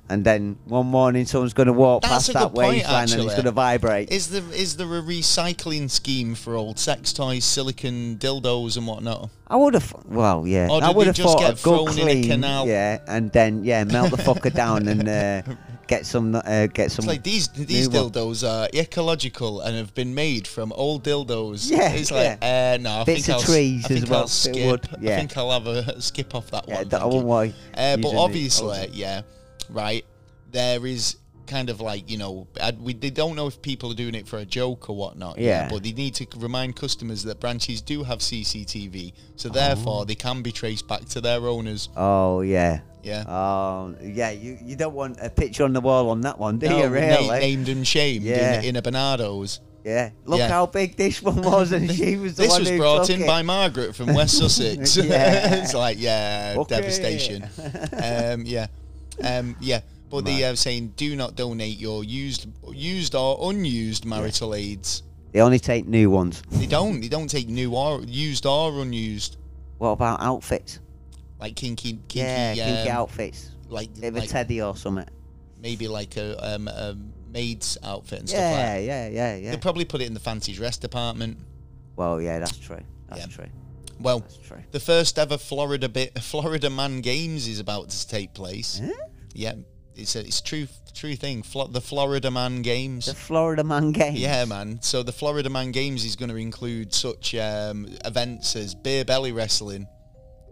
[SPEAKER 2] and then one morning someone's gonna walk
[SPEAKER 1] That's a
[SPEAKER 2] past that
[SPEAKER 1] good point,
[SPEAKER 2] wasteland and it's
[SPEAKER 1] actually.
[SPEAKER 2] gonna vibrate.
[SPEAKER 1] Is there is there a recycling scheme for old sex toys, silicon dildos, and whatnot?
[SPEAKER 2] I would have well, yeah.
[SPEAKER 1] Or
[SPEAKER 2] I
[SPEAKER 1] do
[SPEAKER 2] would
[SPEAKER 1] they
[SPEAKER 2] have
[SPEAKER 1] just
[SPEAKER 2] thought
[SPEAKER 1] get
[SPEAKER 2] I'd go
[SPEAKER 1] thrown in a
[SPEAKER 2] clean,
[SPEAKER 1] canal?
[SPEAKER 2] yeah, and then yeah, melt the fucker down and uh, get some uh, get some
[SPEAKER 1] It's like these these
[SPEAKER 2] New one.
[SPEAKER 1] dildos are ecological and have been made from old dildos.
[SPEAKER 2] Yeah,
[SPEAKER 1] it's like uh, no, I
[SPEAKER 2] Bits
[SPEAKER 1] think
[SPEAKER 2] of
[SPEAKER 1] I'll,
[SPEAKER 2] trees
[SPEAKER 1] I think
[SPEAKER 2] as well,
[SPEAKER 1] I'll
[SPEAKER 2] bit of
[SPEAKER 1] skip.
[SPEAKER 2] wood, yeah.
[SPEAKER 1] I think I'll have a skip off that
[SPEAKER 2] yeah,
[SPEAKER 1] one.
[SPEAKER 2] that I
[SPEAKER 1] thank you.
[SPEAKER 2] wouldn't want
[SPEAKER 1] Uh, but
[SPEAKER 2] using the-
[SPEAKER 1] obviously, yeah, right. There is kind of like you know, I, we they don't know if people are doing it for a joke or whatnot.
[SPEAKER 2] Yeah.
[SPEAKER 1] but they need to remind customers that branches do have CCTV, so therefore they can be traced back to their owners.
[SPEAKER 2] Oh yeah.
[SPEAKER 1] Yeah.
[SPEAKER 2] Um, yeah, you, you don't want a picture on the wall on that one, do
[SPEAKER 1] No,
[SPEAKER 2] you?
[SPEAKER 1] na-
[SPEAKER 2] Really?
[SPEAKER 1] named and shamed
[SPEAKER 2] Yeah.
[SPEAKER 1] in, in a Bernardo's.
[SPEAKER 2] Yeah. Look
[SPEAKER 1] Yeah.
[SPEAKER 2] how big this one
[SPEAKER 1] <laughs>
[SPEAKER 2] was, and she was the
[SPEAKER 1] this
[SPEAKER 2] one
[SPEAKER 1] was
[SPEAKER 2] who
[SPEAKER 1] brought
[SPEAKER 2] took
[SPEAKER 1] in
[SPEAKER 2] it.
[SPEAKER 1] by Margaret from
[SPEAKER 2] <laughs>
[SPEAKER 1] West Sussex.
[SPEAKER 2] Yeah.
[SPEAKER 1] <laughs> it's like, yeah,
[SPEAKER 2] Okay.
[SPEAKER 1] devastation. Um, yeah, um, yeah. But the uh, saying, do not donate your used, used or unused marital aids.
[SPEAKER 2] <laughs> They only take new ones.
[SPEAKER 1] They don't. They don't take new or used or unused,
[SPEAKER 2] What about outfits?
[SPEAKER 1] like kinky, kinky,
[SPEAKER 2] yeah, kinky
[SPEAKER 1] um,
[SPEAKER 2] outfits.
[SPEAKER 1] like,
[SPEAKER 2] Bit of a
[SPEAKER 1] like
[SPEAKER 2] teddy or something.
[SPEAKER 1] maybe like a, um, a maid's outfit and stuff like
[SPEAKER 2] Yeah,
[SPEAKER 1] that.
[SPEAKER 2] yeah, yeah, yeah.
[SPEAKER 1] They probably put it in the fancy dress department.
[SPEAKER 2] well, yeah, that's true. That's
[SPEAKER 1] Yeah. Oh.
[SPEAKER 2] true.
[SPEAKER 1] Well,
[SPEAKER 2] That's true.
[SPEAKER 1] The first ever Florida bit <laughs> Florida Man Games is about to take place.
[SPEAKER 2] Huh?
[SPEAKER 1] Yeah, it's a it's true true thing. Flo- the Florida Man Games.
[SPEAKER 2] The Florida Man game.
[SPEAKER 1] Yeah, man. So the Florida Man Games is going to include such um, events as beer belly wrestling,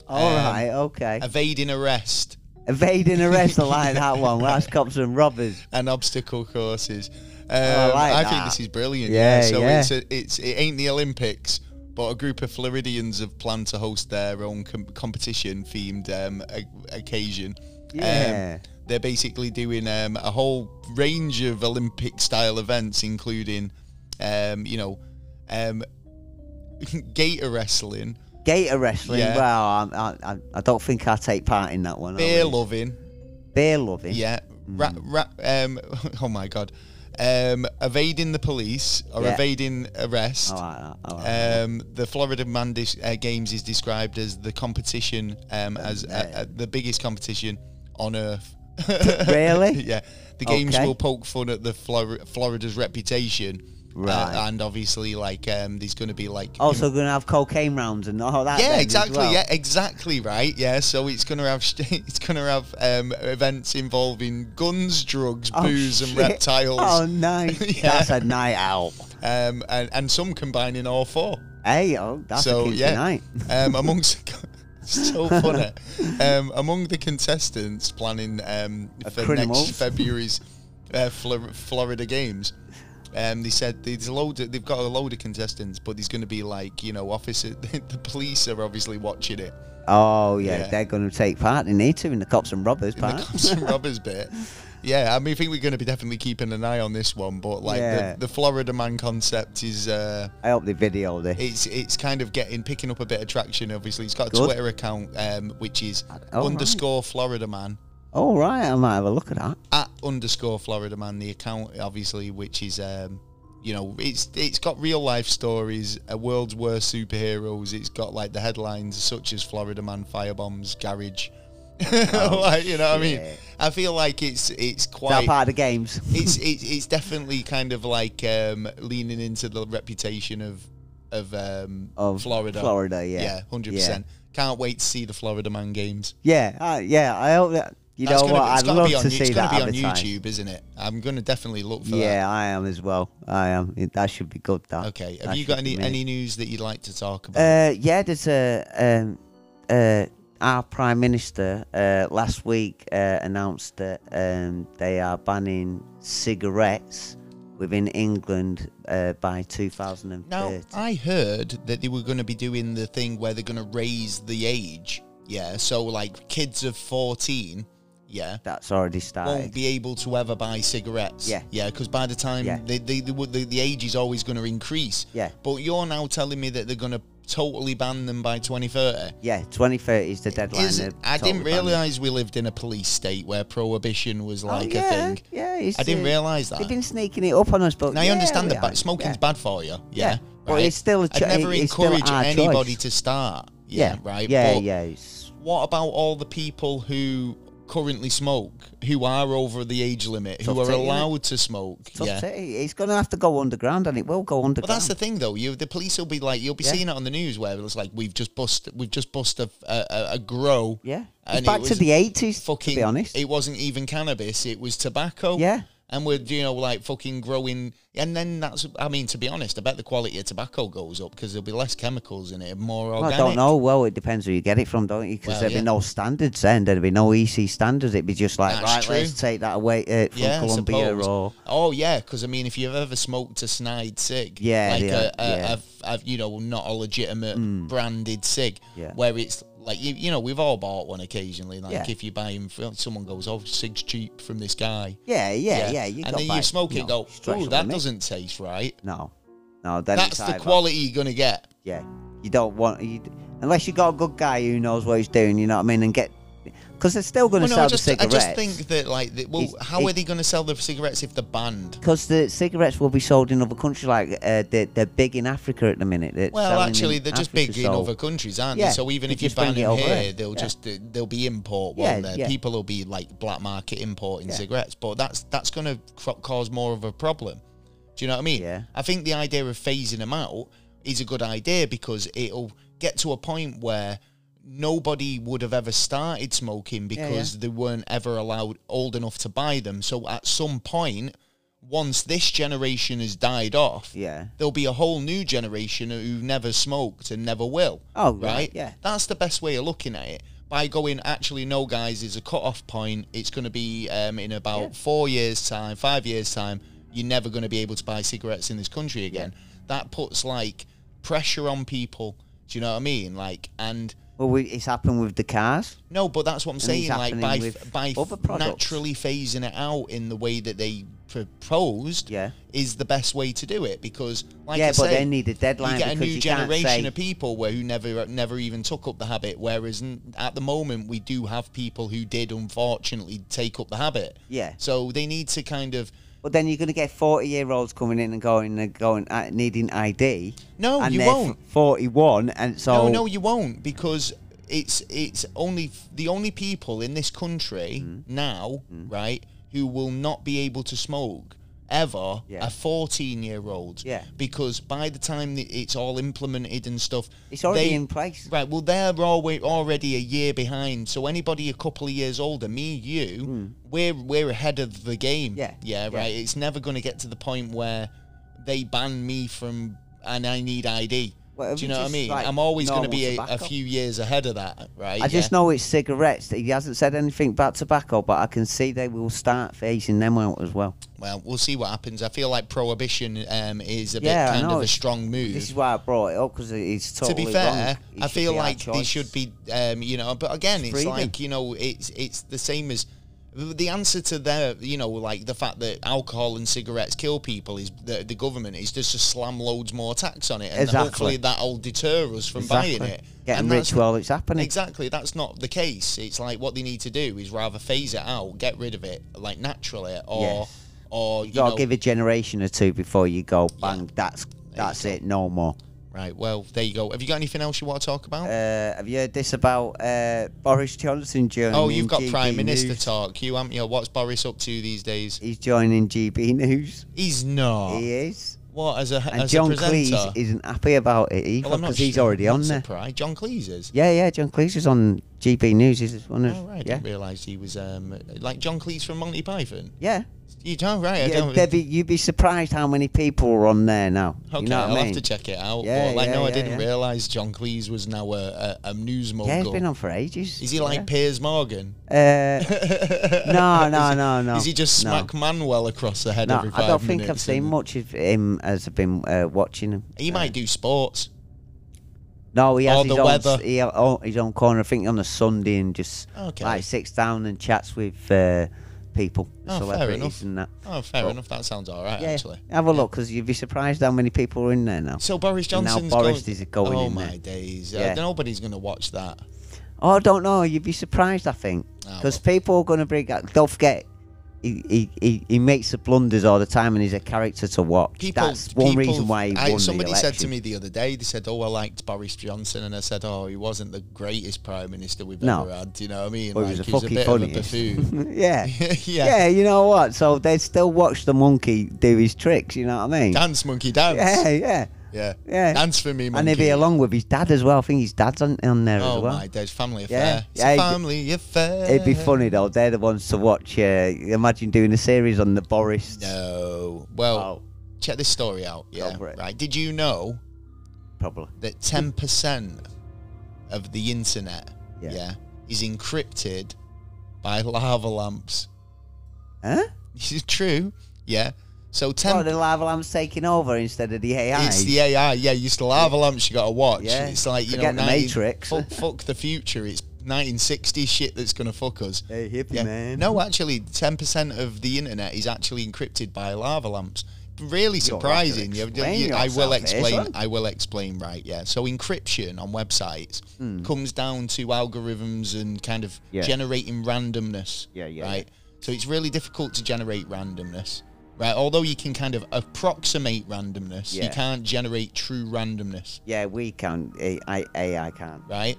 [SPEAKER 2] All
[SPEAKER 1] um,
[SPEAKER 2] right. Okay.
[SPEAKER 1] evading arrest,
[SPEAKER 2] Evading arrest. I like that
[SPEAKER 1] <laughs>
[SPEAKER 2] one. That's cops and robbers.
[SPEAKER 1] and obstacle courses. Um,
[SPEAKER 2] Oh, I like
[SPEAKER 1] think
[SPEAKER 2] that.
[SPEAKER 1] this is brilliant. Yeah,
[SPEAKER 2] Yeah,
[SPEAKER 1] so
[SPEAKER 2] yeah.
[SPEAKER 1] it's a, it's it ain't the Olympics. But a group of Floridians have planned to host their own com- competition-themed um, o- occasion. Um,
[SPEAKER 2] Yeah.
[SPEAKER 1] they're basically doing um, a whole range of Olympic style events, including, um, you know, um, <laughs> gator wrestling,
[SPEAKER 2] Gator wrestling.
[SPEAKER 1] yeah.
[SPEAKER 2] Well, I'm- I, I, I don't think I take part in that one. I
[SPEAKER 1] beer
[SPEAKER 2] would-
[SPEAKER 1] loving,
[SPEAKER 2] Beer loving.
[SPEAKER 1] yeah,
[SPEAKER 2] Mm.
[SPEAKER 1] ra- ra- um, <laughs> oh my god, um, evading the police or
[SPEAKER 2] Yeah.
[SPEAKER 1] evading arrest.
[SPEAKER 2] I like that. I like that.
[SPEAKER 1] Um, the Florida Man dis- uh, Games is described as the competition, um, as uh, uh, the biggest competition on earth.
[SPEAKER 2] <laughs> Really?
[SPEAKER 1] <laughs> yeah. The games
[SPEAKER 2] Okay.
[SPEAKER 1] will poke fun at the Flor- Florida's reputation, uh,
[SPEAKER 2] Right. Oh,
[SPEAKER 1] and obviously, like, um, there's going to be like. you
[SPEAKER 2] Also going to have cocaine rounds and all that. then
[SPEAKER 1] yeah,
[SPEAKER 2] as
[SPEAKER 1] exactly.
[SPEAKER 2] well.
[SPEAKER 1] Yeah, exactly right. Yeah, so it's gonna have sh- <laughs> it's gonna have um, events involving guns, drugs,
[SPEAKER 2] Oh,
[SPEAKER 1] booze, and
[SPEAKER 2] shit.
[SPEAKER 1] reptiles,
[SPEAKER 2] Oh, nice.
[SPEAKER 1] <laughs> Yeah.
[SPEAKER 2] That's a night out.
[SPEAKER 1] um, and, and some combining all four.
[SPEAKER 2] Hey, oh, that's a
[SPEAKER 1] so
[SPEAKER 2] kinky
[SPEAKER 1] yeah,
[SPEAKER 2] night.
[SPEAKER 1] um,
[SPEAKER 2] <laughs>
[SPEAKER 1] amongst <laughs> so funny, um, among the contestants planning um, for
[SPEAKER 2] criminals.
[SPEAKER 1] next February's uh, Flor- Florida Games. Um, they said there's a load. Of, they've got a load of contestants, but there's going to be like you know, officer. <laughs> The police are obviously watching it
[SPEAKER 2] Oh, yeah,
[SPEAKER 1] Yeah.
[SPEAKER 2] they're going to take part. They need to in the cops and robbers
[SPEAKER 1] in the
[SPEAKER 2] part.
[SPEAKER 1] <laughs> cops and robbers bit. Yeah, I mean, I think we're going to be definitely keeping an eye on this one. But like
[SPEAKER 2] Yeah.
[SPEAKER 1] the, the Florida man concept is. Uh,
[SPEAKER 2] I hope they video this.
[SPEAKER 1] it's it's kind of getting picking up a bit of traction. Obviously, he's got a
[SPEAKER 2] Good.
[SPEAKER 1] Twitter account um, which is
[SPEAKER 2] Oh, right.
[SPEAKER 1] underscore Florida man
[SPEAKER 2] All right, I might have a look at that.
[SPEAKER 1] at underscore Florida man. The account obviously which is um, you know it's it's got real life stories, uh, world's worst superheroes. It's got like the headlines such as Florida man firebombs garage. <laughs> like, you know what I mean?
[SPEAKER 2] shit.
[SPEAKER 1] I feel like it's it's
[SPEAKER 2] Is that
[SPEAKER 1] quite
[SPEAKER 2] part of the games?
[SPEAKER 1] it's, it's it's definitely kind of like um, leaning into the reputation of of um,
[SPEAKER 2] Of
[SPEAKER 1] Florida.
[SPEAKER 2] Florida, yeah.
[SPEAKER 1] yeah, hundred percent. Can't wait to see the Florida Man games.
[SPEAKER 2] Yeah, I, yeah. I hope that you know
[SPEAKER 1] gonna
[SPEAKER 2] what.
[SPEAKER 1] be, it's
[SPEAKER 2] I'd
[SPEAKER 1] gotta
[SPEAKER 2] love
[SPEAKER 1] be on,
[SPEAKER 2] to
[SPEAKER 1] you-
[SPEAKER 2] see
[SPEAKER 1] it's
[SPEAKER 2] that
[SPEAKER 1] gotta be on
[SPEAKER 2] advertised.
[SPEAKER 1] YouTube, isn't it? I'm gonna definitely look for that.
[SPEAKER 2] Yeah, I am as well. I am. It- That should be good. That.
[SPEAKER 1] Okay. Have
[SPEAKER 2] That
[SPEAKER 1] you got
[SPEAKER 2] should be
[SPEAKER 1] any
[SPEAKER 2] me.
[SPEAKER 1] any news that you'd like to talk about?
[SPEAKER 2] Uh, yeah, there's a um, uh, our prime minister uh, last week uh, announced that um, they are banning cigarettes within England uh, by 2030.
[SPEAKER 1] Now, I heard that they were going to be doing the thing where they're going to raise the age. Yeah, so like kids of 14, yeah,
[SPEAKER 2] That's already started.
[SPEAKER 1] won't be able to ever buy cigarettes.
[SPEAKER 2] Yeah.
[SPEAKER 1] Yeah, because by the time
[SPEAKER 2] Yeah.
[SPEAKER 1] they, they, they, would- the, the age is always going to increase.
[SPEAKER 2] Yeah.
[SPEAKER 1] But you're now telling me that they're going to totally ban them by 2030.
[SPEAKER 2] yeah, 2030 is the deadline.
[SPEAKER 1] Is it,
[SPEAKER 2] of
[SPEAKER 1] I didn't
[SPEAKER 2] total banning.
[SPEAKER 1] realise we lived in a police state where prohibition was
[SPEAKER 2] Oh,
[SPEAKER 1] like
[SPEAKER 2] yeah,
[SPEAKER 1] a thing.
[SPEAKER 2] Yeah, it's,
[SPEAKER 1] I didn't
[SPEAKER 2] uh,
[SPEAKER 1] realise
[SPEAKER 2] They've
[SPEAKER 1] that.
[SPEAKER 2] been sneaking it up on us, but
[SPEAKER 1] Now I
[SPEAKER 2] yeah,
[SPEAKER 1] understand
[SPEAKER 2] we
[SPEAKER 1] that ba-
[SPEAKER 2] are.
[SPEAKER 1] smoking's
[SPEAKER 2] Yeah.
[SPEAKER 1] bad for you. Yeah.
[SPEAKER 2] Yeah. But
[SPEAKER 1] right.
[SPEAKER 2] it's still a
[SPEAKER 1] I'd
[SPEAKER 2] cho-
[SPEAKER 1] never
[SPEAKER 2] it- it's still
[SPEAKER 1] encourage
[SPEAKER 2] our
[SPEAKER 1] anybody
[SPEAKER 2] choice.
[SPEAKER 1] to start. Yeah.
[SPEAKER 2] Yeah,
[SPEAKER 1] Right.
[SPEAKER 2] Yeah,
[SPEAKER 1] but
[SPEAKER 2] yeah. it's-
[SPEAKER 1] What about all the people who currently smoke, who are over the age limit, who
[SPEAKER 2] Tough
[SPEAKER 1] are
[SPEAKER 2] tea, innit?
[SPEAKER 1] allowed to smoke?
[SPEAKER 2] Tough
[SPEAKER 1] yeah.
[SPEAKER 2] to- It's going to have to go underground, and it will go
[SPEAKER 1] But
[SPEAKER 2] underground.
[SPEAKER 1] that's the thing, though. You, the police will be like, you'll be
[SPEAKER 2] Yeah.
[SPEAKER 1] seeing it on the news where it's like, we've just bust, we've just bust a a, a, a grow.
[SPEAKER 2] yeah.
[SPEAKER 1] And
[SPEAKER 2] It's
[SPEAKER 1] it
[SPEAKER 2] back to
[SPEAKER 1] was
[SPEAKER 2] the 80s,
[SPEAKER 1] Fucking.
[SPEAKER 2] to be honest.
[SPEAKER 1] It wasn't even cannabis. It was tobacco.
[SPEAKER 2] Yeah.
[SPEAKER 1] And we're you know like fucking growing, and then that's. I mean, to be honest, I bet the quality of tobacco goes up because there'll be less chemicals in it, and more
[SPEAKER 2] Well,
[SPEAKER 1] organic.
[SPEAKER 2] I don't know. Well, it depends who you get it from, don't you? Because
[SPEAKER 1] Well,
[SPEAKER 2] there'd
[SPEAKER 1] yeah.
[SPEAKER 2] be no standards then. There'd be no EC standards. It'd be just like,
[SPEAKER 1] That's
[SPEAKER 2] right,
[SPEAKER 1] true.
[SPEAKER 2] let's take that away uh, from
[SPEAKER 1] Yeah, I
[SPEAKER 2] Colombia
[SPEAKER 1] suppose.
[SPEAKER 2] or.
[SPEAKER 1] Oh yeah, because I mean, if you've ever smoked a snide cig,
[SPEAKER 2] Yeah,
[SPEAKER 1] like
[SPEAKER 2] yeah,
[SPEAKER 1] a, a,
[SPEAKER 2] yeah. Mm.
[SPEAKER 1] a- a- you know, not a legitimate branded cig,
[SPEAKER 2] Yeah.
[SPEAKER 1] where it's like you, you know, we've all bought one occasionally. Like
[SPEAKER 2] Yeah.
[SPEAKER 1] if you buy him, someone goes, "Oh, cig's cheap from this guy."
[SPEAKER 2] Yeah, yeah, yeah. you
[SPEAKER 1] and
[SPEAKER 2] got
[SPEAKER 1] then
[SPEAKER 2] by-
[SPEAKER 1] you smoke it,
[SPEAKER 2] no,
[SPEAKER 1] and go,
[SPEAKER 2] straight
[SPEAKER 1] "Oh,
[SPEAKER 2] up
[SPEAKER 1] that
[SPEAKER 2] on it."
[SPEAKER 1] doesn't taste right."
[SPEAKER 2] No. No, then
[SPEAKER 1] That's
[SPEAKER 2] it's
[SPEAKER 1] the
[SPEAKER 2] either-
[SPEAKER 1] quality you're gonna get.
[SPEAKER 2] Yeah. You don't want. You, unless you got a good guy who knows what he's doing, you know what I mean? And get. Because they're still going to
[SPEAKER 1] Well, no,
[SPEAKER 2] sell
[SPEAKER 1] I just,
[SPEAKER 2] the
[SPEAKER 1] I
[SPEAKER 2] cigarettes.
[SPEAKER 1] just think that like, the, well,
[SPEAKER 2] It's-
[SPEAKER 1] how are
[SPEAKER 2] it-
[SPEAKER 1] they going to sell the cigarettes if they're banned?
[SPEAKER 2] Because the cigarettes will be sold in other countries, like uh, they're, they're big in Africa at the minute. They're
[SPEAKER 1] Well,
[SPEAKER 2] selling
[SPEAKER 1] actually,
[SPEAKER 2] in
[SPEAKER 1] they're just
[SPEAKER 2] Africa,
[SPEAKER 1] big in
[SPEAKER 2] so-
[SPEAKER 1] other countries, aren't they?
[SPEAKER 2] Yeah,
[SPEAKER 1] So even
[SPEAKER 2] they
[SPEAKER 1] if you
[SPEAKER 2] just bring
[SPEAKER 1] ban
[SPEAKER 2] it
[SPEAKER 1] them
[SPEAKER 2] over
[SPEAKER 1] here,
[SPEAKER 2] here.
[SPEAKER 1] they'll
[SPEAKER 2] Yeah.
[SPEAKER 1] just they'll be import,
[SPEAKER 2] Yeah,
[SPEAKER 1] won't they?
[SPEAKER 2] yeah.
[SPEAKER 1] People will be like black market importing
[SPEAKER 2] Yeah.
[SPEAKER 1] cigarettes, but that's that's going to cro- cause more of a problem. Do you know what I mean?
[SPEAKER 2] Yeah.
[SPEAKER 1] I think the idea of phasing them out is a good idea because it'll get to a point where nobody would have ever started smoking
[SPEAKER 2] yeah.
[SPEAKER 1] because they weren't ever allowed old enough to buy them. So at some point, once this generation has died off,
[SPEAKER 2] Yeah.
[SPEAKER 1] there'll be a whole new generation who never smoked and never will.
[SPEAKER 2] Oh, right, yeah.
[SPEAKER 1] That's the best way of looking at it. By going, actually, no, guys, is a cut-off point. It's going to be um, in about
[SPEAKER 2] Yeah.
[SPEAKER 1] four years' time, five years' time. You're never going to be able to buy cigarettes in this country again. That puts like pressure on people. Do you know what I mean? Like, and
[SPEAKER 2] Well, we, it's happened with the cars.
[SPEAKER 1] no, but that's what I'm saying.
[SPEAKER 2] it's
[SPEAKER 1] Like by
[SPEAKER 2] happening
[SPEAKER 1] f-
[SPEAKER 2] with
[SPEAKER 1] by f-
[SPEAKER 2] other products.
[SPEAKER 1] naturally phasing it out in the way that they proposed
[SPEAKER 2] Yeah.
[SPEAKER 1] is the best way to do it because, like
[SPEAKER 2] yeah,
[SPEAKER 1] I
[SPEAKER 2] but
[SPEAKER 1] say,
[SPEAKER 2] they need a deadline
[SPEAKER 1] you get a
[SPEAKER 2] because
[SPEAKER 1] new
[SPEAKER 2] you
[SPEAKER 1] generation
[SPEAKER 2] can't say,
[SPEAKER 1] of people where who never never even took up the habit. Whereas n- at the moment, we do have people who did unfortunately take up the habit.
[SPEAKER 2] Yeah.
[SPEAKER 1] So they need to kind of
[SPEAKER 2] But then you're going to get 40 year olds coming in and going and going uh, needing ID.
[SPEAKER 1] No,
[SPEAKER 2] and
[SPEAKER 1] you
[SPEAKER 2] they're f-
[SPEAKER 1] won't.
[SPEAKER 2] 41, and so
[SPEAKER 1] no, no, you won't because it's it's only the only people in this country
[SPEAKER 2] Mm-hmm.
[SPEAKER 1] now, right, who will not be able to smoke ever
[SPEAKER 2] Yeah.
[SPEAKER 1] are 14 year olds
[SPEAKER 2] Yeah.
[SPEAKER 1] because by the time that it's all implemented and stuff
[SPEAKER 2] it's already
[SPEAKER 1] they-
[SPEAKER 2] in place.
[SPEAKER 1] Right, well, they're alwa- already a year behind. So anybody a couple of years older, me, you, we're we're ahead of the game.
[SPEAKER 2] Hmm. Yeah,
[SPEAKER 1] yeah,
[SPEAKER 2] yeah.
[SPEAKER 1] right. It's never going to get to the point where they ban me from and I need ID.
[SPEAKER 2] Well,
[SPEAKER 1] Do you
[SPEAKER 2] we
[SPEAKER 1] know what I
[SPEAKER 2] just,
[SPEAKER 1] mean?
[SPEAKER 2] like,
[SPEAKER 1] I'm always going to
[SPEAKER 2] normal
[SPEAKER 1] be a, a
[SPEAKER 2] tobacco.
[SPEAKER 1] few years ahead of that, right?
[SPEAKER 2] I just know it's cigarettes. He hasn't said anything about tobacco, but I can see they will start phasing them out as well.
[SPEAKER 1] Well, we'll see what happens. I feel like prohibition um, is a
[SPEAKER 2] Yeah, I
[SPEAKER 1] bit kind
[SPEAKER 2] know,
[SPEAKER 1] of a
[SPEAKER 2] it's-
[SPEAKER 1] strong move.
[SPEAKER 2] This is why I brought it up because it's
[SPEAKER 1] to
[SPEAKER 2] totally
[SPEAKER 1] be fair,
[SPEAKER 2] wrong. It
[SPEAKER 1] I
[SPEAKER 2] should
[SPEAKER 1] feel
[SPEAKER 2] be our
[SPEAKER 1] like they
[SPEAKER 2] choice.
[SPEAKER 1] should be, um, you know. But again, it's,
[SPEAKER 2] freedom.
[SPEAKER 1] like you know, it's it's the same as the answer to their, you know, like the fact that alcohol and cigarettes kill people is the, the government is just to slam loads more tax on it, and
[SPEAKER 2] Exactly.
[SPEAKER 1] hopefully that'll deter us from buying it.
[SPEAKER 2] Getting
[SPEAKER 1] and
[SPEAKER 2] rich
[SPEAKER 1] that's,
[SPEAKER 2] while it's happening.
[SPEAKER 1] exactly that's not the case. It's like what they need to do is rather phase it out, get rid of it, like naturally, or
[SPEAKER 2] Yes.
[SPEAKER 1] or you
[SPEAKER 2] you gotta
[SPEAKER 1] know,
[SPEAKER 2] give a generation or two before you go bang. That's that's it. No more.
[SPEAKER 1] right. Well, there you go. Have you got anything else you want to talk about?
[SPEAKER 2] Uh, have you heard this about uh, Boris Johnson joining?
[SPEAKER 1] Oh, you've got
[SPEAKER 2] GB
[SPEAKER 1] Prime Minister
[SPEAKER 2] News?
[SPEAKER 1] talk. You haven't you? What's Boris up to these days?
[SPEAKER 2] He's joining GB News.
[SPEAKER 1] He's not.
[SPEAKER 2] He is.
[SPEAKER 1] What as a
[SPEAKER 2] And
[SPEAKER 1] as
[SPEAKER 2] John
[SPEAKER 1] a presenter?
[SPEAKER 2] Cleese isn't happy about it either
[SPEAKER 1] Well, I'm not
[SPEAKER 2] because he's
[SPEAKER 1] su-
[SPEAKER 2] already
[SPEAKER 1] not
[SPEAKER 2] on there.
[SPEAKER 1] Surprised. John Cleese is.
[SPEAKER 2] Yeah, yeah. John Cleese was on GB News. He's one of
[SPEAKER 1] Oh right, I
[SPEAKER 2] yeah,
[SPEAKER 1] didn't realise he was um like John Cleese from Monty Python.
[SPEAKER 2] yeah.
[SPEAKER 1] You don't right? I
[SPEAKER 2] yeah
[SPEAKER 1] don't.
[SPEAKER 2] Debbie, you'd be surprised how many people are on there now.
[SPEAKER 1] Okay,
[SPEAKER 2] you know what
[SPEAKER 1] I'll
[SPEAKER 2] I mean?
[SPEAKER 1] have to check it out.
[SPEAKER 2] Yeah,
[SPEAKER 1] but like,
[SPEAKER 2] yeah,
[SPEAKER 1] no, I
[SPEAKER 2] yeah,
[SPEAKER 1] didn't
[SPEAKER 2] yeah.
[SPEAKER 1] realise John Cleese was now a, a, a news mogul.
[SPEAKER 2] yeah, he's been on for ages.
[SPEAKER 1] Is he like Piers Morgan? <laughs>
[SPEAKER 2] yeah. Uh,
[SPEAKER 1] no,
[SPEAKER 2] no, no,
[SPEAKER 1] <laughs>
[SPEAKER 2] no,
[SPEAKER 1] Is he just
[SPEAKER 2] no.
[SPEAKER 1] smack Manuel across the head
[SPEAKER 2] no,
[SPEAKER 1] every five
[SPEAKER 2] I don't think I've
[SPEAKER 1] minutes
[SPEAKER 2] seen
[SPEAKER 1] and-
[SPEAKER 2] much of him as I've been uh, watching him.
[SPEAKER 1] He
[SPEAKER 2] Uh,
[SPEAKER 1] might do sports.
[SPEAKER 2] No, he has
[SPEAKER 1] Or
[SPEAKER 2] his
[SPEAKER 1] the
[SPEAKER 2] own.
[SPEAKER 1] weather.
[SPEAKER 2] He ha- oh, his own corner. I think on a Sunday and just
[SPEAKER 1] Okay.
[SPEAKER 2] like sits down and chats with uh, people,
[SPEAKER 1] Oh, fair enough.
[SPEAKER 2] celebrities and that.
[SPEAKER 1] Oh, fair
[SPEAKER 2] But-
[SPEAKER 1] enough. That sounds all right,
[SPEAKER 2] Yeah,
[SPEAKER 1] actually.
[SPEAKER 2] have a look because you'd be surprised how many people are in there now.
[SPEAKER 1] So Boris
[SPEAKER 2] And now
[SPEAKER 1] Johnson's
[SPEAKER 2] Boris
[SPEAKER 1] going.
[SPEAKER 2] is going
[SPEAKER 1] oh
[SPEAKER 2] in
[SPEAKER 1] my
[SPEAKER 2] there.
[SPEAKER 1] days!
[SPEAKER 2] Yeah.
[SPEAKER 1] Uh, nobody's going to watch that.
[SPEAKER 2] Oh, I don't know. You'd be surprised, I think,
[SPEAKER 1] Ah,
[SPEAKER 2] because people are going to bring. out- Don't forget, he, he, he, he makes the blunders all the time, and he's a character to watch.
[SPEAKER 1] People,
[SPEAKER 2] That's one
[SPEAKER 1] people-
[SPEAKER 2] reason why he
[SPEAKER 1] I,
[SPEAKER 2] won
[SPEAKER 1] somebody
[SPEAKER 2] the election.
[SPEAKER 1] said to me the other day, they said, "Oh, I liked Boris Johnson," and I said, "Oh, he wasn't the greatest prime minister we've
[SPEAKER 2] No.
[SPEAKER 1] ever had." Do you know what I mean?
[SPEAKER 2] Well, he
[SPEAKER 1] like,
[SPEAKER 2] was a
[SPEAKER 1] he's a
[SPEAKER 2] fucking
[SPEAKER 1] bit of
[SPEAKER 2] funniest.
[SPEAKER 1] a
[SPEAKER 2] <laughs>
[SPEAKER 1] buffoon. <laughs>
[SPEAKER 2] yeah.
[SPEAKER 1] yeah.
[SPEAKER 2] yeah, you know what? So they still watch the monkey do his tricks. You know what I mean?
[SPEAKER 1] dance monkey dance.
[SPEAKER 2] Yeah, yeah.
[SPEAKER 1] yeah,
[SPEAKER 2] yeah.
[SPEAKER 1] Dance for me, monkey.
[SPEAKER 2] And he'd be along with his dad as well. I think his dad's on, on there
[SPEAKER 1] Oh
[SPEAKER 2] as well.
[SPEAKER 1] my days, family affair.
[SPEAKER 2] Yeah,
[SPEAKER 1] It's
[SPEAKER 2] yeah,
[SPEAKER 1] a
[SPEAKER 2] it'd be-
[SPEAKER 1] family affair.
[SPEAKER 2] It'd be funny though. They're the ones to watch. Uh, imagine doing a series on the Boris.
[SPEAKER 1] No. Well,
[SPEAKER 2] Oh,
[SPEAKER 1] check this story out. Yeah.
[SPEAKER 2] for it.
[SPEAKER 1] Right. Did you know
[SPEAKER 2] probably.
[SPEAKER 1] that 10% of the internet yeah.
[SPEAKER 2] Yeah.
[SPEAKER 1] is encrypted by lava lamps? <laughs>
[SPEAKER 2] Huh?
[SPEAKER 1] This is true. Yeah. So
[SPEAKER 2] Oh,
[SPEAKER 1] 10
[SPEAKER 2] the lava lamp's taking over instead of the AI.
[SPEAKER 1] it's the AI. Yeah, you still lava lamps you got to watch.
[SPEAKER 2] Yeah.
[SPEAKER 1] It's like, you
[SPEAKER 2] Forget
[SPEAKER 1] know,
[SPEAKER 2] the
[SPEAKER 1] 19
[SPEAKER 2] Matrix.
[SPEAKER 1] Fuck,
[SPEAKER 2] <laughs>
[SPEAKER 1] fuck the future. It's 1960 shit that's going to fuck us.
[SPEAKER 2] hey, hippie
[SPEAKER 1] Yeah.
[SPEAKER 2] man.
[SPEAKER 1] No, actually, ten percent of the internet is actually encrypted by lava lamps. Really
[SPEAKER 2] You'll have to
[SPEAKER 1] surprising. You-
[SPEAKER 2] explain
[SPEAKER 1] you- I will
[SPEAKER 2] yourself, eh,
[SPEAKER 1] explain.
[SPEAKER 2] son?
[SPEAKER 1] I will explain. Right. Yeah. So encryption on websites comes down to algorithms and kind of
[SPEAKER 2] Hmm. Yeah.
[SPEAKER 1] generating randomness.
[SPEAKER 2] Yeah, yeah,
[SPEAKER 1] Right. So it's really difficult to generate randomness. Right. Although you can kind of approximate randomness, you
[SPEAKER 2] Yeah.
[SPEAKER 1] can't generate true randomness
[SPEAKER 2] Yeah, we can. A- I- AI can't.
[SPEAKER 1] right?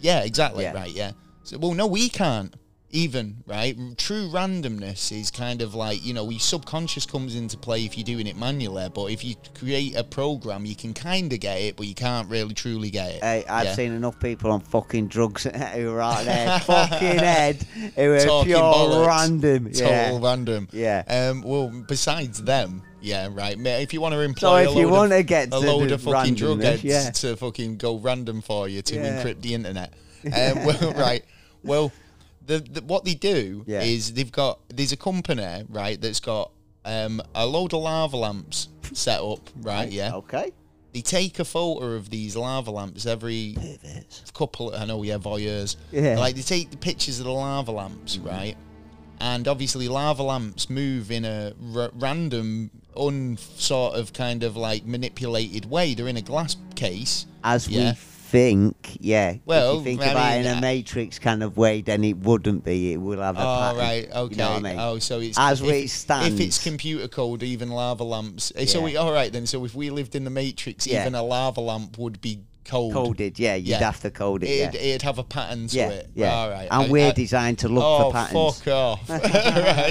[SPEAKER 1] Yeah, exactly,
[SPEAKER 2] Yeah.
[SPEAKER 1] right, yeah. So, well, no, we can't even, right? True randomness is kind of like, you know, your subconscious comes into play if you're doing it manually, but if you create a program, you can kind of get it, but you can't really truly get it.
[SPEAKER 2] Hey, I've
[SPEAKER 1] Yeah.
[SPEAKER 2] seen enough people on fucking drugs <laughs> who are
[SPEAKER 1] <laughs>
[SPEAKER 2] out there, fucking head, who are
[SPEAKER 1] Talking
[SPEAKER 2] pure
[SPEAKER 1] bollocks.
[SPEAKER 2] random. yeah.
[SPEAKER 1] Total random.
[SPEAKER 2] Yeah.
[SPEAKER 1] Um, well, besides them, yeah, right. ma- If you want to employ a
[SPEAKER 2] So if you
[SPEAKER 1] load of-
[SPEAKER 2] want to get to
[SPEAKER 1] a load
[SPEAKER 2] the
[SPEAKER 1] of fucking drug
[SPEAKER 2] randomness,
[SPEAKER 1] heads
[SPEAKER 2] yeah.
[SPEAKER 1] to fucking go random for you to
[SPEAKER 2] Yeah.
[SPEAKER 1] encrypt the
[SPEAKER 2] <laughs>
[SPEAKER 1] internet. Um, well, <laughs> right. Well, the, the what they do
[SPEAKER 2] Yeah.
[SPEAKER 1] is they've got there's a company right that's got um, a load of lava lamps set up right. Yeah,
[SPEAKER 2] Okay.
[SPEAKER 1] they take a photo of these lava lamps every couple. I know, yeah, voyeurs.
[SPEAKER 2] Yeah. Mm-hmm.
[SPEAKER 1] Like they take the pictures of the lava lamps, right? And obviously, lava lamps move in a r- random, un sort of kind of like manipulated way. They're in a glass case.
[SPEAKER 2] As
[SPEAKER 1] Yeah.
[SPEAKER 2] we think, yeah. if
[SPEAKER 1] Well,
[SPEAKER 2] you think
[SPEAKER 1] I
[SPEAKER 2] about
[SPEAKER 1] mean,
[SPEAKER 2] it in
[SPEAKER 1] uh,
[SPEAKER 2] a matrix kind of way, then it wouldn't be. It will have a
[SPEAKER 1] Oh
[SPEAKER 2] pattern.
[SPEAKER 1] right, okay.
[SPEAKER 2] You know what I mean?
[SPEAKER 1] Oh, so it's
[SPEAKER 2] As
[SPEAKER 1] if,
[SPEAKER 2] we stand.
[SPEAKER 1] If it's computer code, even lava lamps. eh, So
[SPEAKER 2] Yeah.
[SPEAKER 1] we, all right then. So if we lived in the Matrix,
[SPEAKER 2] Yeah.
[SPEAKER 1] even a lava lamp would be cold.
[SPEAKER 2] Coded, yeah. You'd
[SPEAKER 1] Yeah.
[SPEAKER 2] have to code it.
[SPEAKER 1] It'd,
[SPEAKER 2] yeah.
[SPEAKER 1] it'd have a pattern to
[SPEAKER 2] yeah,
[SPEAKER 1] it.
[SPEAKER 2] yeah.
[SPEAKER 1] All right.
[SPEAKER 2] And
[SPEAKER 1] I-
[SPEAKER 2] we're
[SPEAKER 1] I-
[SPEAKER 2] designed to look
[SPEAKER 1] oh,
[SPEAKER 2] for patterns.
[SPEAKER 1] fuck
[SPEAKER 2] <laughs>
[SPEAKER 1] off. right,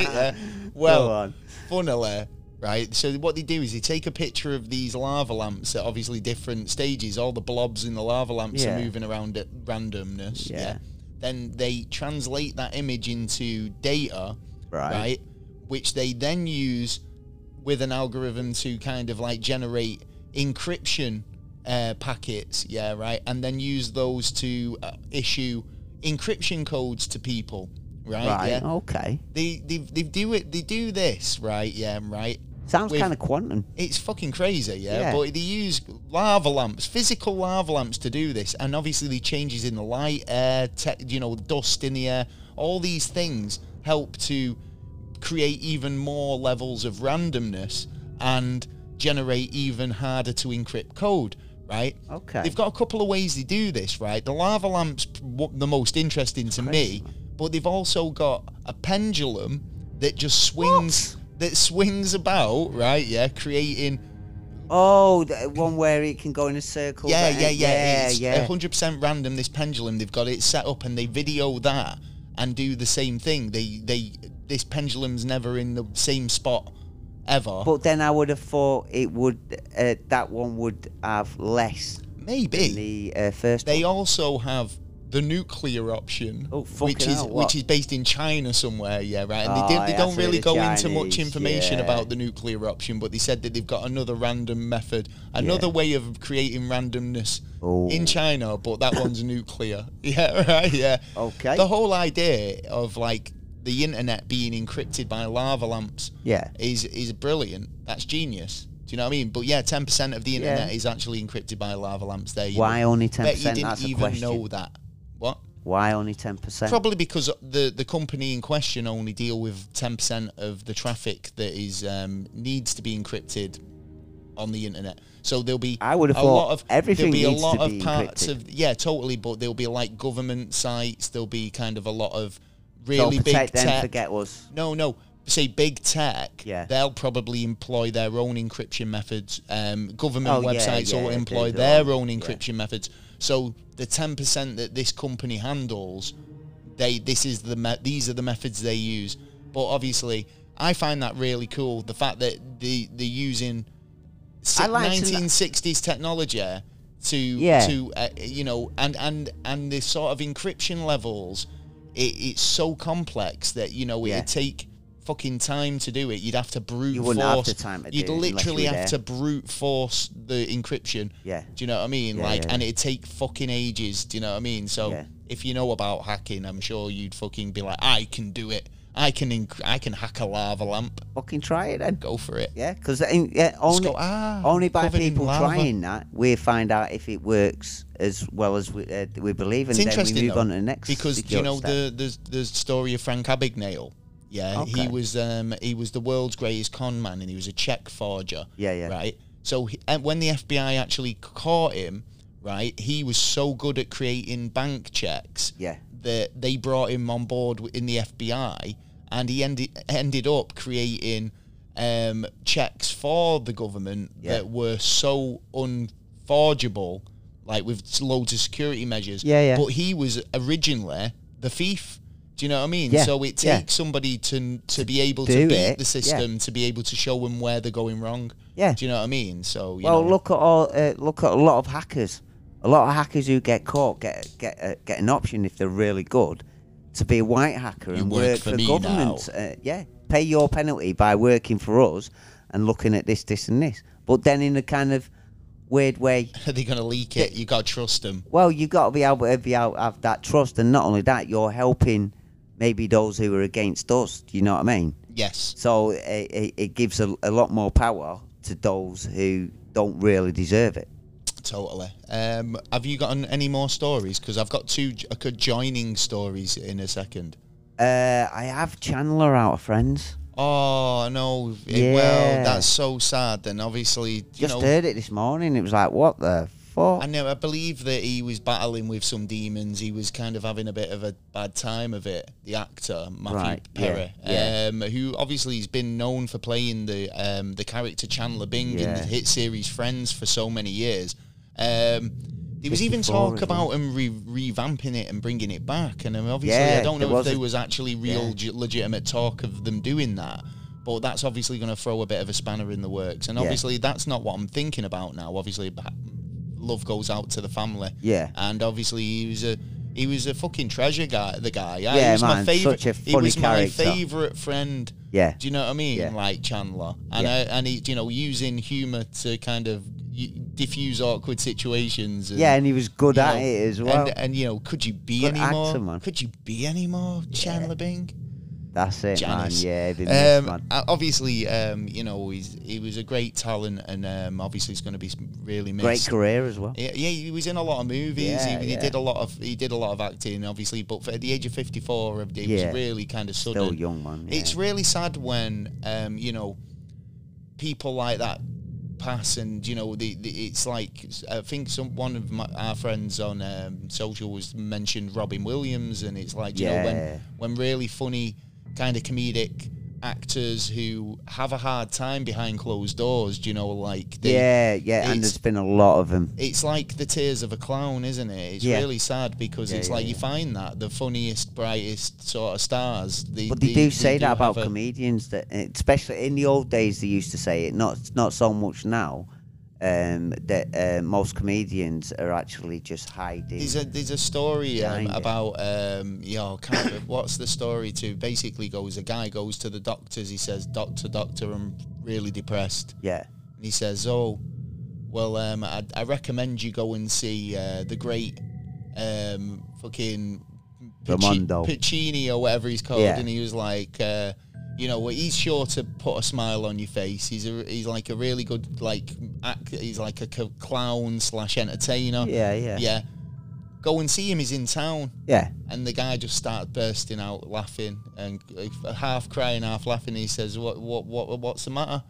[SPEAKER 1] yeah.
[SPEAKER 2] Go
[SPEAKER 1] Well,
[SPEAKER 2] on.
[SPEAKER 1] funnily, right? So what they do is they take a picture of these lava lamps at obviously different stages. All the blobs in the lava lamps
[SPEAKER 2] Yeah.
[SPEAKER 1] are moving around at randomness. Yeah.
[SPEAKER 2] Yeah.
[SPEAKER 1] Then they translate that image into data,
[SPEAKER 2] Right.
[SPEAKER 1] right? Which they then use with an algorithm to kind of like generate encryption uh, packets, yeah, right, and then use those to uh, issue encryption codes to people, right?
[SPEAKER 2] Right,
[SPEAKER 1] Yeah.
[SPEAKER 2] okay.
[SPEAKER 1] They, they they do it. They do this, right? Yeah, right.
[SPEAKER 2] Sounds
[SPEAKER 1] With-
[SPEAKER 2] kind of quantum.
[SPEAKER 1] It's fucking crazy, yeah?
[SPEAKER 2] Yeah.
[SPEAKER 1] But they use lava lamps, physical lava lamps, to do this, and obviously the changes in the light, air, te- you know, dust in the air, all these things help to create even more levels of randomness and generate even harder to encrypt code, right?
[SPEAKER 2] Okay.
[SPEAKER 1] They've got a couple of ways they do this, right? The lava lamp's p- w- the most interesting to me, but they've also got a pendulum that just swings that swings about, right? Yeah, creating
[SPEAKER 2] Oh, the one where it can go in a circle.
[SPEAKER 1] yeah,
[SPEAKER 2] but-
[SPEAKER 1] yeah, yeah,
[SPEAKER 2] yeah,
[SPEAKER 1] It's
[SPEAKER 2] yeah.
[SPEAKER 1] 100% random this pendulum. They've got it set up and they video that and do the same thing. They they this pendulum's never in the same spot ever.
[SPEAKER 2] But then I would have thought it would uh, that one would have less than
[SPEAKER 1] Maybe
[SPEAKER 2] the uh, first.
[SPEAKER 1] they
[SPEAKER 2] one.
[SPEAKER 1] also have the nuclear option,
[SPEAKER 2] Oh, fucking
[SPEAKER 1] which is
[SPEAKER 2] hell, what?
[SPEAKER 1] which is based in China somewhere. Yeah, right. And
[SPEAKER 2] Oh,
[SPEAKER 1] they, did, they
[SPEAKER 2] yeah,
[SPEAKER 1] don't
[SPEAKER 2] through
[SPEAKER 1] really
[SPEAKER 2] the
[SPEAKER 1] go into much
[SPEAKER 2] Chinese,
[SPEAKER 1] information
[SPEAKER 2] yeah.
[SPEAKER 1] about the nuclear option, but they said that they've got another random method, another way of creating randomness
[SPEAKER 2] Oh.
[SPEAKER 1] in China, but that
[SPEAKER 2] <coughs>
[SPEAKER 1] one's nuclear. <laughs> Yeah, right. Yeah.
[SPEAKER 2] Okay.
[SPEAKER 1] The whole idea of like the internet being encrypted by lava lamps
[SPEAKER 2] yeah.
[SPEAKER 1] is is brilliant. That's genius. Do you know what I mean? But yeah, ten percent of the internet
[SPEAKER 2] Yeah.
[SPEAKER 1] is actually encrypted by lava lamps. There. You
[SPEAKER 2] Why
[SPEAKER 1] go.
[SPEAKER 2] only
[SPEAKER 1] Bet
[SPEAKER 2] ten
[SPEAKER 1] you
[SPEAKER 2] percent?
[SPEAKER 1] didn't
[SPEAKER 2] That's a
[SPEAKER 1] even
[SPEAKER 2] question.
[SPEAKER 1] know that. What?
[SPEAKER 2] Why only ten percent?
[SPEAKER 1] Probably because the the company in question only deal with ten percent of the traffic that is um, needs to be encrypted on the internet. So there'll be
[SPEAKER 2] I would have
[SPEAKER 1] a
[SPEAKER 2] thought
[SPEAKER 1] lot of
[SPEAKER 2] everything
[SPEAKER 1] there'll be
[SPEAKER 2] needs
[SPEAKER 1] a lot
[SPEAKER 2] to
[SPEAKER 1] of
[SPEAKER 2] be
[SPEAKER 1] parts
[SPEAKER 2] encrypted.
[SPEAKER 1] of yeah, totally. But there'll be like government sites. There'll be kind of a lot of really big
[SPEAKER 2] Don't protect them,
[SPEAKER 1] tech
[SPEAKER 2] forget us.
[SPEAKER 1] no, no. Say big tech.
[SPEAKER 2] Yeah.
[SPEAKER 1] They'll probably employ their own encryption methods. Um, government
[SPEAKER 2] Oh, yeah,
[SPEAKER 1] websites
[SPEAKER 2] yeah,
[SPEAKER 1] will
[SPEAKER 2] they
[SPEAKER 1] employ
[SPEAKER 2] do. Oh,
[SPEAKER 1] their own
[SPEAKER 2] Yeah.
[SPEAKER 1] encryption methods. So the ten percent that this company handles, they this is the me- these are the methods they use. But obviously, I find that really cool. The fact that the they're using
[SPEAKER 2] I like to kn-
[SPEAKER 1] nineteen sixties technology to
[SPEAKER 2] Yeah.
[SPEAKER 1] to uh, you know and and and the sort of encryption levels. It, it's so complex that you know
[SPEAKER 2] Yeah.
[SPEAKER 1] it'd take fucking time to do it. You'd have to brute
[SPEAKER 2] You
[SPEAKER 1] force.
[SPEAKER 2] wouldn't have the time to do
[SPEAKER 1] You'd
[SPEAKER 2] it unless
[SPEAKER 1] literally
[SPEAKER 2] you were
[SPEAKER 1] have to
[SPEAKER 2] there.
[SPEAKER 1] brute force the encryption.
[SPEAKER 2] Yeah.
[SPEAKER 1] Do you know what I mean?
[SPEAKER 2] Yeah,
[SPEAKER 1] like,
[SPEAKER 2] yeah,
[SPEAKER 1] and it'd take fucking ages. Do you know what I mean? So
[SPEAKER 2] Yeah.
[SPEAKER 1] if you know about hacking, I'm sure you'd fucking be like, I can do it. I can. Inc- I can hack a lava lamp.
[SPEAKER 2] Fucking try it then.
[SPEAKER 1] Go for it.
[SPEAKER 2] Yeah, because yeah, only
[SPEAKER 1] go, "Ah,
[SPEAKER 2] only by
[SPEAKER 1] covered in
[SPEAKER 2] people
[SPEAKER 1] lava."
[SPEAKER 2] trying that we find out if it works as well as we, uh, we believe, and
[SPEAKER 1] It's
[SPEAKER 2] then we
[SPEAKER 1] interesting
[SPEAKER 2] move
[SPEAKER 1] though,
[SPEAKER 2] on to the next.
[SPEAKER 1] because do you
[SPEAKER 2] secure
[SPEAKER 1] know
[SPEAKER 2] step.
[SPEAKER 1] the, the the story of Frank Abagnale. Yeah, he
[SPEAKER 2] Okay.
[SPEAKER 1] was um he was the world's greatest con man, and he was a check forger.
[SPEAKER 2] Yeah, yeah.
[SPEAKER 1] Right. So he, and when the FBI actually caught him, right, he was so good at creating bank checks.
[SPEAKER 2] Yeah.
[SPEAKER 1] That they brought him on board w- in the FBI, and he ended ended up creating um checks for the government
[SPEAKER 2] Yeah.
[SPEAKER 1] that were so unforgeable, like with loads of security measures.
[SPEAKER 2] Yeah, yeah.
[SPEAKER 1] But he was originally the thief. Do you know what I mean?
[SPEAKER 2] Yeah,
[SPEAKER 1] So it takes
[SPEAKER 2] yeah.
[SPEAKER 1] somebody to to be able to
[SPEAKER 2] do
[SPEAKER 1] beat
[SPEAKER 2] it,
[SPEAKER 1] the
[SPEAKER 2] yeah.
[SPEAKER 1] system, to be able to show them where they're going wrong.
[SPEAKER 2] Yeah.
[SPEAKER 1] Do you know what I mean? So you <laughs>
[SPEAKER 2] well,
[SPEAKER 1] know,
[SPEAKER 2] look at all uh, look at a lot of hackers. A lot of hackers who get caught get get uh, get an option if they're really good to be a white hacker
[SPEAKER 1] You
[SPEAKER 2] and
[SPEAKER 1] work
[SPEAKER 2] work,
[SPEAKER 1] for
[SPEAKER 2] for,
[SPEAKER 1] me
[SPEAKER 2] government. Uh, yeah, pay your penalty by working for us and looking at this, this, and this. But then in a kind of weird way,
[SPEAKER 1] are they going to leak it? You got to trust them.
[SPEAKER 2] Well, you've got to be able to be able to have that trust, and not only that, you're helping maybe those who are against us. Do you know what I mean?
[SPEAKER 1] Yes.
[SPEAKER 2] So it, it, it gives a, a lot more power to those who don't really deserve it.
[SPEAKER 1] Totally. Um, have you got an- any more stories? Because I've got two j- adjoining stories in a second.
[SPEAKER 2] Uh, I have Chandler out of friends.
[SPEAKER 1] Oh no! Eh,
[SPEAKER 2] Yeah.
[SPEAKER 1] Well, that's so sad. Then obviously, you
[SPEAKER 2] Just
[SPEAKER 1] know,
[SPEAKER 2] heard it this morning. It was like, what the fuck?
[SPEAKER 1] I know. I believe that he was battling with some demons. He was kind of having a bit of a bad time of it. The actor Matthew
[SPEAKER 2] Right,
[SPEAKER 1] Perry,
[SPEAKER 2] yeah, yeah.
[SPEAKER 1] Um, who obviously has been known for playing the um, the character Chandler Bing in the
[SPEAKER 2] Yeah.
[SPEAKER 1] hit series Friends for so many years. Um, there was even
[SPEAKER 2] 54
[SPEAKER 1] talk
[SPEAKER 2] as well.
[SPEAKER 1] about him re- revamping it and bringing it back, and um, obviously I
[SPEAKER 2] Yeah,
[SPEAKER 1] don't
[SPEAKER 2] there
[SPEAKER 1] know if
[SPEAKER 2] was
[SPEAKER 1] there
[SPEAKER 2] a-
[SPEAKER 1] was actually real
[SPEAKER 2] yeah.
[SPEAKER 1] ge- legitimate talk of them doing that. But that's obviously going to throw a bit of a spanner in the works, and
[SPEAKER 2] Yeah.
[SPEAKER 1] obviously that's not what I'm thinking about now. Obviously, ba- love goes out to the family.
[SPEAKER 2] Yeah.
[SPEAKER 1] And obviously he was a he was a fucking treasure guy. The guy. Yeah. he
[SPEAKER 2] Yeah,
[SPEAKER 1] was my
[SPEAKER 2] man,
[SPEAKER 1] favorite.
[SPEAKER 2] such a
[SPEAKER 1] he
[SPEAKER 2] funny
[SPEAKER 1] was
[SPEAKER 2] character.
[SPEAKER 1] my favorite friend.
[SPEAKER 2] Yeah.
[SPEAKER 1] Do you know what I mean?
[SPEAKER 2] Yeah.
[SPEAKER 1] Like Chandler, and
[SPEAKER 2] Yeah.
[SPEAKER 1] I, and he, you know, using humor to kind of y- diffuse awkward situations. And,
[SPEAKER 2] yeah, and he was good
[SPEAKER 1] you
[SPEAKER 2] at
[SPEAKER 1] know,
[SPEAKER 2] it as well.
[SPEAKER 1] And, uh, and you know, could you be
[SPEAKER 2] Good
[SPEAKER 1] any more?
[SPEAKER 2] actor, man.
[SPEAKER 1] Could you be any more, Chandler Bing?
[SPEAKER 2] That's it,
[SPEAKER 1] Janice.
[SPEAKER 2] man. Yeah, it'd be nice,
[SPEAKER 1] Um,
[SPEAKER 2] man.
[SPEAKER 1] o- obviously, um, you know, he's, he was a great talent, and um, obviously, he's going to be s- really missed.
[SPEAKER 2] Great career as well.
[SPEAKER 1] Yeah, yeah, he was in a lot of movies.
[SPEAKER 2] Yeah,
[SPEAKER 1] he, he
[SPEAKER 2] yeah.
[SPEAKER 1] did a lot of he did a lot of acting, obviously. But for, at the age of fifty four, it
[SPEAKER 2] Yeah.
[SPEAKER 1] was really kind of sudden.
[SPEAKER 2] Still young, man. Yeah.
[SPEAKER 1] It's really sad when um, you know people like that pass, and you know the, the it's like I think some one of my, our friends on um, social was mentioned Robin Williams, and it's like you know when
[SPEAKER 2] Yeah.
[SPEAKER 1] when really funny kind of comedic actors who have a hard time behind closed doors. Do you know, like they,
[SPEAKER 2] yeah, yeah,
[SPEAKER 1] it's-
[SPEAKER 2] and there's been a lot of them.
[SPEAKER 1] it's like the tears of a clown, isn't it? It's
[SPEAKER 2] Yeah.
[SPEAKER 1] really sad because
[SPEAKER 2] Yeah,
[SPEAKER 1] it's
[SPEAKER 2] yeah,
[SPEAKER 1] like you
[SPEAKER 2] yeah.
[SPEAKER 1] find that the funniest, brightest sort of stars. They,
[SPEAKER 2] But they do say that
[SPEAKER 1] have
[SPEAKER 2] about
[SPEAKER 1] a-
[SPEAKER 2] comedians that, eh, especially in the old days, they used to say it. Not not so much now. Um, that uh, most comedians are actually just hiding.
[SPEAKER 1] There's a there's a story um,
[SPEAKER 2] Behind it.
[SPEAKER 1] about um, you know, kind of, what's the story to basically goes a guy goes to the doctors. He says, "Doctor, doctor, I'm really depressed."
[SPEAKER 2] yeah,
[SPEAKER 1] And he says, "Oh, well, um, I, I recommend you go and see uh, the great um, fucking Pacci-
[SPEAKER 2] Ramondo.
[SPEAKER 1] Pacini or whatever he's called."
[SPEAKER 2] Yeah.
[SPEAKER 1] And he was like, uh, "You know, well, he's sure to put a smile on your face. He's a, he's like a really good like act. He's like a c- clown slash entertainer.
[SPEAKER 2] yeah, yeah, yeah,
[SPEAKER 1] yeah. Go and see him. He's in town."
[SPEAKER 2] yeah.
[SPEAKER 1] And the guy just started bursting out laughing and uh, half crying, half laughing. He says, "What, what, what, what's the matter?"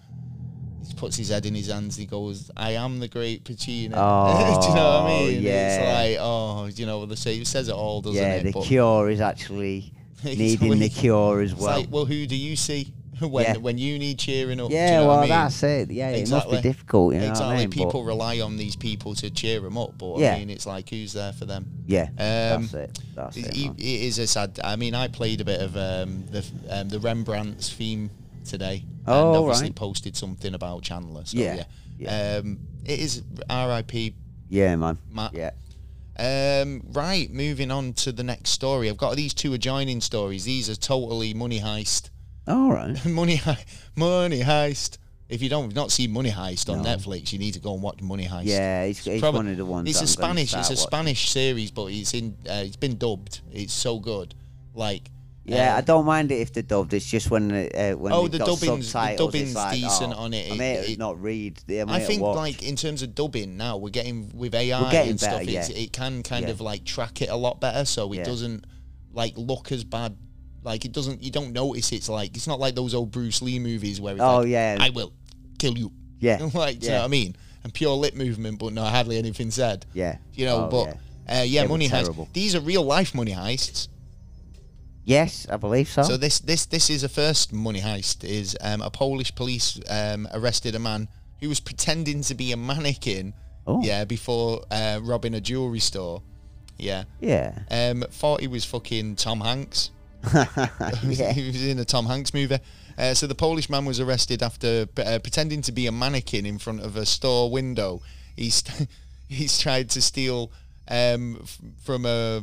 [SPEAKER 1] He puts his head in his hands. He goes, "I am the great Pacino." <laughs> Do you know what I
[SPEAKER 2] Oh,
[SPEAKER 1] mean?
[SPEAKER 2] yeah.
[SPEAKER 1] It's like, oh, you know, they say it says it all, doesn't it?
[SPEAKER 2] the
[SPEAKER 1] But <laughs>
[SPEAKER 2] cure is actually
[SPEAKER 1] it's
[SPEAKER 2] needing the
[SPEAKER 1] like-
[SPEAKER 2] cure as
[SPEAKER 1] It's
[SPEAKER 2] well.
[SPEAKER 1] like, well, who do you see <laughs> when
[SPEAKER 2] Yeah.
[SPEAKER 1] when you need cheering up? do you
[SPEAKER 2] yeah,
[SPEAKER 1] know what
[SPEAKER 2] well,
[SPEAKER 1] I mean?
[SPEAKER 2] that's it. Yeah, it
[SPEAKER 1] Exactly.
[SPEAKER 2] must be difficult. You know
[SPEAKER 1] exactly.
[SPEAKER 2] What I mean? But
[SPEAKER 1] People rely on these people to cheer them up, but I
[SPEAKER 2] Yeah.
[SPEAKER 1] mean, it's like who's there for them?
[SPEAKER 2] yeah,
[SPEAKER 1] Um,
[SPEAKER 2] that's it. That's
[SPEAKER 1] It,
[SPEAKER 2] it.
[SPEAKER 1] it
[SPEAKER 2] man.
[SPEAKER 1] it is a sad. I mean, I played a bit of um, the um, the Rembrandt's theme today, and
[SPEAKER 2] Oh,
[SPEAKER 1] obviously
[SPEAKER 2] right.
[SPEAKER 1] posted something about Chandler. So yeah,
[SPEAKER 2] Yeah,
[SPEAKER 1] Um, it is R.I.P.
[SPEAKER 2] Yeah, man.
[SPEAKER 1] Matt.
[SPEAKER 2] Yeah.
[SPEAKER 1] Um, right, moving on to the next story. I've got these two adjoining stories. These are totally money heist, <laughs>
[SPEAKER 2] All right.
[SPEAKER 1] money he- money heist. If you don't have not seen Money Heist on
[SPEAKER 2] No.
[SPEAKER 1] Netflix, you need to go and watch Money Heist.
[SPEAKER 2] Yeah, it's, it's
[SPEAKER 1] Probably-
[SPEAKER 2] one of the ones.
[SPEAKER 1] It's
[SPEAKER 2] that
[SPEAKER 1] a
[SPEAKER 2] I'm gonna
[SPEAKER 1] Spanish. It's a
[SPEAKER 2] start watching.
[SPEAKER 1] Spanish series, but it's in. Uh, it's been dubbed. It's so good. Like.
[SPEAKER 2] Yeah,
[SPEAKER 1] uh,
[SPEAKER 2] I don't mind it if they're dubbed. It's just when the, uh, when
[SPEAKER 1] Oh,
[SPEAKER 2] they've
[SPEAKER 1] the
[SPEAKER 2] got
[SPEAKER 1] dubbing's- the
[SPEAKER 2] subtitles, it's
[SPEAKER 1] dubbing's
[SPEAKER 2] like,
[SPEAKER 1] decent
[SPEAKER 2] oh,
[SPEAKER 1] on it.
[SPEAKER 2] I'm
[SPEAKER 1] It-
[SPEAKER 2] here to
[SPEAKER 1] it-
[SPEAKER 2] not read. I'm
[SPEAKER 1] I
[SPEAKER 2] here to
[SPEAKER 1] think
[SPEAKER 2] watch.
[SPEAKER 1] like in terms of dubbing now we're getting with AI
[SPEAKER 2] getting
[SPEAKER 1] and
[SPEAKER 2] better,
[SPEAKER 1] stuff it's,
[SPEAKER 2] yeah.
[SPEAKER 1] it can kind
[SPEAKER 2] Yeah.
[SPEAKER 1] of like track it a lot better so it
[SPEAKER 2] Yeah.
[SPEAKER 1] doesn't like look as bad like it doesn't you don't notice it's like it's not like those old Bruce Lee movies where it's
[SPEAKER 2] oh
[SPEAKER 1] like
[SPEAKER 2] yeah,
[SPEAKER 1] I will kill you
[SPEAKER 2] yeah,
[SPEAKER 1] <laughs> like do you
[SPEAKER 2] yeah.
[SPEAKER 1] know what I mean and pure lip movement but no hardly anything said
[SPEAKER 2] yeah,
[SPEAKER 1] you know
[SPEAKER 2] Oh,
[SPEAKER 1] but yeah, uh, yeah
[SPEAKER 2] They were
[SPEAKER 1] money
[SPEAKER 2] terrible.
[SPEAKER 1] heist these are real life money heists
[SPEAKER 2] yes, I believe so.
[SPEAKER 1] so this this this is a first money heist. Is um, a Polish police um, arrested a man who was pretending to be a mannequin.
[SPEAKER 2] Oh.
[SPEAKER 1] Yeah, before uh, robbing a jewelry store. Yeah,
[SPEAKER 2] yeah, <laughs>
[SPEAKER 1] <laughs> um, thought he was fucking Tom Hanks. <laughs>
[SPEAKER 2] yeah,
[SPEAKER 1] he was in a Tom Hanks movie. Uh, so the Polish man was arrested after p- uh, pretending to be a mannequin in front of a store window. He's <laughs> he's tried to steal um, f- from a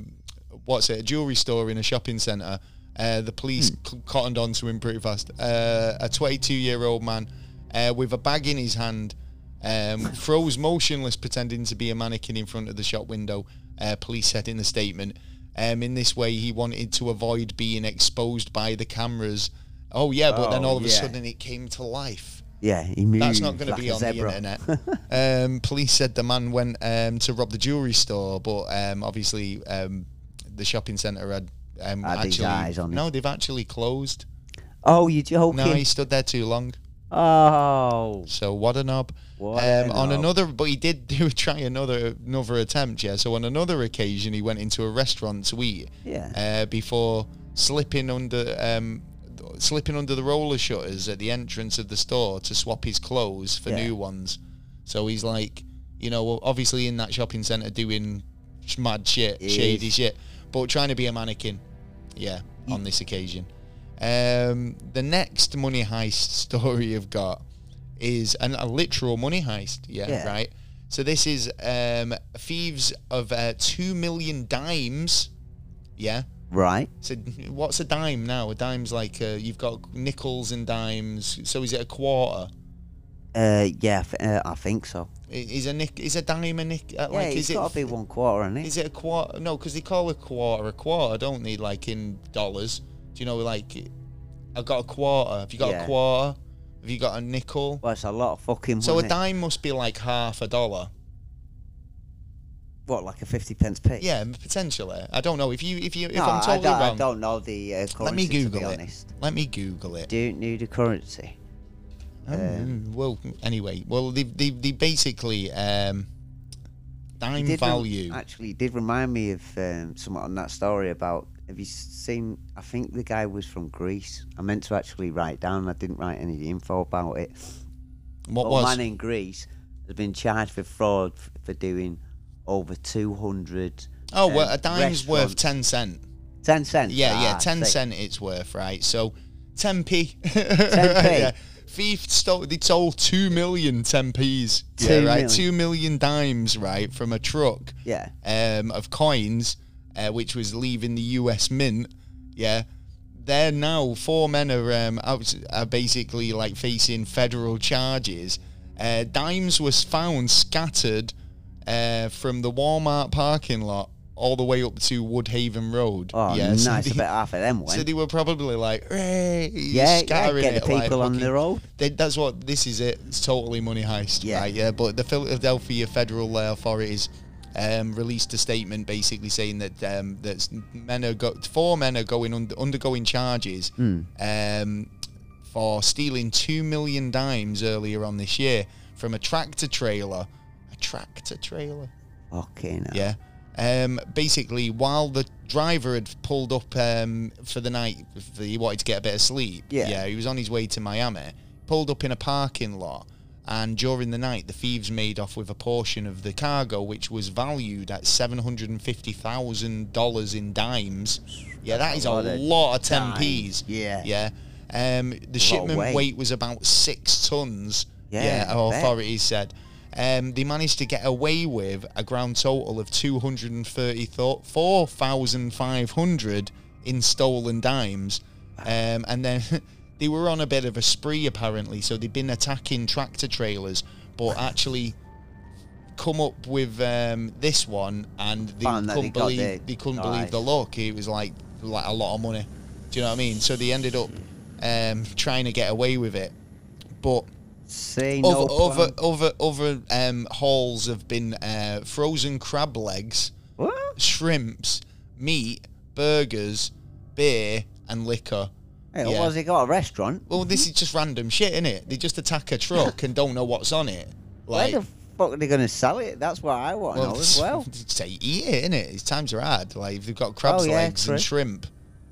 [SPEAKER 1] what's it a jewelry store in a shopping centre. Uh, the police c- cottoned on to him pretty fast. Uh, a 22 year old man uh, with a bag in his hand um, froze motionless, pretending to be a mannequin in front of the shop window. Uh, police said in the statement. Um, in this way, he wanted to avoid being exposed by the cameras. Oh yeah, but then
[SPEAKER 2] Oh,
[SPEAKER 1] all of a
[SPEAKER 2] yeah.
[SPEAKER 1] sudden it came to life.
[SPEAKER 2] yeah. He moved.
[SPEAKER 1] That's not going
[SPEAKER 2] like
[SPEAKER 1] to be
[SPEAKER 2] a
[SPEAKER 1] on
[SPEAKER 2] zebra.
[SPEAKER 1] the
[SPEAKER 2] <laughs>
[SPEAKER 1] internet. um, police said the man went um, to rob the jewelry store, but um, obviously um, the shopping centre had um,
[SPEAKER 2] Had his
[SPEAKER 1] actually
[SPEAKER 2] eyes on him.
[SPEAKER 1] no, they've actually closed.
[SPEAKER 2] Oh, you're joking?
[SPEAKER 1] No, he stood there too long.
[SPEAKER 2] Oh,
[SPEAKER 1] So what a knob.
[SPEAKER 2] What a
[SPEAKER 1] um, on
[SPEAKER 2] knob.
[SPEAKER 1] another, but he did <laughs> do try another another attempt. Yeah. So on another occasion, he went into a restaurant to eat.
[SPEAKER 2] Yeah.
[SPEAKER 1] Uh, before slipping under um, th- slipping under the roller shutters at the entrance of the store to swap his clothes for
[SPEAKER 2] Yeah.
[SPEAKER 1] new ones. So he's like, you know, obviously in that shopping centre doing sh- mad shit,
[SPEAKER 2] Yes.
[SPEAKER 1] shady shit, but trying to be a mannequin. Yeah. On this occasion. Um, the next money heist <laughs> story I've got is an, a literal money heist. Yeah,
[SPEAKER 2] Yeah.
[SPEAKER 1] right. So this is um, thieves of uh, two million dimes. Yeah.
[SPEAKER 2] right.
[SPEAKER 1] So what's a dime now? A dime's like uh, you've got nickels and dimes. So is it a quarter?
[SPEAKER 2] Uh, yeah, I th- uh, I think so.
[SPEAKER 1] I- Is a nick? Is a dime a nick? Uh,
[SPEAKER 2] yeah,
[SPEAKER 1] like
[SPEAKER 2] it's
[SPEAKER 1] is
[SPEAKER 2] got to
[SPEAKER 1] it?
[SPEAKER 2] be one eh? quarter, isn't it?
[SPEAKER 1] Is it a quarter? No, because they call a quarter a quarter, don't they? Like in dollars. Do you know? Like, I got a quarter. Have you got a
[SPEAKER 2] Yeah.
[SPEAKER 1] quarter? Have you got a nickel?
[SPEAKER 2] well, it's a lot of fucking
[SPEAKER 1] So a
[SPEAKER 2] money.
[SPEAKER 1] dime must be like half a dollar.
[SPEAKER 2] What, like a fifty pence piece?
[SPEAKER 1] Yeah, potentially. I don't know if you if you if
[SPEAKER 2] no,
[SPEAKER 1] I'm totally
[SPEAKER 2] I, don't,
[SPEAKER 1] wrong.
[SPEAKER 2] I don't know the uh, currency.
[SPEAKER 1] Let me
[SPEAKER 2] to be
[SPEAKER 1] Google it.
[SPEAKER 2] honest.
[SPEAKER 1] Let me Google it.
[SPEAKER 2] Don't know the currency.
[SPEAKER 1] Oh, well, anyway, well they they, they basically um,
[SPEAKER 2] It
[SPEAKER 1] dime
[SPEAKER 2] did rem-
[SPEAKER 1] value.
[SPEAKER 2] actually it did remind me of um, something on that story about Have you seen? I think the guy was from Greece. I meant to actually write down. I didn't write any info about it.
[SPEAKER 1] What
[SPEAKER 2] A
[SPEAKER 1] was?
[SPEAKER 2] man in Greece has been charged for fraud f- for doing over two hundred.
[SPEAKER 1] oh, well, a dime's worth ten cent.
[SPEAKER 2] ten cents.
[SPEAKER 1] Yeah, yeah,
[SPEAKER 2] um, Ah,
[SPEAKER 1] ten
[SPEAKER 2] sick.
[SPEAKER 1] cent it's worth, right? So, ten p. <laughs>
[SPEAKER 2] 10p.
[SPEAKER 1] yeah. Thief stole. They stole two million ten p's. Yeah,
[SPEAKER 2] Two
[SPEAKER 1] right.
[SPEAKER 2] million.
[SPEAKER 1] Two million dimes, right, from a truck.
[SPEAKER 2] Yeah,
[SPEAKER 1] um, of coins, uh, which was leaving the U.S. Mint. Yeah, they're now four men are um, out, are basically like facing federal charges. Uh, dimes was found scattered uh, from the Walmart parking lot all the way up to Woodhaven Road.
[SPEAKER 2] Oh,
[SPEAKER 1] yeah,
[SPEAKER 2] nice.
[SPEAKER 1] so
[SPEAKER 2] I
[SPEAKER 1] they-
[SPEAKER 2] bet half of them
[SPEAKER 1] so
[SPEAKER 2] went.
[SPEAKER 1] they were probably like, "Hey,"
[SPEAKER 2] yeah, yeah,
[SPEAKER 1] scattering
[SPEAKER 2] get the
[SPEAKER 1] it, like,
[SPEAKER 2] people on
[SPEAKER 1] fucking-
[SPEAKER 2] their own.
[SPEAKER 1] they, that's what this is. It. It's totally money heist.
[SPEAKER 2] Yeah.
[SPEAKER 1] Right, yeah. But the Philadelphia federal uh, authorities um, released a statement basically saying that um, that s- men are got four men are going und- undergoing charges um, for stealing two million dimes earlier on this year from a tractor trailer. A tractor trailer.
[SPEAKER 2] Okay, now.
[SPEAKER 1] Yeah. Um, basically, while the driver had pulled up um, for the night, for- he wanted to get a bit of sleep.
[SPEAKER 2] Yeah.
[SPEAKER 1] Yeah. He was on his way to Miami, pulled up in a parking lot, and during the night, the thieves made off with a portion of the cargo, which was valued at seven hundred and fifty thousand dollars in dimes. Yeah, that is a
[SPEAKER 2] lot of
[SPEAKER 1] lot of ten
[SPEAKER 2] dimes.
[SPEAKER 1] p's.
[SPEAKER 2] Yeah.
[SPEAKER 1] Yeah. Um, the shipment
[SPEAKER 2] weight.
[SPEAKER 1] weight was about six tons.
[SPEAKER 2] Yeah,
[SPEAKER 1] Yeah,
[SPEAKER 2] I
[SPEAKER 1] our
[SPEAKER 2] bet.
[SPEAKER 1] authorities said. Um, they managed to get away with a grand total of 234,500 in stolen dimes. Um, and then <laughs> they were on a bit of a spree, apparently. So they've been attacking tractor trailers, but actually come up with um, this one and they
[SPEAKER 2] Found that
[SPEAKER 1] couldn't
[SPEAKER 2] they got
[SPEAKER 1] believe
[SPEAKER 2] the-
[SPEAKER 1] they couldn't believe
[SPEAKER 2] Nice.
[SPEAKER 1] the luck. It was like like a lot of money. Do you know what I mean? So they ended up um, trying to get away with it, but
[SPEAKER 2] See, no
[SPEAKER 1] other other
[SPEAKER 2] plan.
[SPEAKER 1] other other um, hauls have been uh, frozen crab legs,
[SPEAKER 2] What?
[SPEAKER 1] shrimps, meat, burgers, beer, and liquor.
[SPEAKER 2] Hey,
[SPEAKER 1] Yeah.
[SPEAKER 2] Was he got a restaurant?
[SPEAKER 1] Well, this is just random shit, is it? They just attack a
[SPEAKER 2] <laughs>
[SPEAKER 1] truck and don't know what's on it. Like,
[SPEAKER 2] Where the fuck are they going to sell it? That's what I want to know
[SPEAKER 1] <laughs>
[SPEAKER 2] as well.
[SPEAKER 1] say eat it, innit? His times are hard. Like if they've got crab's
[SPEAKER 2] Oh, yeah,
[SPEAKER 1] legs and
[SPEAKER 2] true.
[SPEAKER 1] shrimp,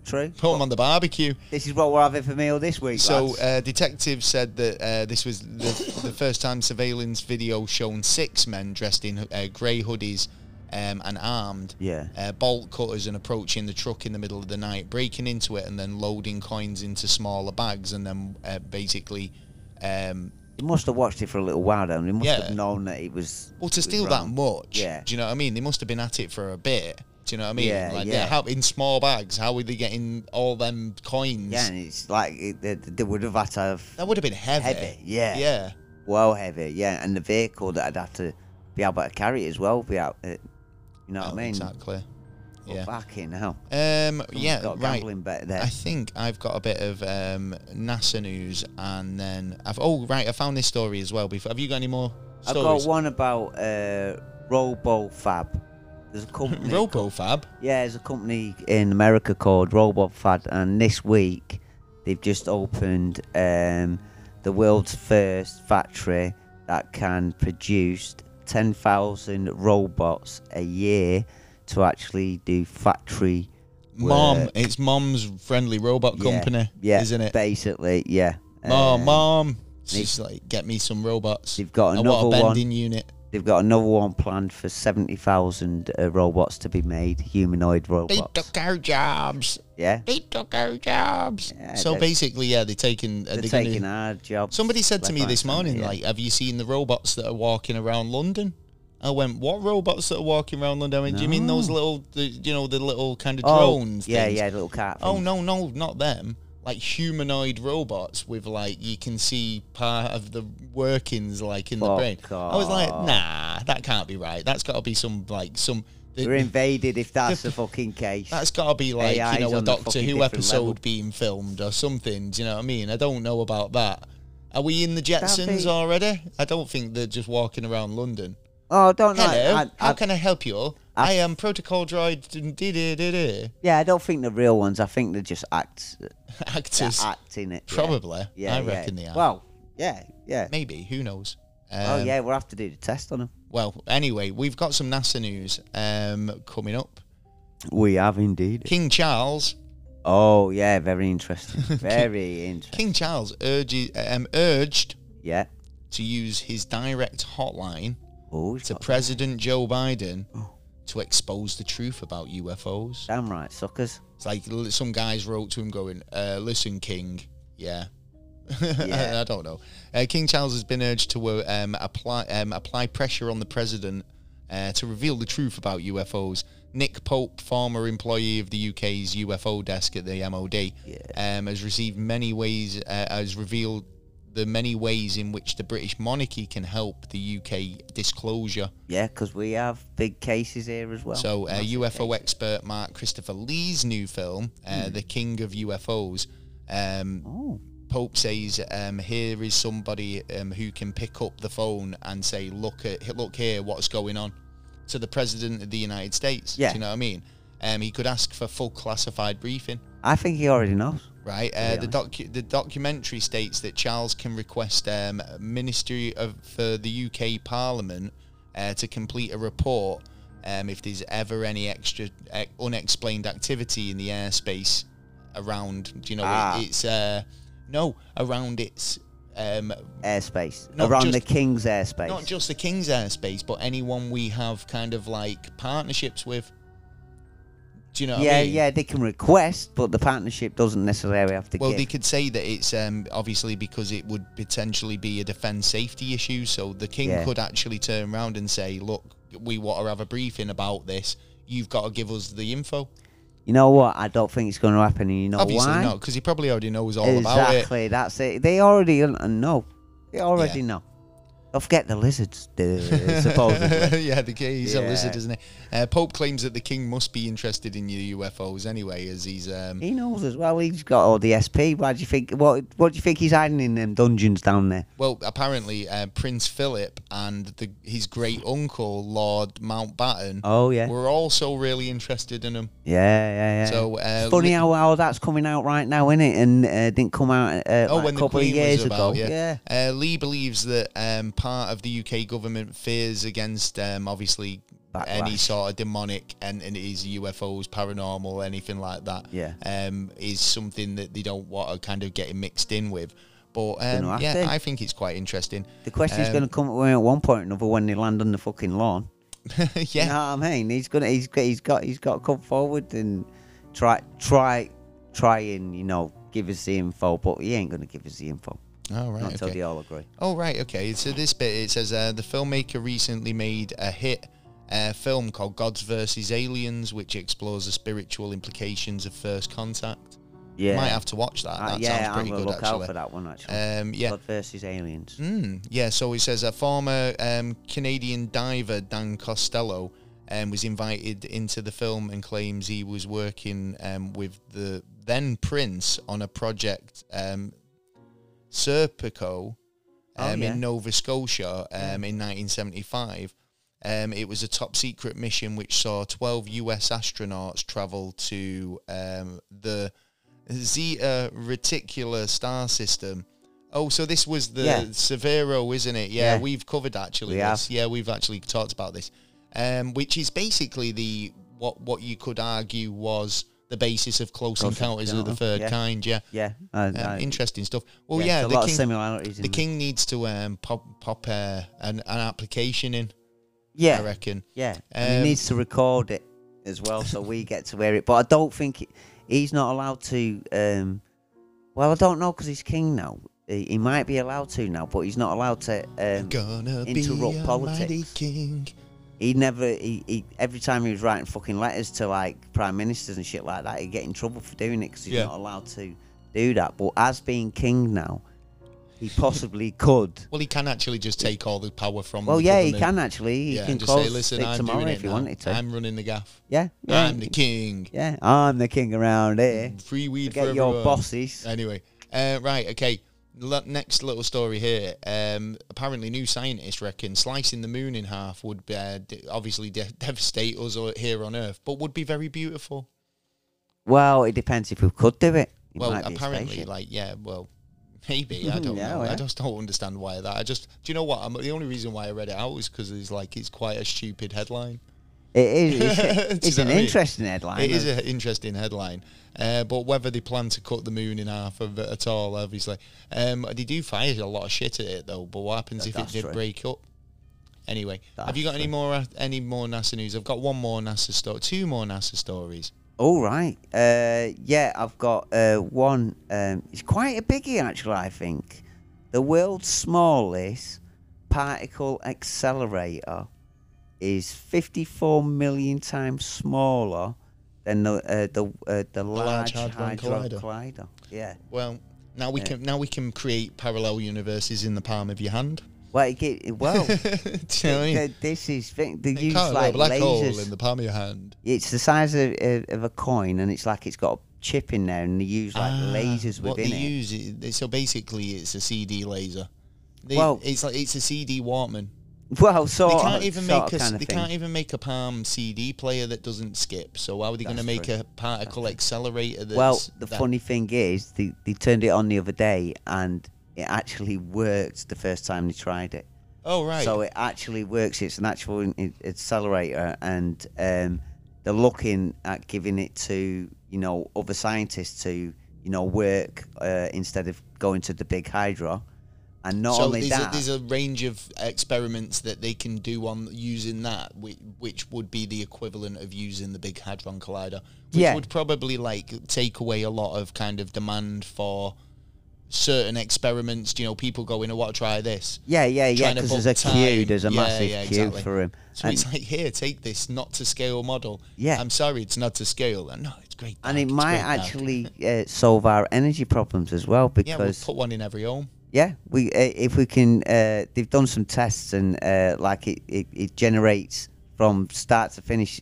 [SPEAKER 2] True.
[SPEAKER 1] put them on the barbecue.
[SPEAKER 2] This is what we're having for meal this week.
[SPEAKER 1] So,
[SPEAKER 2] lads.
[SPEAKER 1] uh, detectives said that uh, this was the, the first time surveillance video shown six men dressed in uh, grey hoodies um, and armed.
[SPEAKER 2] Yeah.
[SPEAKER 1] Uh, bolt cutters and approaching the truck in the middle of the night, breaking into it, and then loading coins into smaller bags, and then uh, basically. Um,
[SPEAKER 2] He must have watched it for a little while then. He must
[SPEAKER 1] Yeah.
[SPEAKER 2] have known that it was.
[SPEAKER 1] well, to
[SPEAKER 2] it was
[SPEAKER 1] steal that
[SPEAKER 2] wrong.
[SPEAKER 1] much,
[SPEAKER 2] Yeah.
[SPEAKER 1] do you know what I mean? They must have been at it for a bit. Do you know what I mean?
[SPEAKER 2] Yeah,
[SPEAKER 1] like,
[SPEAKER 2] yeah.
[SPEAKER 1] How, in small bags, how were they getting all them coins?
[SPEAKER 2] Yeah, and it's like it, they, they would have had to have
[SPEAKER 1] That would have been heavy.
[SPEAKER 2] Heavy, yeah.
[SPEAKER 1] Yeah.
[SPEAKER 2] well heavy, yeah, and the vehicle that I'd have to be able to carry it as well. Be out, uh, you know what I mean?
[SPEAKER 1] Oh, Exactly.
[SPEAKER 2] But
[SPEAKER 1] Yeah.
[SPEAKER 2] Oh, Fucking hell.
[SPEAKER 1] Um,
[SPEAKER 2] Someone's
[SPEAKER 1] yeah,
[SPEAKER 2] got a
[SPEAKER 1] right.
[SPEAKER 2] gambling bet there.
[SPEAKER 1] I think I've got a bit of um, NASA news, and then I've oh right, I found this story as well. Before, have you got any more
[SPEAKER 2] I've
[SPEAKER 1] stories?
[SPEAKER 2] got one about uh, RoboFab.
[SPEAKER 1] <laughs>
[SPEAKER 2] There's a company.
[SPEAKER 1] RoboFab.
[SPEAKER 2] Yeah, there's a company in America called RobotFad, and this week they've just opened um, the world's first factory that can produce 10,000 robots a year to actually do factory.
[SPEAKER 1] Mom,
[SPEAKER 2] work.
[SPEAKER 1] it's Mom's friendly robot
[SPEAKER 2] Yeah,
[SPEAKER 1] company,
[SPEAKER 2] yeah,
[SPEAKER 1] isn't it? Oh,
[SPEAKER 2] Basically, yeah.
[SPEAKER 1] Mom,
[SPEAKER 2] Um,
[SPEAKER 1] Mom, she's like, get me some robots.
[SPEAKER 2] They've got
[SPEAKER 1] I want a
[SPEAKER 2] another one.
[SPEAKER 1] bending unit.
[SPEAKER 2] They've got another one planned for 70,000 uh, robots to be made, humanoid
[SPEAKER 1] They
[SPEAKER 2] robots.
[SPEAKER 1] took our jobs.
[SPEAKER 2] Yeah,
[SPEAKER 1] They took our jobs.
[SPEAKER 2] Yeah,
[SPEAKER 1] so
[SPEAKER 2] they're-
[SPEAKER 1] basically, yeah, they're taking. uh,
[SPEAKER 2] they're
[SPEAKER 1] they're gonna-
[SPEAKER 2] taking our jobs.
[SPEAKER 1] Somebody said to
[SPEAKER 2] left,
[SPEAKER 1] me
[SPEAKER 2] right,
[SPEAKER 1] this
[SPEAKER 2] centre,
[SPEAKER 1] morning,
[SPEAKER 2] yeah.
[SPEAKER 1] like, have you seen the robots that are walking around London? I went, what robots that are walking around London? I went, do you mean those little, the, you know, the little kind of drones?
[SPEAKER 2] Oh, yeah,
[SPEAKER 1] things?
[SPEAKER 2] yeah, little cat.
[SPEAKER 1] Oh,
[SPEAKER 2] things.
[SPEAKER 1] no, no, not them. Like humanoid robots with, like, you can see part of the workings, like, in the
[SPEAKER 2] Fuck
[SPEAKER 1] brain. I was like,
[SPEAKER 2] off.
[SPEAKER 1] nah, that can't be right. That's got to be some, like, some.
[SPEAKER 2] We're invaded if that's the fucking case.
[SPEAKER 1] That's got to be like
[SPEAKER 2] AI
[SPEAKER 1] you know
[SPEAKER 2] is
[SPEAKER 1] a
[SPEAKER 2] on the
[SPEAKER 1] Doctor
[SPEAKER 2] fucking
[SPEAKER 1] Who
[SPEAKER 2] different
[SPEAKER 1] episode
[SPEAKER 2] level.
[SPEAKER 1] being filmed or something. Do you know what I mean? I don't know about that. Are we in the
[SPEAKER 2] That'd
[SPEAKER 1] Jetsons
[SPEAKER 2] be-
[SPEAKER 1] already? I don't think they're just walking around London.
[SPEAKER 2] Oh, don't
[SPEAKER 1] Hello,
[SPEAKER 2] know. I,
[SPEAKER 1] how
[SPEAKER 2] I,
[SPEAKER 1] can I help you? all? I, am Protocol Droid. and dee dee dee dee."
[SPEAKER 2] yeah, I don't think the real ones. I think they're just acts. They're
[SPEAKER 1] <laughs> Actors,
[SPEAKER 2] acting it. yeah.
[SPEAKER 1] probably.
[SPEAKER 2] Yeah,
[SPEAKER 1] I
[SPEAKER 2] yeah.
[SPEAKER 1] reckon they are.
[SPEAKER 2] Well, yeah, yeah.
[SPEAKER 1] Maybe. Who knows?
[SPEAKER 2] oh,
[SPEAKER 1] Um,
[SPEAKER 2] yeah. We'll have to do the test on them.
[SPEAKER 1] Well, anyway, we've got some NASA news um, coming up.
[SPEAKER 2] We have indeed.
[SPEAKER 1] King Charles
[SPEAKER 2] Oh yeah, very
[SPEAKER 1] <laughs>
[SPEAKER 2] interesting. Very interesting.
[SPEAKER 1] King Charles urges, um, urged
[SPEAKER 2] Yeah.
[SPEAKER 1] to use his direct hotline
[SPEAKER 2] Oh, he's
[SPEAKER 1] to
[SPEAKER 2] got-
[SPEAKER 1] President Joe Biden
[SPEAKER 2] Oh.
[SPEAKER 1] to expose the truth about UFOs.
[SPEAKER 2] damn right, suckers.
[SPEAKER 1] It's like l- some guys wrote to him going, uh, "Listen, King, yeah." <laughs>
[SPEAKER 2] Yeah.
[SPEAKER 1] I don't know. Uh, King Charles has been urged to uh, um, apply um, apply pressure on the president uh, to reveal the truth about UFOs. Nick Pope, former employee of the UK's UFO desk at the MOD,
[SPEAKER 2] Yeah.
[SPEAKER 1] um, has received many ways uh, has revealed the many ways in which the British monarchy can help the UK disclosure.
[SPEAKER 2] Yeah, because we have big cases here as well.
[SPEAKER 1] So, uh,
[SPEAKER 2] Massive
[SPEAKER 1] UFO
[SPEAKER 2] cases.
[SPEAKER 1] expert Mark Christopher Lee's new film, uh,
[SPEAKER 2] Hmm.
[SPEAKER 1] The King of UFOs, um,
[SPEAKER 2] Oh,
[SPEAKER 1] Pope says, um, "Here is somebody um, who can pick up the phone and say, look at, look here, what's going on,' to the president of the United States.
[SPEAKER 2] Yeah.
[SPEAKER 1] Do you know what I mean? Um, he could ask for full classified briefing."
[SPEAKER 2] I think he already knows.
[SPEAKER 1] Right. Uh, the docu- the documentary states that Charles can request um, Ministry of for the UK Parliament uh, to complete a report um, if there's ever any extra uh, unexplained activity in the airspace around. Do you know?
[SPEAKER 2] Ah.
[SPEAKER 1] It, it's uh, no around its um,
[SPEAKER 2] Airspace
[SPEAKER 1] Not
[SPEAKER 2] around
[SPEAKER 1] just-
[SPEAKER 2] the king's airspace.
[SPEAKER 1] not just the King's airspace, but anyone we have kind of like partnerships with. Do you know? what I
[SPEAKER 2] yeah,
[SPEAKER 1] mean?
[SPEAKER 2] yeah, they can request, but the partnership doesn't necessarily have to
[SPEAKER 1] Well,
[SPEAKER 2] give.
[SPEAKER 1] they could say that it's um, obviously because it would potentially be a defence safety issue. So the king
[SPEAKER 2] Yeah.
[SPEAKER 1] could actually turn around and say, "Look, we want to have a briefing about this. You've got to give us the info."
[SPEAKER 2] you know what? I don't think it's going to happen. And you know
[SPEAKER 1] obviously
[SPEAKER 2] why?
[SPEAKER 1] not, because he probably already knows all about it.
[SPEAKER 2] exactly. That's it. They already un- uh, know. They already
[SPEAKER 1] Yeah.
[SPEAKER 2] know. Don't forget the lizards,
[SPEAKER 1] <laughs>
[SPEAKER 2] duh, supposedly.
[SPEAKER 1] yeah, the king, he's a
[SPEAKER 2] Yeah.
[SPEAKER 1] lizard, isn't he? Uh, Pope claims that the king must be interested in your UFOs anyway, as he's um,
[SPEAKER 2] He knows as well. He's got all the SP. Why do you think? What? What do you think he's hiding in them dungeons down there?
[SPEAKER 1] Well, apparently uh, Prince Philip and the, his great uncle Lord Mountbatten
[SPEAKER 2] Oh yeah,
[SPEAKER 1] were also really interested in him.
[SPEAKER 2] yeah, yeah, yeah.
[SPEAKER 1] So uh,
[SPEAKER 2] Funny
[SPEAKER 1] li-
[SPEAKER 2] how, how that's coming out right now, innit? And uh, didn't come out uh,
[SPEAKER 1] Oh,
[SPEAKER 2] like
[SPEAKER 1] when
[SPEAKER 2] a
[SPEAKER 1] the
[SPEAKER 2] couple
[SPEAKER 1] Queen
[SPEAKER 2] of years
[SPEAKER 1] was about,
[SPEAKER 2] ago.
[SPEAKER 1] yeah. Uh, Lee believes that um, part of the UK government fears against um, obviously any
[SPEAKER 2] Backlash.
[SPEAKER 1] sort of demonic entities, UFOs, paranormal, anything like that.
[SPEAKER 2] Yeah.
[SPEAKER 1] um, is something that they don't want to kind of get mixed in with. But
[SPEAKER 2] know,
[SPEAKER 1] um,
[SPEAKER 2] I
[SPEAKER 1] yeah,
[SPEAKER 2] think-
[SPEAKER 1] I think it's quite interesting.
[SPEAKER 2] The question's
[SPEAKER 1] Um,
[SPEAKER 2] going to come away at one point or another when they land on the fucking lawn. You
[SPEAKER 1] <laughs>
[SPEAKER 2] <laughs>
[SPEAKER 1] yeah,
[SPEAKER 2] know what I mean? He's gonna, he's got, he's got, he's got to come forward and try, try, try and you know give us the info, but he ain't gonna give us the info.
[SPEAKER 1] all right.
[SPEAKER 2] Not until
[SPEAKER 1] okay.
[SPEAKER 2] they all agree.
[SPEAKER 1] Oh, right, okay. So this bit, it says uh, the filmmaker recently made a hit uh, film called Gods vs. Aliens, which explores the spiritual implications of first contact.
[SPEAKER 2] Yeah,
[SPEAKER 1] Might have to watch that.
[SPEAKER 2] Uh,
[SPEAKER 1] that
[SPEAKER 2] yeah,
[SPEAKER 1] sounds
[SPEAKER 2] I'm
[SPEAKER 1] pretty
[SPEAKER 2] gonna
[SPEAKER 1] good,
[SPEAKER 2] look out
[SPEAKER 1] actually.
[SPEAKER 2] for that one actually.
[SPEAKER 1] Um, yeah.
[SPEAKER 2] God versus aliens.
[SPEAKER 1] Mm, yeah, so it says a former um, Canadian diver, Dan Costello, um, was invited into the film and claims he was working um, with the then Prince on a project, um, Serpico, um,
[SPEAKER 2] Oh, yeah.
[SPEAKER 1] in Nova Scotia um, in 1975. Um, it was a top secret mission which saw 12 US astronauts travel to um, the Zeta Reticular star system. Oh, so this was the
[SPEAKER 2] Yeah.
[SPEAKER 1] Severo, isn't it? Yeah,
[SPEAKER 2] Yeah.
[SPEAKER 1] we've covered actually.
[SPEAKER 2] We
[SPEAKER 1] this. Yeah, we've actually talked about this, um, which is basically the what what you could argue was the basis of Close,
[SPEAKER 2] Close
[SPEAKER 1] Encounters of the
[SPEAKER 2] Encounter,
[SPEAKER 1] Third
[SPEAKER 2] yeah.
[SPEAKER 1] Kind. Yeah,
[SPEAKER 2] Yeah, uh,
[SPEAKER 1] um,
[SPEAKER 2] uh,
[SPEAKER 1] interesting stuff. Well,
[SPEAKER 2] there's
[SPEAKER 1] yeah,
[SPEAKER 2] a
[SPEAKER 1] the
[SPEAKER 2] lot
[SPEAKER 1] king
[SPEAKER 2] of similarities.
[SPEAKER 1] the
[SPEAKER 2] in
[SPEAKER 1] king needs to um, pop pop uh, an, an application in.
[SPEAKER 2] yeah,
[SPEAKER 1] I reckon.
[SPEAKER 2] Yeah,
[SPEAKER 1] Um,
[SPEAKER 2] and he needs to record it as well, so we get to hear it. But I don't think he- he's not allowed to. Um, well, I don't know because he's king now. He, he might be allowed to now, but he's not allowed to. Um,
[SPEAKER 1] Gonna
[SPEAKER 2] interrupt
[SPEAKER 1] be a mighty
[SPEAKER 2] politics.
[SPEAKER 1] king.
[SPEAKER 2] he never. He, he every time he was writing fucking letters to like prime ministers and shit like that, he'd get in trouble for doing it because he's
[SPEAKER 1] Yeah.
[SPEAKER 2] not allowed to do that. But as being king now, he
[SPEAKER 1] <laughs>
[SPEAKER 2] possibly could.
[SPEAKER 1] Well, he can actually just take all the power from.
[SPEAKER 2] Well,
[SPEAKER 1] the
[SPEAKER 2] yeah, he
[SPEAKER 1] government.
[SPEAKER 2] can actually. He
[SPEAKER 1] yeah,
[SPEAKER 2] can
[SPEAKER 1] and just say,
[SPEAKER 2] close
[SPEAKER 1] "Listen,
[SPEAKER 2] it
[SPEAKER 1] I'm
[SPEAKER 2] tomorrow
[SPEAKER 1] doing it
[SPEAKER 2] if he
[SPEAKER 1] now.
[SPEAKER 2] wanted to.
[SPEAKER 1] I'm running the gaff.
[SPEAKER 2] yeah, yeah,
[SPEAKER 1] I'm the king.
[SPEAKER 2] yeah. I'm the king around here.
[SPEAKER 1] Free weed for
[SPEAKER 2] Get
[SPEAKER 1] everyone.
[SPEAKER 2] your bosses.
[SPEAKER 1] Anyway, uh, right, okay. L- next little story here. Um, apparently, new scientists reckon slicing the moon in half would uh, d- obviously de- <laughs> devastate us or here on Earth, but would be very beautiful.
[SPEAKER 2] Well, it depends if we could do it. it
[SPEAKER 1] well,
[SPEAKER 2] might be a
[SPEAKER 1] apparently,
[SPEAKER 2] spaceship. eh?
[SPEAKER 1] like, yeah, well, <laughs> maybe.
[SPEAKER 2] <laughs>
[SPEAKER 1] I don't
[SPEAKER 2] Yeah,
[SPEAKER 1] know. I
[SPEAKER 2] yeah.
[SPEAKER 1] just don't understand why that. I just, do you know what? I'm, the only reason why I read it out was because it's like, it's quite a stupid headline. <laughs>
[SPEAKER 2] It is.
[SPEAKER 1] Do you
[SPEAKER 2] It's, it's
[SPEAKER 1] know
[SPEAKER 2] an
[SPEAKER 1] what I mean?
[SPEAKER 2] interesting headline.
[SPEAKER 1] It is an interesting headline. Uh, but whether they plan to cut the moon in half of it at all, obviously. Um, they do fire a lot of shit at it, though. But what happens if it
[SPEAKER 2] That's
[SPEAKER 1] did
[SPEAKER 2] true.
[SPEAKER 1] break up? Anyway, have
[SPEAKER 2] That's
[SPEAKER 1] you got any
[SPEAKER 2] true.
[SPEAKER 1] more uh, any more NASA news? I've got one more NASA story, two more NASA stories.
[SPEAKER 2] All right. Uh, yeah, I've got uh, one. Um, it's quite a biggie, actually, I think. The world's smallest particle accelerator is 54 million times smaller than the uh, the, uh, the
[SPEAKER 1] Large
[SPEAKER 2] large,
[SPEAKER 1] Hadron
[SPEAKER 2] Hadron
[SPEAKER 1] Collider.
[SPEAKER 2] collider. Yeah.
[SPEAKER 1] Well, now we can now we can create parallel universes in the palm of your hand.
[SPEAKER 2] Well, it, get- well
[SPEAKER 1] <laughs> Do you know what I mean?
[SPEAKER 2] th- this is. They
[SPEAKER 1] It
[SPEAKER 2] use
[SPEAKER 1] can't-
[SPEAKER 2] like
[SPEAKER 1] a black
[SPEAKER 2] lasers.
[SPEAKER 1] hole in the palm of your hand.
[SPEAKER 2] It's the size of, of, of a coin, and it's like it's got a chip in there, and they use like
[SPEAKER 1] Ah,
[SPEAKER 2] lasers
[SPEAKER 1] what
[SPEAKER 2] within
[SPEAKER 1] they
[SPEAKER 2] it.
[SPEAKER 1] use is- so basically it's a CD laser. They,
[SPEAKER 2] Well-
[SPEAKER 1] it's like it's a CD Walkman.
[SPEAKER 2] <laughs> Well, so
[SPEAKER 1] They can't even make a
[SPEAKER 2] kind of
[SPEAKER 1] they
[SPEAKER 2] thing.
[SPEAKER 1] can't even make a Palm CD player that doesn't skip. So how are they going to
[SPEAKER 2] That's
[SPEAKER 1] make
[SPEAKER 2] true.
[SPEAKER 1] a particle accelerator? That's,
[SPEAKER 2] well, the
[SPEAKER 1] that-
[SPEAKER 2] funny thing is, they, they turned it on the other day, and it actually worked the first time they tried it.
[SPEAKER 1] Oh right.
[SPEAKER 2] So it actually works. It's an actual in- in- accelerator, and um, they're looking at giving it to you know other scientists to you know work uh, instead of going to the big hydra. And not
[SPEAKER 1] So
[SPEAKER 2] only
[SPEAKER 1] there's,
[SPEAKER 2] that,
[SPEAKER 1] a, there's a range of experiments that they can do on using that, which, which would be the equivalent of using the Big Hadron Collider, which
[SPEAKER 2] Yeah.
[SPEAKER 1] would probably like take away a lot of kind of demand for certain experiments. You know, people going, "Oh, what? Try this."
[SPEAKER 2] yeah, yeah, yeah,
[SPEAKER 1] trying to
[SPEAKER 2] because there's a
[SPEAKER 1] book
[SPEAKER 2] queue,
[SPEAKER 1] time.
[SPEAKER 2] there's a
[SPEAKER 1] Yeah,
[SPEAKER 2] massive
[SPEAKER 1] yeah,
[SPEAKER 2] queue
[SPEAKER 1] exactly.
[SPEAKER 2] for him.
[SPEAKER 1] So it's like, here, take this not to scale model.
[SPEAKER 2] Yeah.
[SPEAKER 1] I'm sorry, it's not to scale. And no, it's great.
[SPEAKER 2] and
[SPEAKER 1] Dad,
[SPEAKER 2] it
[SPEAKER 1] it's
[SPEAKER 2] might
[SPEAKER 1] great, Dad.
[SPEAKER 2] actually uh, solve our energy problems as well
[SPEAKER 1] Yeah, we'll
[SPEAKER 2] because
[SPEAKER 1] put one in every home.
[SPEAKER 2] yeah, we uh, if we can uh, they've done some tests and uh, like it, it, it generates from start to finish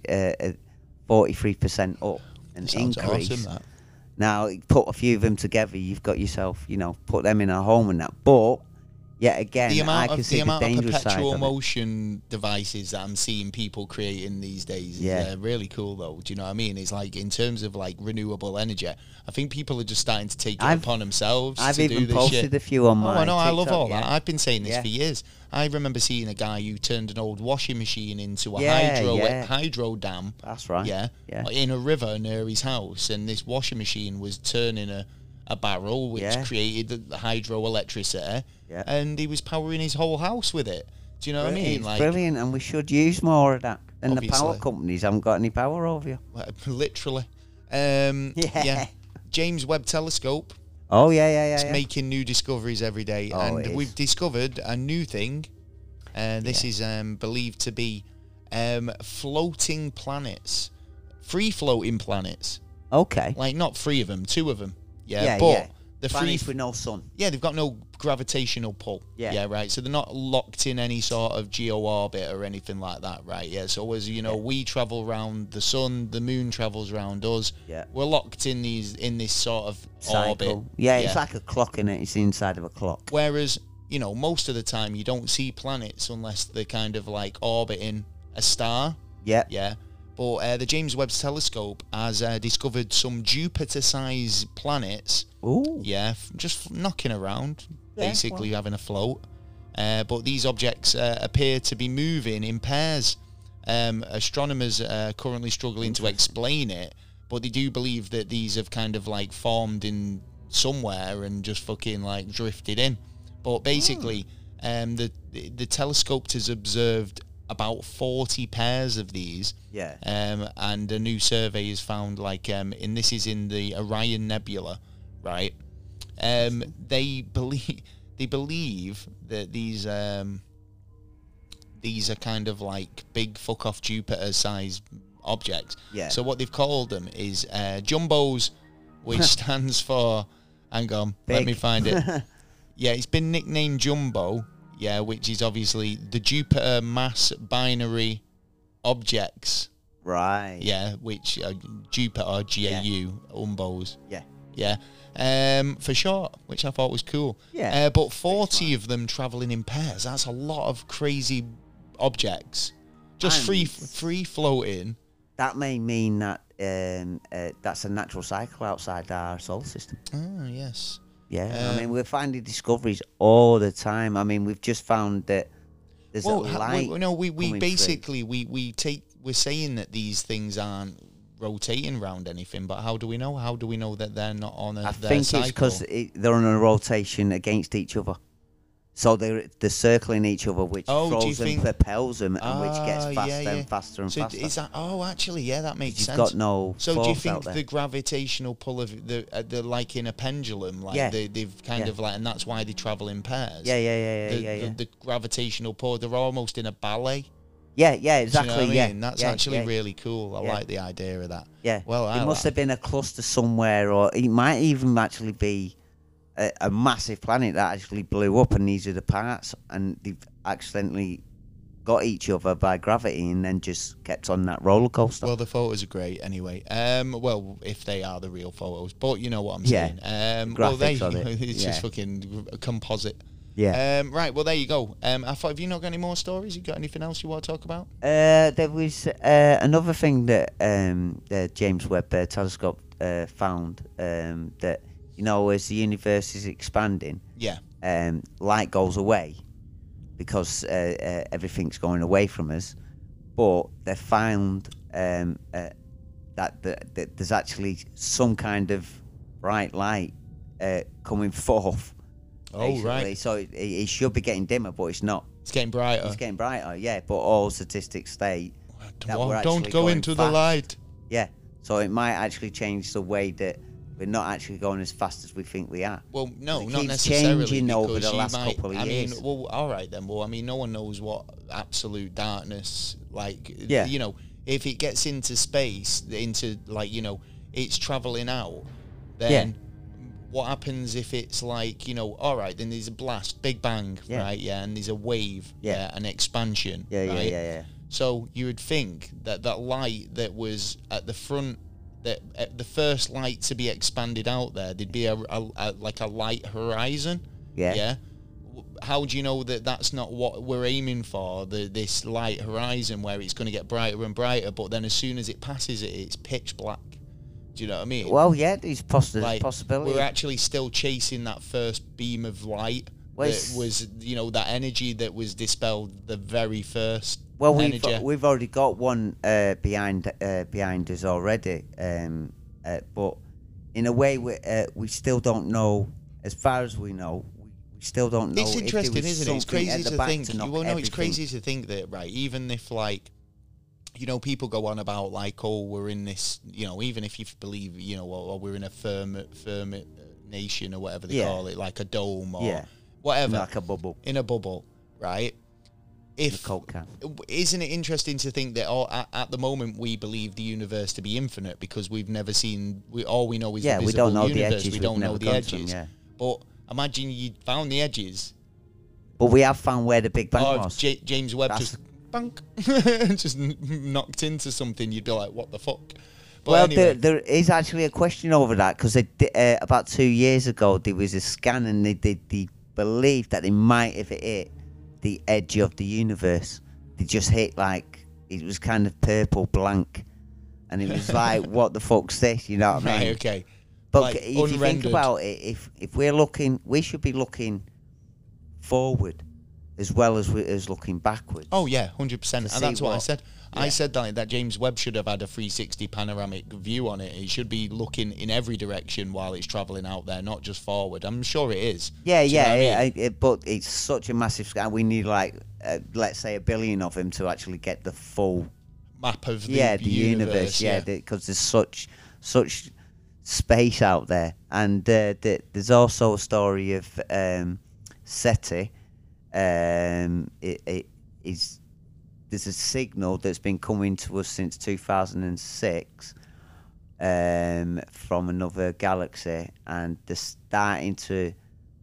[SPEAKER 2] forty three percent up an
[SPEAKER 1] Sounds
[SPEAKER 2] increase.
[SPEAKER 1] awesome, that.
[SPEAKER 2] Now put a few of them together, you've got yourself you know put them in a home and that, but yet again
[SPEAKER 1] the
[SPEAKER 2] I
[SPEAKER 1] amount
[SPEAKER 2] can
[SPEAKER 1] of the
[SPEAKER 2] see the,
[SPEAKER 1] amount of
[SPEAKER 2] dangerous side.
[SPEAKER 1] perpetual
[SPEAKER 2] of it.
[SPEAKER 1] motion devices that I'm seeing people creating these days
[SPEAKER 2] Yeah.
[SPEAKER 1] is uh, really cool though. Do you know what I mean? It's like in terms of like renewable energy, I think people are just starting to take it
[SPEAKER 2] I've-
[SPEAKER 1] upon themselves
[SPEAKER 2] I've
[SPEAKER 1] to do
[SPEAKER 2] even
[SPEAKER 1] this
[SPEAKER 2] posted
[SPEAKER 1] shit.
[SPEAKER 2] a few on
[SPEAKER 1] Oh,
[SPEAKER 2] my.
[SPEAKER 1] I know. I love
[SPEAKER 2] TikTok,
[SPEAKER 1] all
[SPEAKER 2] yeah.
[SPEAKER 1] that. I've been saying this
[SPEAKER 2] Yeah.
[SPEAKER 1] for years. I remember seeing a guy who turned an old washing machine into a
[SPEAKER 2] Yeah,
[SPEAKER 1] hydro
[SPEAKER 2] yeah.
[SPEAKER 1] hydro dam.
[SPEAKER 2] That's right.
[SPEAKER 1] Yeah,
[SPEAKER 2] Yeah.
[SPEAKER 1] in a river near his house, and this washing machine was turning a, a barrel, which
[SPEAKER 2] Yeah.
[SPEAKER 1] created the- the hydroelectricity,
[SPEAKER 2] Yeah.
[SPEAKER 1] and he was powering his whole house with it. Do you know what I mean?
[SPEAKER 2] It's brilliant, and we should use more of that. And the power
[SPEAKER 1] Obviously.
[SPEAKER 2] companies haven't got any power over you.
[SPEAKER 1] like, <laughs> literally. Um, yeah.
[SPEAKER 2] <laughs> Yeah.
[SPEAKER 1] James Webb Telescope
[SPEAKER 2] Oh yeah, yeah, yeah.
[SPEAKER 1] is
[SPEAKER 2] yeah.
[SPEAKER 1] making new discoveries every day,
[SPEAKER 2] Oh, it
[SPEAKER 1] and
[SPEAKER 2] is.
[SPEAKER 1] we've discovered a new thing. Uh, this is um, believed to be um, floating planets, free floating planets.
[SPEAKER 2] okay.
[SPEAKER 1] Like not three of them, two of them. Yeah,
[SPEAKER 2] Yeah,
[SPEAKER 1] but
[SPEAKER 2] yeah.
[SPEAKER 1] the free
[SPEAKER 2] Planets with no sun.
[SPEAKER 1] Yeah, they've got no gravitational pull.
[SPEAKER 2] Yeah.
[SPEAKER 1] Yeah, right. So they're not locked in any sort of geo orbit or anything like that, right? Yeah. So as you know, we travel round the sun, the moon travels round us.
[SPEAKER 2] Yeah.
[SPEAKER 1] We're locked in these in this sort of orbit.
[SPEAKER 2] Cycle. Yeah, it's like a clock in it. It's the inside of a clock.
[SPEAKER 1] Whereas, you know, most of the time you don't see planets unless they're kind of like orbiting a star.
[SPEAKER 2] Yeah.
[SPEAKER 1] Yeah. But uh, the James Webb Telescope has uh, discovered some Jupiter-sized planets
[SPEAKER 2] Ooh.
[SPEAKER 1] yeah, f- just f- knocking around,
[SPEAKER 2] Yeah,
[SPEAKER 1] basically having a float. Uh, but these objects uh, appear to be moving in pairs. Um, astronomers are currently struggling to explain it, but they do believe that these have kind of like formed in somewhere and just fucking like drifted in. But basically, um, the the telescope has observed about 40 pairs of these
[SPEAKER 2] Yeah.
[SPEAKER 1] um, and a new survey has found like um, and this is in the Orion Nebula, right? Um, they believe <laughs> they believe that these um, these are kind of like big fuck off Jupiter sized objects.
[SPEAKER 2] Yeah.
[SPEAKER 1] So what they've called them is uh, jumbos, which stands for. Hang on, let
[SPEAKER 2] Big.
[SPEAKER 1] me find it.
[SPEAKER 2] <laughs>
[SPEAKER 1] Yeah, it's been nicknamed Jumbo. Yeah, which is obviously the Jupiter mass binary objects.
[SPEAKER 2] Right.
[SPEAKER 1] Yeah, which are Jupiter GAU Umbos.
[SPEAKER 2] Yeah.
[SPEAKER 1] Yeah, um, for short, which I thought was cool.
[SPEAKER 2] Yeah,
[SPEAKER 1] uh, but forty of them traveling in pairs. That's a lot of crazy objects, just
[SPEAKER 2] And-
[SPEAKER 1] free free floating.
[SPEAKER 2] That may mean that um, uh, that's a natural cycle outside our solar system.
[SPEAKER 1] Oh yes.
[SPEAKER 2] Yeah.
[SPEAKER 1] Um,
[SPEAKER 2] I mean, we're finding discoveries all the time. I mean, we've just found that there's
[SPEAKER 1] Well,
[SPEAKER 2] a
[SPEAKER 1] ha-
[SPEAKER 2] light.
[SPEAKER 1] we, no, we, we
[SPEAKER 2] coming through.
[SPEAKER 1] basically we, we take we're saying that these things aren't rotating round anything, but how do we know? How do we know that they're not on a,
[SPEAKER 2] I
[SPEAKER 1] their
[SPEAKER 2] think it's
[SPEAKER 1] cycle?
[SPEAKER 2] because they're on a rotation against each other. So they're, they're circling each other, which
[SPEAKER 1] Oh, do you
[SPEAKER 2] throws and
[SPEAKER 1] think-
[SPEAKER 2] propels them, and which
[SPEAKER 1] Ah,
[SPEAKER 2] gets
[SPEAKER 1] yeah,
[SPEAKER 2] faster
[SPEAKER 1] yeah.
[SPEAKER 2] and faster and
[SPEAKER 1] So d-
[SPEAKER 2] faster.
[SPEAKER 1] is that? Oh, actually, yeah, that makes
[SPEAKER 2] You've
[SPEAKER 1] sense.
[SPEAKER 2] got no
[SPEAKER 1] so do you
[SPEAKER 2] force
[SPEAKER 1] think
[SPEAKER 2] out there.
[SPEAKER 1] the gravitational pull of the, uh, the like in a pendulum, like
[SPEAKER 2] Yeah.
[SPEAKER 1] they, they've kind
[SPEAKER 2] Yeah.
[SPEAKER 1] of like, and that's why they travel in pairs.
[SPEAKER 2] yeah, yeah, yeah, yeah,
[SPEAKER 1] the,
[SPEAKER 2] yeah, yeah.
[SPEAKER 1] The, the gravitational pull, they're almost in a ballet.
[SPEAKER 2] yeah, yeah,
[SPEAKER 1] Do you know
[SPEAKER 2] exactly.
[SPEAKER 1] what I
[SPEAKER 2] yeah,
[SPEAKER 1] mean? that's
[SPEAKER 2] yeah,
[SPEAKER 1] actually
[SPEAKER 2] yeah,
[SPEAKER 1] really cool. I
[SPEAKER 2] yeah.
[SPEAKER 1] like the idea of that.
[SPEAKER 2] Yeah,
[SPEAKER 1] Well, I
[SPEAKER 2] it must
[SPEAKER 1] like-
[SPEAKER 2] have been a cluster somewhere, or it might even actually be a, a massive planet that actually blew up, and these are the parts, and they've accidentally got each other by gravity, and then just kept on that roller coaster.
[SPEAKER 1] Well, the photos are great anyway. Um, well, if they are the real photos, but you know what I'm
[SPEAKER 2] Yeah.
[SPEAKER 1] saying. Um,
[SPEAKER 2] The
[SPEAKER 1] well, they,
[SPEAKER 2] graphics of
[SPEAKER 1] <laughs>
[SPEAKER 2] it.
[SPEAKER 1] it's just
[SPEAKER 2] Yeah.
[SPEAKER 1] fucking a composite.
[SPEAKER 2] yeah.
[SPEAKER 1] Um, right. Well, there you go. Um, I thought, have you not got any more stories? You got anything else you want to talk about?
[SPEAKER 2] Uh, there was uh, another thing that um, the James Webb uh, Telescope uh, found um, that you know as the universe is expanding,
[SPEAKER 1] Yeah.
[SPEAKER 2] um, light goes away because uh, uh, everything's going away from us. But they found um, uh, that, the, that there's actually some kind of bright light uh, coming <laughs> forth.
[SPEAKER 1] Oh,
[SPEAKER 2] basically.
[SPEAKER 1] right.
[SPEAKER 2] So it, it should be getting dimmer, but it's not.
[SPEAKER 1] It's getting brighter.
[SPEAKER 2] It's getting brighter, yeah. But all statistics state that
[SPEAKER 1] Don't-
[SPEAKER 2] we're
[SPEAKER 1] don't
[SPEAKER 2] actually
[SPEAKER 1] go
[SPEAKER 2] going
[SPEAKER 1] into the
[SPEAKER 2] fast.
[SPEAKER 1] light.
[SPEAKER 2] Yeah. So it might actually change the way that we're not actually going as fast as we think we are.
[SPEAKER 1] Well, no,
[SPEAKER 2] It
[SPEAKER 1] not
[SPEAKER 2] keeps
[SPEAKER 1] necessarily.
[SPEAKER 2] changing
[SPEAKER 1] because
[SPEAKER 2] over the
[SPEAKER 1] you
[SPEAKER 2] last
[SPEAKER 1] might,
[SPEAKER 2] couple of
[SPEAKER 1] I
[SPEAKER 2] years.
[SPEAKER 1] mean, well, all right then. Well, I mean, no one knows what absolute darkness, like,
[SPEAKER 2] Yeah.
[SPEAKER 1] you know, if it gets into space, into, like, you know, it's traveling out, then what happens if it's like, you know, all right, then there's a blast, big bang,
[SPEAKER 2] Yeah.
[SPEAKER 1] right? Yeah, and there's a wave,
[SPEAKER 2] Yeah.
[SPEAKER 1] an expansion.
[SPEAKER 2] Yeah,
[SPEAKER 1] right?
[SPEAKER 2] yeah, yeah, yeah.
[SPEAKER 1] So you would think that that light that was at the front, that at the first light to be expanded out there, there'd be a, a- a- like a light horizon.
[SPEAKER 2] Yeah.
[SPEAKER 1] W- How do you know that that's not what we're aiming for? The this light horizon where it's going to get brighter and brighter, but then as soon as it passes it, it's pitch black. Do you know what I mean?
[SPEAKER 2] Well, yeah, there's possi-
[SPEAKER 1] like
[SPEAKER 2] possibility.
[SPEAKER 1] we're actually still chasing that first beam of light.
[SPEAKER 2] Well,
[SPEAKER 1] that
[SPEAKER 2] it's-
[SPEAKER 1] was you know that energy that was dispelled the very first.
[SPEAKER 2] Well, we've
[SPEAKER 1] energy.
[SPEAKER 2] we've already got one uh, behind uh, behind us already, um, uh, but in a way we uh, we still don't know. As far as we know, we, we still don't know.
[SPEAKER 1] It's
[SPEAKER 2] if there
[SPEAKER 1] interesting,
[SPEAKER 2] was
[SPEAKER 1] isn't it? It's
[SPEAKER 2] something at
[SPEAKER 1] crazy
[SPEAKER 2] the
[SPEAKER 1] to
[SPEAKER 2] back
[SPEAKER 1] think.
[SPEAKER 2] knock
[SPEAKER 1] well, no, it's
[SPEAKER 2] everything-
[SPEAKER 1] crazy to think that right. Even if like, you know, people go on about like, oh, we're in this. You know, even if you believe, you know, or, or we're in a firm, firm uh, nation or whatever they
[SPEAKER 2] Yeah.
[SPEAKER 1] call it, like a dome or
[SPEAKER 2] Yeah.
[SPEAKER 1] whatever,
[SPEAKER 2] like a bubble,
[SPEAKER 1] in a bubble, right?
[SPEAKER 2] a
[SPEAKER 1] If
[SPEAKER 2] coke can.
[SPEAKER 1] isn't it interesting to think that all, at, at the moment we believe the universe to be infinite because we've never seen we all we know is
[SPEAKER 2] Yeah,
[SPEAKER 1] the
[SPEAKER 2] we don't
[SPEAKER 1] visible
[SPEAKER 2] know the
[SPEAKER 1] universe,
[SPEAKER 2] edges,
[SPEAKER 1] we
[SPEAKER 2] we've
[SPEAKER 1] don't know
[SPEAKER 2] never
[SPEAKER 1] the
[SPEAKER 2] gone to them,
[SPEAKER 1] edges
[SPEAKER 2] yeah.
[SPEAKER 1] but imagine you found the edges
[SPEAKER 2] But we have found where the Big Bang
[SPEAKER 1] Oh,
[SPEAKER 2] was.
[SPEAKER 1] if J- James Webb
[SPEAKER 2] That's-
[SPEAKER 1] just bunk, <laughs> just n- knocked into something, you'd be like, "What the fuck?" But
[SPEAKER 2] well,
[SPEAKER 1] anyway,
[SPEAKER 2] there, there is actually a question over that because uh, about two years ago there was a scan and they, they, they believed that they might have hit the edge of the universe. They just hit like it was kind of purple blank, and it
[SPEAKER 1] <laughs>
[SPEAKER 2] was like, what the fuck's this? You know what I mean?
[SPEAKER 1] right, okay,
[SPEAKER 2] But
[SPEAKER 1] like,
[SPEAKER 2] c- if you think
[SPEAKER 1] unrendered.
[SPEAKER 2] about it, if if we're looking, we should be looking forward as well as we, as looking backwards.
[SPEAKER 1] oh yeah, hundred percent,
[SPEAKER 2] To
[SPEAKER 1] and
[SPEAKER 2] see
[SPEAKER 1] that's what, I
[SPEAKER 2] what-
[SPEAKER 1] said. I
[SPEAKER 2] yeah.
[SPEAKER 1] said that that James Webb should have had a 360 panoramic view on it. It should be looking in every direction while it's traveling out there, not just forward. I'm sure it is.
[SPEAKER 2] Yeah,
[SPEAKER 1] Do you know
[SPEAKER 2] yeah,
[SPEAKER 1] what I mean?
[SPEAKER 2] yeah, I- it- but it's such a massive scale. We need like, uh, let's say, a billion of them to actually get the full,
[SPEAKER 1] map of the
[SPEAKER 2] yeah, the universe, yeah,
[SPEAKER 1] yeah.
[SPEAKER 2] because there's such, such space out there, and uh, the, there's also a story of um, SETI. Um, it, it is there's a signal that's been coming to us since 2006 um, from another galaxy, and they're starting to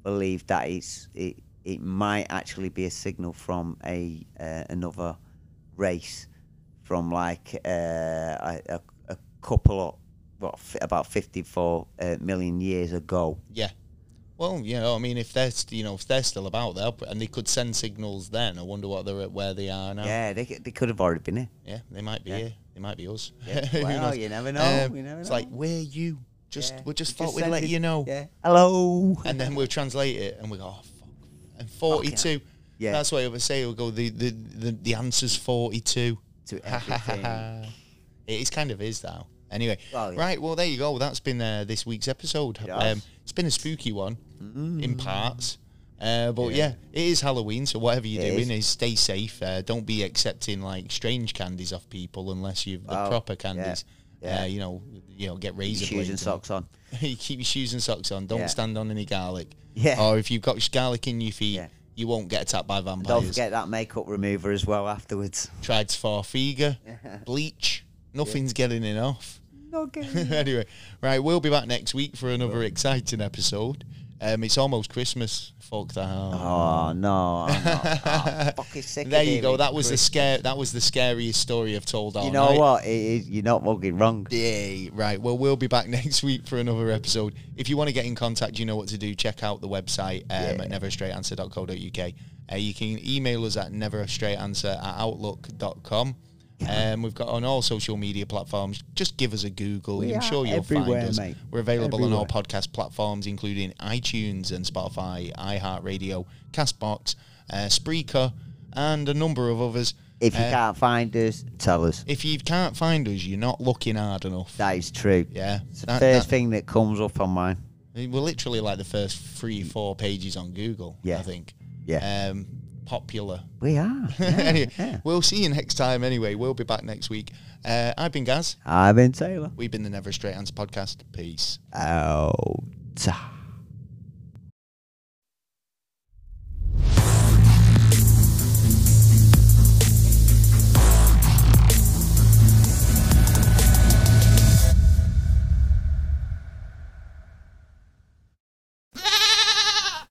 [SPEAKER 2] believe that it's it, it might actually be a signal from a uh, another race, from like uh, a, a, a couple of what f- about 54 uh, million years ago.
[SPEAKER 1] Yeah. Well, you know, I mean, if they're st- you know if they're still about there, and they could send signals then, I wonder what they're at, where they are now.
[SPEAKER 2] Yeah, they, c- they could have already been here.
[SPEAKER 1] Yeah, they might be here. They might be us. <laughs> Who
[SPEAKER 2] Well,
[SPEAKER 1] knows?
[SPEAKER 2] you never know.
[SPEAKER 1] Um,
[SPEAKER 2] you never
[SPEAKER 1] it's
[SPEAKER 2] know.
[SPEAKER 1] like we're you. Just
[SPEAKER 2] Yeah.
[SPEAKER 1] we just
[SPEAKER 2] We
[SPEAKER 1] thought we'd
[SPEAKER 2] send
[SPEAKER 1] let
[SPEAKER 2] it-
[SPEAKER 1] you know,
[SPEAKER 2] Yeah. Hello.
[SPEAKER 1] and then we'll translate it, and we go, oh, fuck. And forty-two.
[SPEAKER 2] Yeah.
[SPEAKER 1] That's why I would say we'll go the the the, the answer's forty-two. <laughs>
[SPEAKER 2] to everything.
[SPEAKER 1] it is kind of is though. Anyway,
[SPEAKER 2] Well, yeah.
[SPEAKER 1] right. Well, there you go. That's been uh, this week's episode.
[SPEAKER 2] It has.
[SPEAKER 1] Um, it's been a spooky one
[SPEAKER 2] Mm.
[SPEAKER 1] in parts. Uh, but yeah. it is Halloween, so whatever you're
[SPEAKER 2] It
[SPEAKER 1] doing is stay safe. Uh, don't be accepting like strange candies off people unless you've the
[SPEAKER 2] Wow.
[SPEAKER 1] proper
[SPEAKER 2] Yeah.
[SPEAKER 1] candies.
[SPEAKER 2] Oh, Yeah.
[SPEAKER 1] Uh, you know, you know, get razor
[SPEAKER 2] Shoes
[SPEAKER 1] blades
[SPEAKER 2] and socks on.
[SPEAKER 1] <laughs> you keep your shoes and socks on. Don't
[SPEAKER 2] Yeah.
[SPEAKER 1] stand on any garlic.
[SPEAKER 2] Yeah.
[SPEAKER 1] Or if you've got garlic in your feet,
[SPEAKER 2] Yeah.
[SPEAKER 1] you won't get attacked by vampires.
[SPEAKER 2] Don't forget that makeup remover as well afterwards.
[SPEAKER 1] Tried Sfarfiga, bleach. Nothing's getting enough. <laughs>
[SPEAKER 2] Mm.
[SPEAKER 1] anyway, right, we'll be back next week for another exciting episode. Um, it's almost Christmas. Fuck that. <laughs>
[SPEAKER 2] Oh no! I'm not. I'm fucking sick.
[SPEAKER 1] there
[SPEAKER 2] of
[SPEAKER 1] you go.
[SPEAKER 2] hearing
[SPEAKER 1] That was the
[SPEAKER 2] Chris-
[SPEAKER 1] scare. That was the scariest story I've told all
[SPEAKER 2] You know
[SPEAKER 1] night.
[SPEAKER 2] what? It is, you're not fucking wrong.
[SPEAKER 1] Yay. Right. Well, we'll be back <laughs> next week for another episode. If you want to get in contact, you know what to do. Check out the website um, at neverstraightanswer.co.uk. Uh, you can email us at neverstraightanswer at outlook.com. Um, we've got on all social media platforms. Just give us a Google.
[SPEAKER 2] We
[SPEAKER 1] I'm
[SPEAKER 2] are
[SPEAKER 1] sure you'll find
[SPEAKER 2] everywhere,
[SPEAKER 1] us.
[SPEAKER 2] mate.
[SPEAKER 1] We're available on all
[SPEAKER 2] Everywhere.
[SPEAKER 1] podcast platforms, including iTunes and Spotify, iHeartRadio, Castbox, uh, Spreaker, and a number of others.
[SPEAKER 2] If you
[SPEAKER 1] Uh,
[SPEAKER 2] can't find us, tell us.
[SPEAKER 1] if you can't find us, you're not looking hard enough.
[SPEAKER 2] That is true.
[SPEAKER 1] yeah.
[SPEAKER 2] It's the
[SPEAKER 1] That- that-
[SPEAKER 2] first thing that comes up on mine.
[SPEAKER 1] I mean, We're literally like the first three, four pages on Google. I
[SPEAKER 2] Mm. Yeah.
[SPEAKER 1] think.
[SPEAKER 2] Yeah.
[SPEAKER 1] Um, popular. <laughs>
[SPEAKER 2] We are. <laughs> Yeah,
[SPEAKER 1] anyway,
[SPEAKER 2] yeah.
[SPEAKER 1] we'll see you next time. Anyway, we'll be back next week. Uh, I've been Gaz.
[SPEAKER 2] I've been Taylor.
[SPEAKER 1] We've been the Never a Straight Answer podcast. Peace.
[SPEAKER 2] Out.